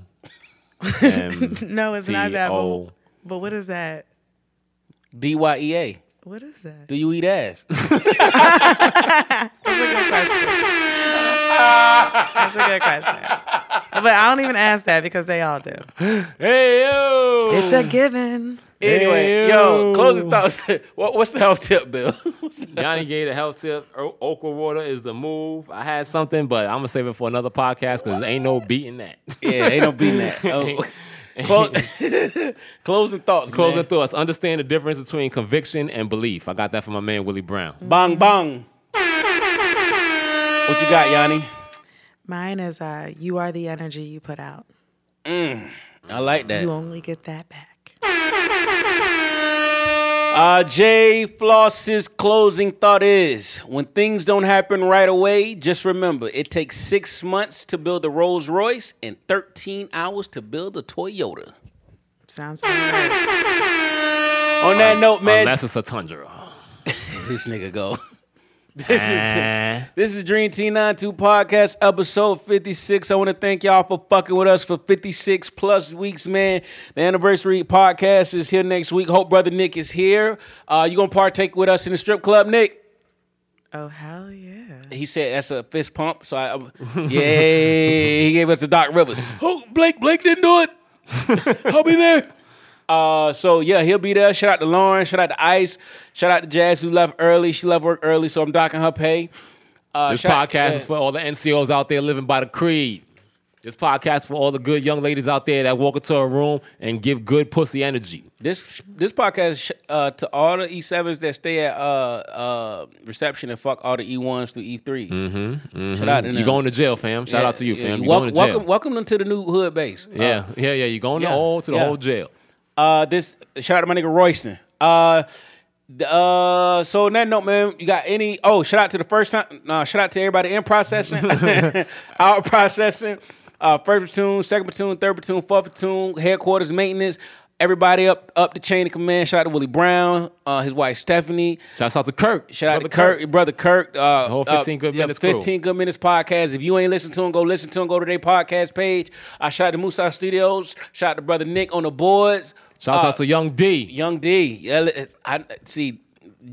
C: M
D: No, it's
C: T
D: not that. But,
C: O?
D: but what is that?
A: D Y E A.
D: What is that?
A: Do you eat ass?
D: That's a good question. but I don't even ask that because they all do.
C: Hey yo!
D: It's a given.
A: Anyway, yo, closing thoughts. what, what's the health tip, Bill?
C: Johnny gave the health tip. O- Okra water is the move. I had something, but I'm gonna save it for another podcast because ain't no beating that.
A: yeah, ain't no beating that. Oh. Clo- closing thoughts.
C: Closing
A: man.
C: thoughts. Understand the difference between conviction and belief. I got that from my man Willie Brown.
A: Bang bang. What you got, Yanni?
D: Mine is uh, you are the energy you put out.
A: I like that.
D: You only get that back.
A: Uh, Jay Floss's closing thought is when things don't happen right away, just remember it takes six months to build a Rolls Royce and 13 hours to build a Toyota.
D: Sounds about right.
A: On that note, man,
C: Unless it's a tundra.
A: Oh, this nigga go. Ah. This is.
C: Eh.
A: This is Dream T92 Podcast, episode 56. I want to thank y'all for fucking with us for 56 plus weeks, man. The anniversary podcast is here next week. Hope brother Nick is here. Uh, you gonna partake with us in the strip club, Nick?
D: Oh hell yeah!
A: He said that's a fist pump. So I, I yeah, he gave us to Doc Rivers. Who Blake? Blake didn't do it. I'll be there. Uh, so yeah, he'll be there. Shout out to Lauren. Shout out to Ice. Shout out to Jazz who left early. She left work early, so I'm docking her pay. Uh,
C: This
A: shout-
C: podcast is for all the NCOs out there living by the creed. This podcast for all the good young ladies out there that walk into a room and give good pussy energy.
A: This this podcast is sh- uh, to all the E sevens that stay at uh, uh, reception and fuck all the E ones through E 3s Shout out to
C: Mm-hmm, You
A: them.
C: going to jail, fam? Shout out to you,
A: Yeah,
C: fam.
A: yeah.
C: You
A: Wel-
C: going to
A: welcome,
C: jail?
A: welcome them to the new hood base.
C: Yeah, yeah, yeah. You going to
A: yeah,
C: all to the
A: yeah.
C: whole jail?
A: Uh, this shout out to my nigga Royston. Uh, th- uh, so on that note, man, you got any? Oh, shout out to the first time. No, shout out to everybody in processing, out processing. Uh, first platoon, second platoon, third platoon, fourth platoon, headquarters maintenance. Everybody up up the chain of command. Shout out to Willie Brown, uh, his wife Stephanie.
C: Shout out to Kirk.
A: Shout out to
C: Brother
A: Kirk, brother Kirk. Uh,
C: whole
A: uh,
C: 15 Good
A: yeah,
C: Minutes crew.
A: 15 Good Minutes podcast. If you ain't listened to him, go listen to him. Go to their podcast page. I shout out to Musa Studios. Shout out to brother Nick on the boards.
C: Shout
A: Uh,
C: out to Young D.
A: Young D. Yeah, li- I see.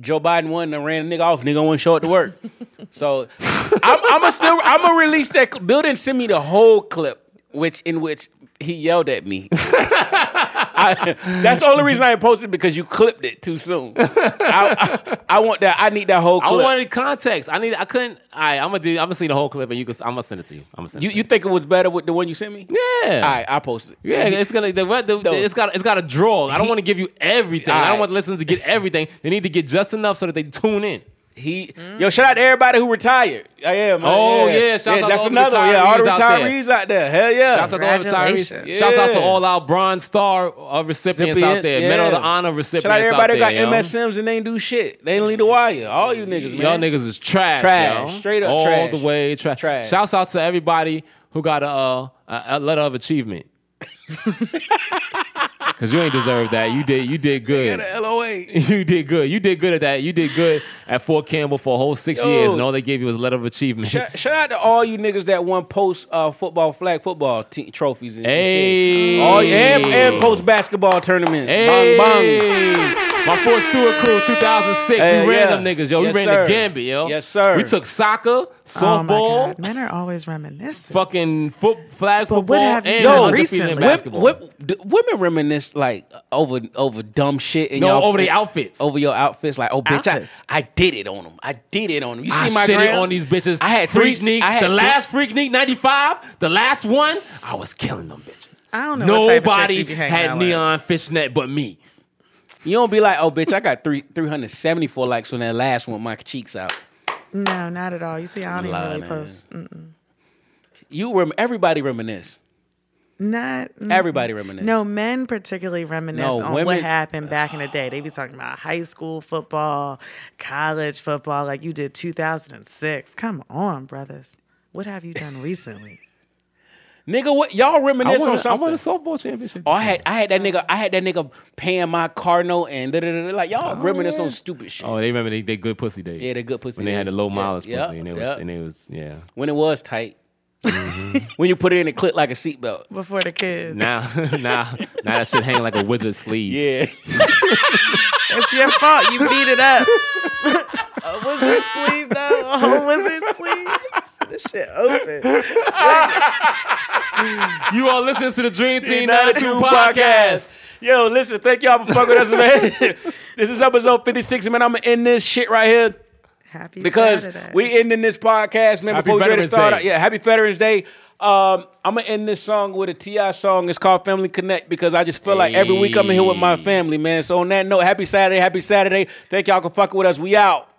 A: Joe Biden won and ran a nigga off. Nigga wouldn't show up to work. so I'm, I'm gonna still I'm gonna release that. cl- Bill didn't send me the whole clip, which in which he yelled at me. I, that's the only reason I ain't posted because you clipped it too soon. I, I, I want that. I need that whole
C: I
A: clip.
C: wanted context. I need. I couldn't. I. I'm gonna. Do, I'm gonna see the whole clip, and you can. I'm gonna send it to you. I'm gonna send
A: you
C: it.
A: you think it was better with the one you sent me?
C: to you. Yeah.
A: All right, I posted. it.
C: Yeah, it's gonna. The, what the, it's got. It's got a draw. I don't want to give you everything. I
A: Alright.
C: don't want the listeners to get everything. They need to get just enough so that they tune in.
A: He yo, shout out to everybody who retired. Yeah, yeah, man.
C: Oh, yeah, shouts out to
A: that's
C: all the
A: another one. Yeah, all the
C: retirees out there.
A: retirees out there. Hell yeah.
C: Shouts out to all the retirees.
D: Congratulations.
C: Shouts out to
A: Yeah.
C: all our Bronze Star uh, recipients, out there,
A: yeah.
C: Medal of Honor recipients
A: Shout out to everybody
C: out there.
A: who got MSMs and they ain't do shit. They ain't lead the wire. All you niggas, man.
C: Y'all niggas is trash.
A: Trash.
C: yo.
A: Straight up
C: all
A: trash.
C: the way trash.
A: Trash.
C: Shouts out to everybody who got a, uh, a, a letter of achievement. Cause you ain't deserve that. You did. You did good.
A: LOA.
C: You did good. You did good at that. You did good at Fort Campbell for a whole six
A: Yo.
C: years, and all they gave you was a letter of achievement.
A: Shout, shout out to all you niggas that won post uh, football flag football te- trophies and
C: Hey.
A: shit. All, Oh, and, and post basketball tournaments.
C: Hey.
A: Bang bang.
C: My Fort Stewart crew, 2006.
A: Hey,
C: we ran
A: yeah.
C: them niggas, yo.
A: Yes,
C: we ran
A: sir.
C: the gambit, yo.
A: Yes, sir.
C: We took soccer,
D: Oh my
C: softball,
D: God. Men are always reminiscing.
C: fucking foot, flag
D: But what
C: football,
D: have you
C: and
D: done
C: undefeated
D: recently?
C: in
D: Whip-
C: basketball.
A: Whip- d- women reminisce like over over dumb shit and
C: no,
A: y'all
C: over the outfits.
A: over your outfits. Like, oh bitch, I,
D: Outfits.
A: I did it on them. I did it on them. You see
C: I
A: my
C: shit it
A: gram?
C: on these bitches.
A: I had
C: freak
A: three.
C: sneak.
A: I had
C: The
A: three-
C: last freak sneak, 95. The last one, I was killing them bitches.
D: I don't know what type of chicks
C: Nobody
D: you be hanging
C: had
D: out with.
C: neon fishnet but me.
A: You don't be like, oh bitch, I got three three hundred seventy four likes on that last one. My cheeks out.
D: No, not at all. You see, I don't even really post. Mm,
A: You rem- everybody reminisce.
C: Mm-hmm.
D: Not mm.
A: Everybody reminisce.
D: No, men particularly reminisce
A: No,
D: on
A: women-
D: what happened back in the day. They be talking about high school football, college football, like you did 2006. Come on, brothers. What have you done recently?
A: nigga, what y'all reminisce on something?
C: softball championship.
A: Oh, I had I had that nigga I had that nigga paying my Cardinal and da, da, da, da, like y'all reminisce on stupid shit
C: Oh, they remember they, they good pussy days.
A: Yeah, they good pussy
C: When they had the
A: days.
C: low
A: Yeah,
C: mileage
A: yeah,
C: pussy, and it was
A: yeah.
C: and it Mm-hmm. was yeah.
A: when it was tight. when you put it in, it clip like a seatbelt.
D: Before the kids.
C: Now, now, now that shit hang like a wizard's sleeve.
A: Yeah,
D: It's your fault. You beat it up. a wizard sleeve, though. A whole wizard sleeve. This shit open.
C: You are listening to the Dream Team 92 podcast.
A: Yo, listen, thank y'all for fucking with us, man. this is episode fifty six, man. I'm gonna end this shit right here.
D: Happy
A: because
D: Saturday.
A: we ending this podcast, man.
C: Happy
A: before we get
C: Veterans
A: started,
C: Day.
A: yeah, happy Veterans Day. Um, I'm gonna end this song with a Ti song. It's called Family Connect because I just feel like every week I'm in here with my family, man. So on that note, happy Saturday, happy Saturday. Thank y'all for fucking with us. We out.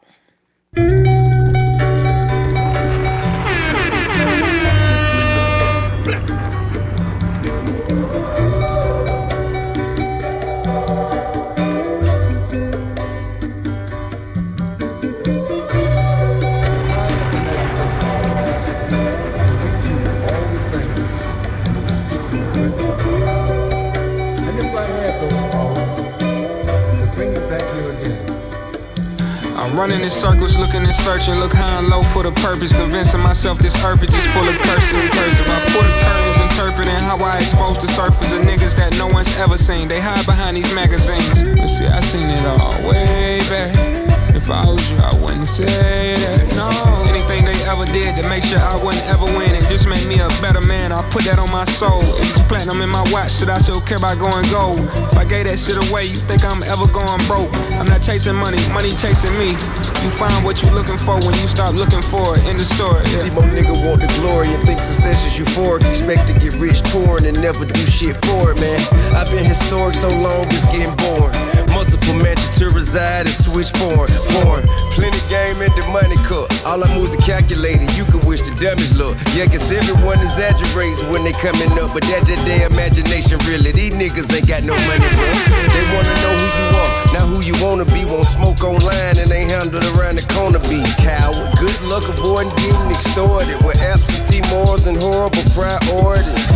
J: I'm running in circles, looking and searching, look high and low for the purpose. Convincing myself this earth is just full of curses and cursive. I pull the curtains, interpreting how I expose the surface of niggas that no one's ever seen. They hide behind these magazines. But see, I seen it all way back. If I was you, I wouldn't say that. No. Anything they ever did to make sure I wouldn't ever win, it just made me a better man. I put that on my soul. If it's platinum in my watch, should I still care about going gold? If I gave that shit away, you think I'm ever going broke? I'm not chasing money, money chasing me. You find what you looking for when you stop looking for it in the store. Yeah.
K: See, my nigga want the glory and thinks success is euphoric. Expect to get rich touring and never do shit for it, man. I've been historic so long, it's getting boring. Multiple mansions to reside and switch foreign, foreign. Plenty game in the money cup. All our moves are calculated. You can wish the dummies look. Yeah, cause everyone exaggerates when they coming up, but that just their imagination, really. These niggas ain't got no money, bro. They wanna know who you are, not who you wanna be. Won't smoke online and ain't handled around the corner, be coward. Good luck avoiding getting extorted with absentee morals and horrible priorities.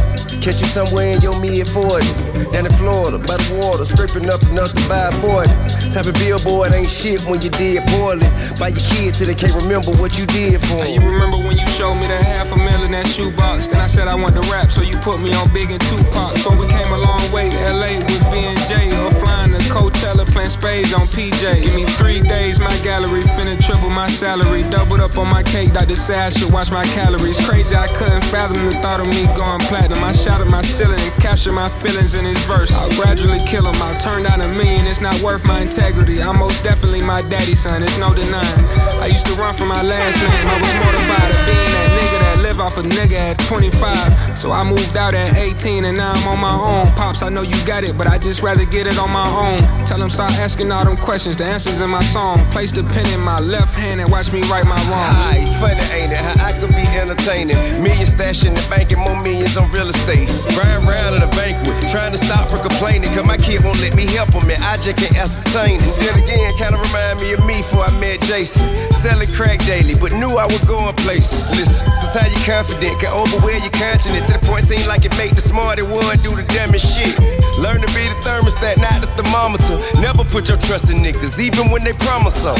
K: Catch you somewhere in your mid 40s. Down in Florida, by the water, scraping up enough to buy a 40. Type of billboard ain't shit when you did poorly. Buy your kids till they can't remember what you did for 'em.
J: You remember when you showed me that half a mil in that shoebox? Then I said I want to rap, so you put me on Big and Tupac. So we came a long way, LA with B&J. Or flying to Coachella, playing spades on PJ. Give me three days, my gallery finna triple my salary. Doubled up on my cake, Dr. Say I should watch my calories. Crazy, I couldn't fathom the thought of me going platinum. I shot at my ceiling and captured my feelings in his verse. I'll gradually kill him, I'll turn down a million, it's not worth my integrity. I'm most definitely my daddy's son, it's no denying. I used to run from my last name, I was mortified of being that nigga that live off a nigga at 25. So I moved out at 18 and now I'm on my own. Pops, I know you got it, but I just rather get it on my own. Tell them start asking all them questions, the answers in my song. Place the pen in my left hand and watch me right my
K: Aight,
J: wrongs.
K: funny ain't it? How I could be entertaining. Millions stashed in the bank and more millions on real estate. Riding round at a banquet, trying to stop from complaining. Cause my kid won't let me help him and I just can't ascertain it. Then again, kinda remind me of me before I met Jason. Selling crack daily, but knew I would go in place. Listen, sometimes you're confident, can overwear your conscience. To the point seem like it make the smarter one do the dumbest shit. Learn to be the thermostat, not the thermometer. Never put your trust in niggas, even when they promise so.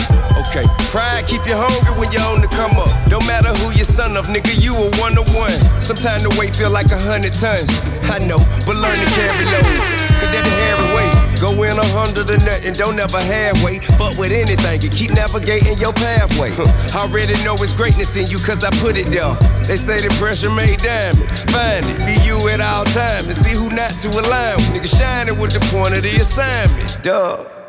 K: Okay, pride keep you hungry when you're on the come up. Don't matter who your son of, nigga, you a one to one. Sometimes the weight feel like a hundred tons. I know, but learn to carry load. Cause that the Harry way. Go in a hundred or nothing, don't ever halfway. Fuck with anything and keep navigating your pathway. Huh, Already know it's greatness in you cause I put it there. They say the pressure made diamond. Find it, be you at all time and see who not to align with. Nigga shining with the point of the assignment. Duh.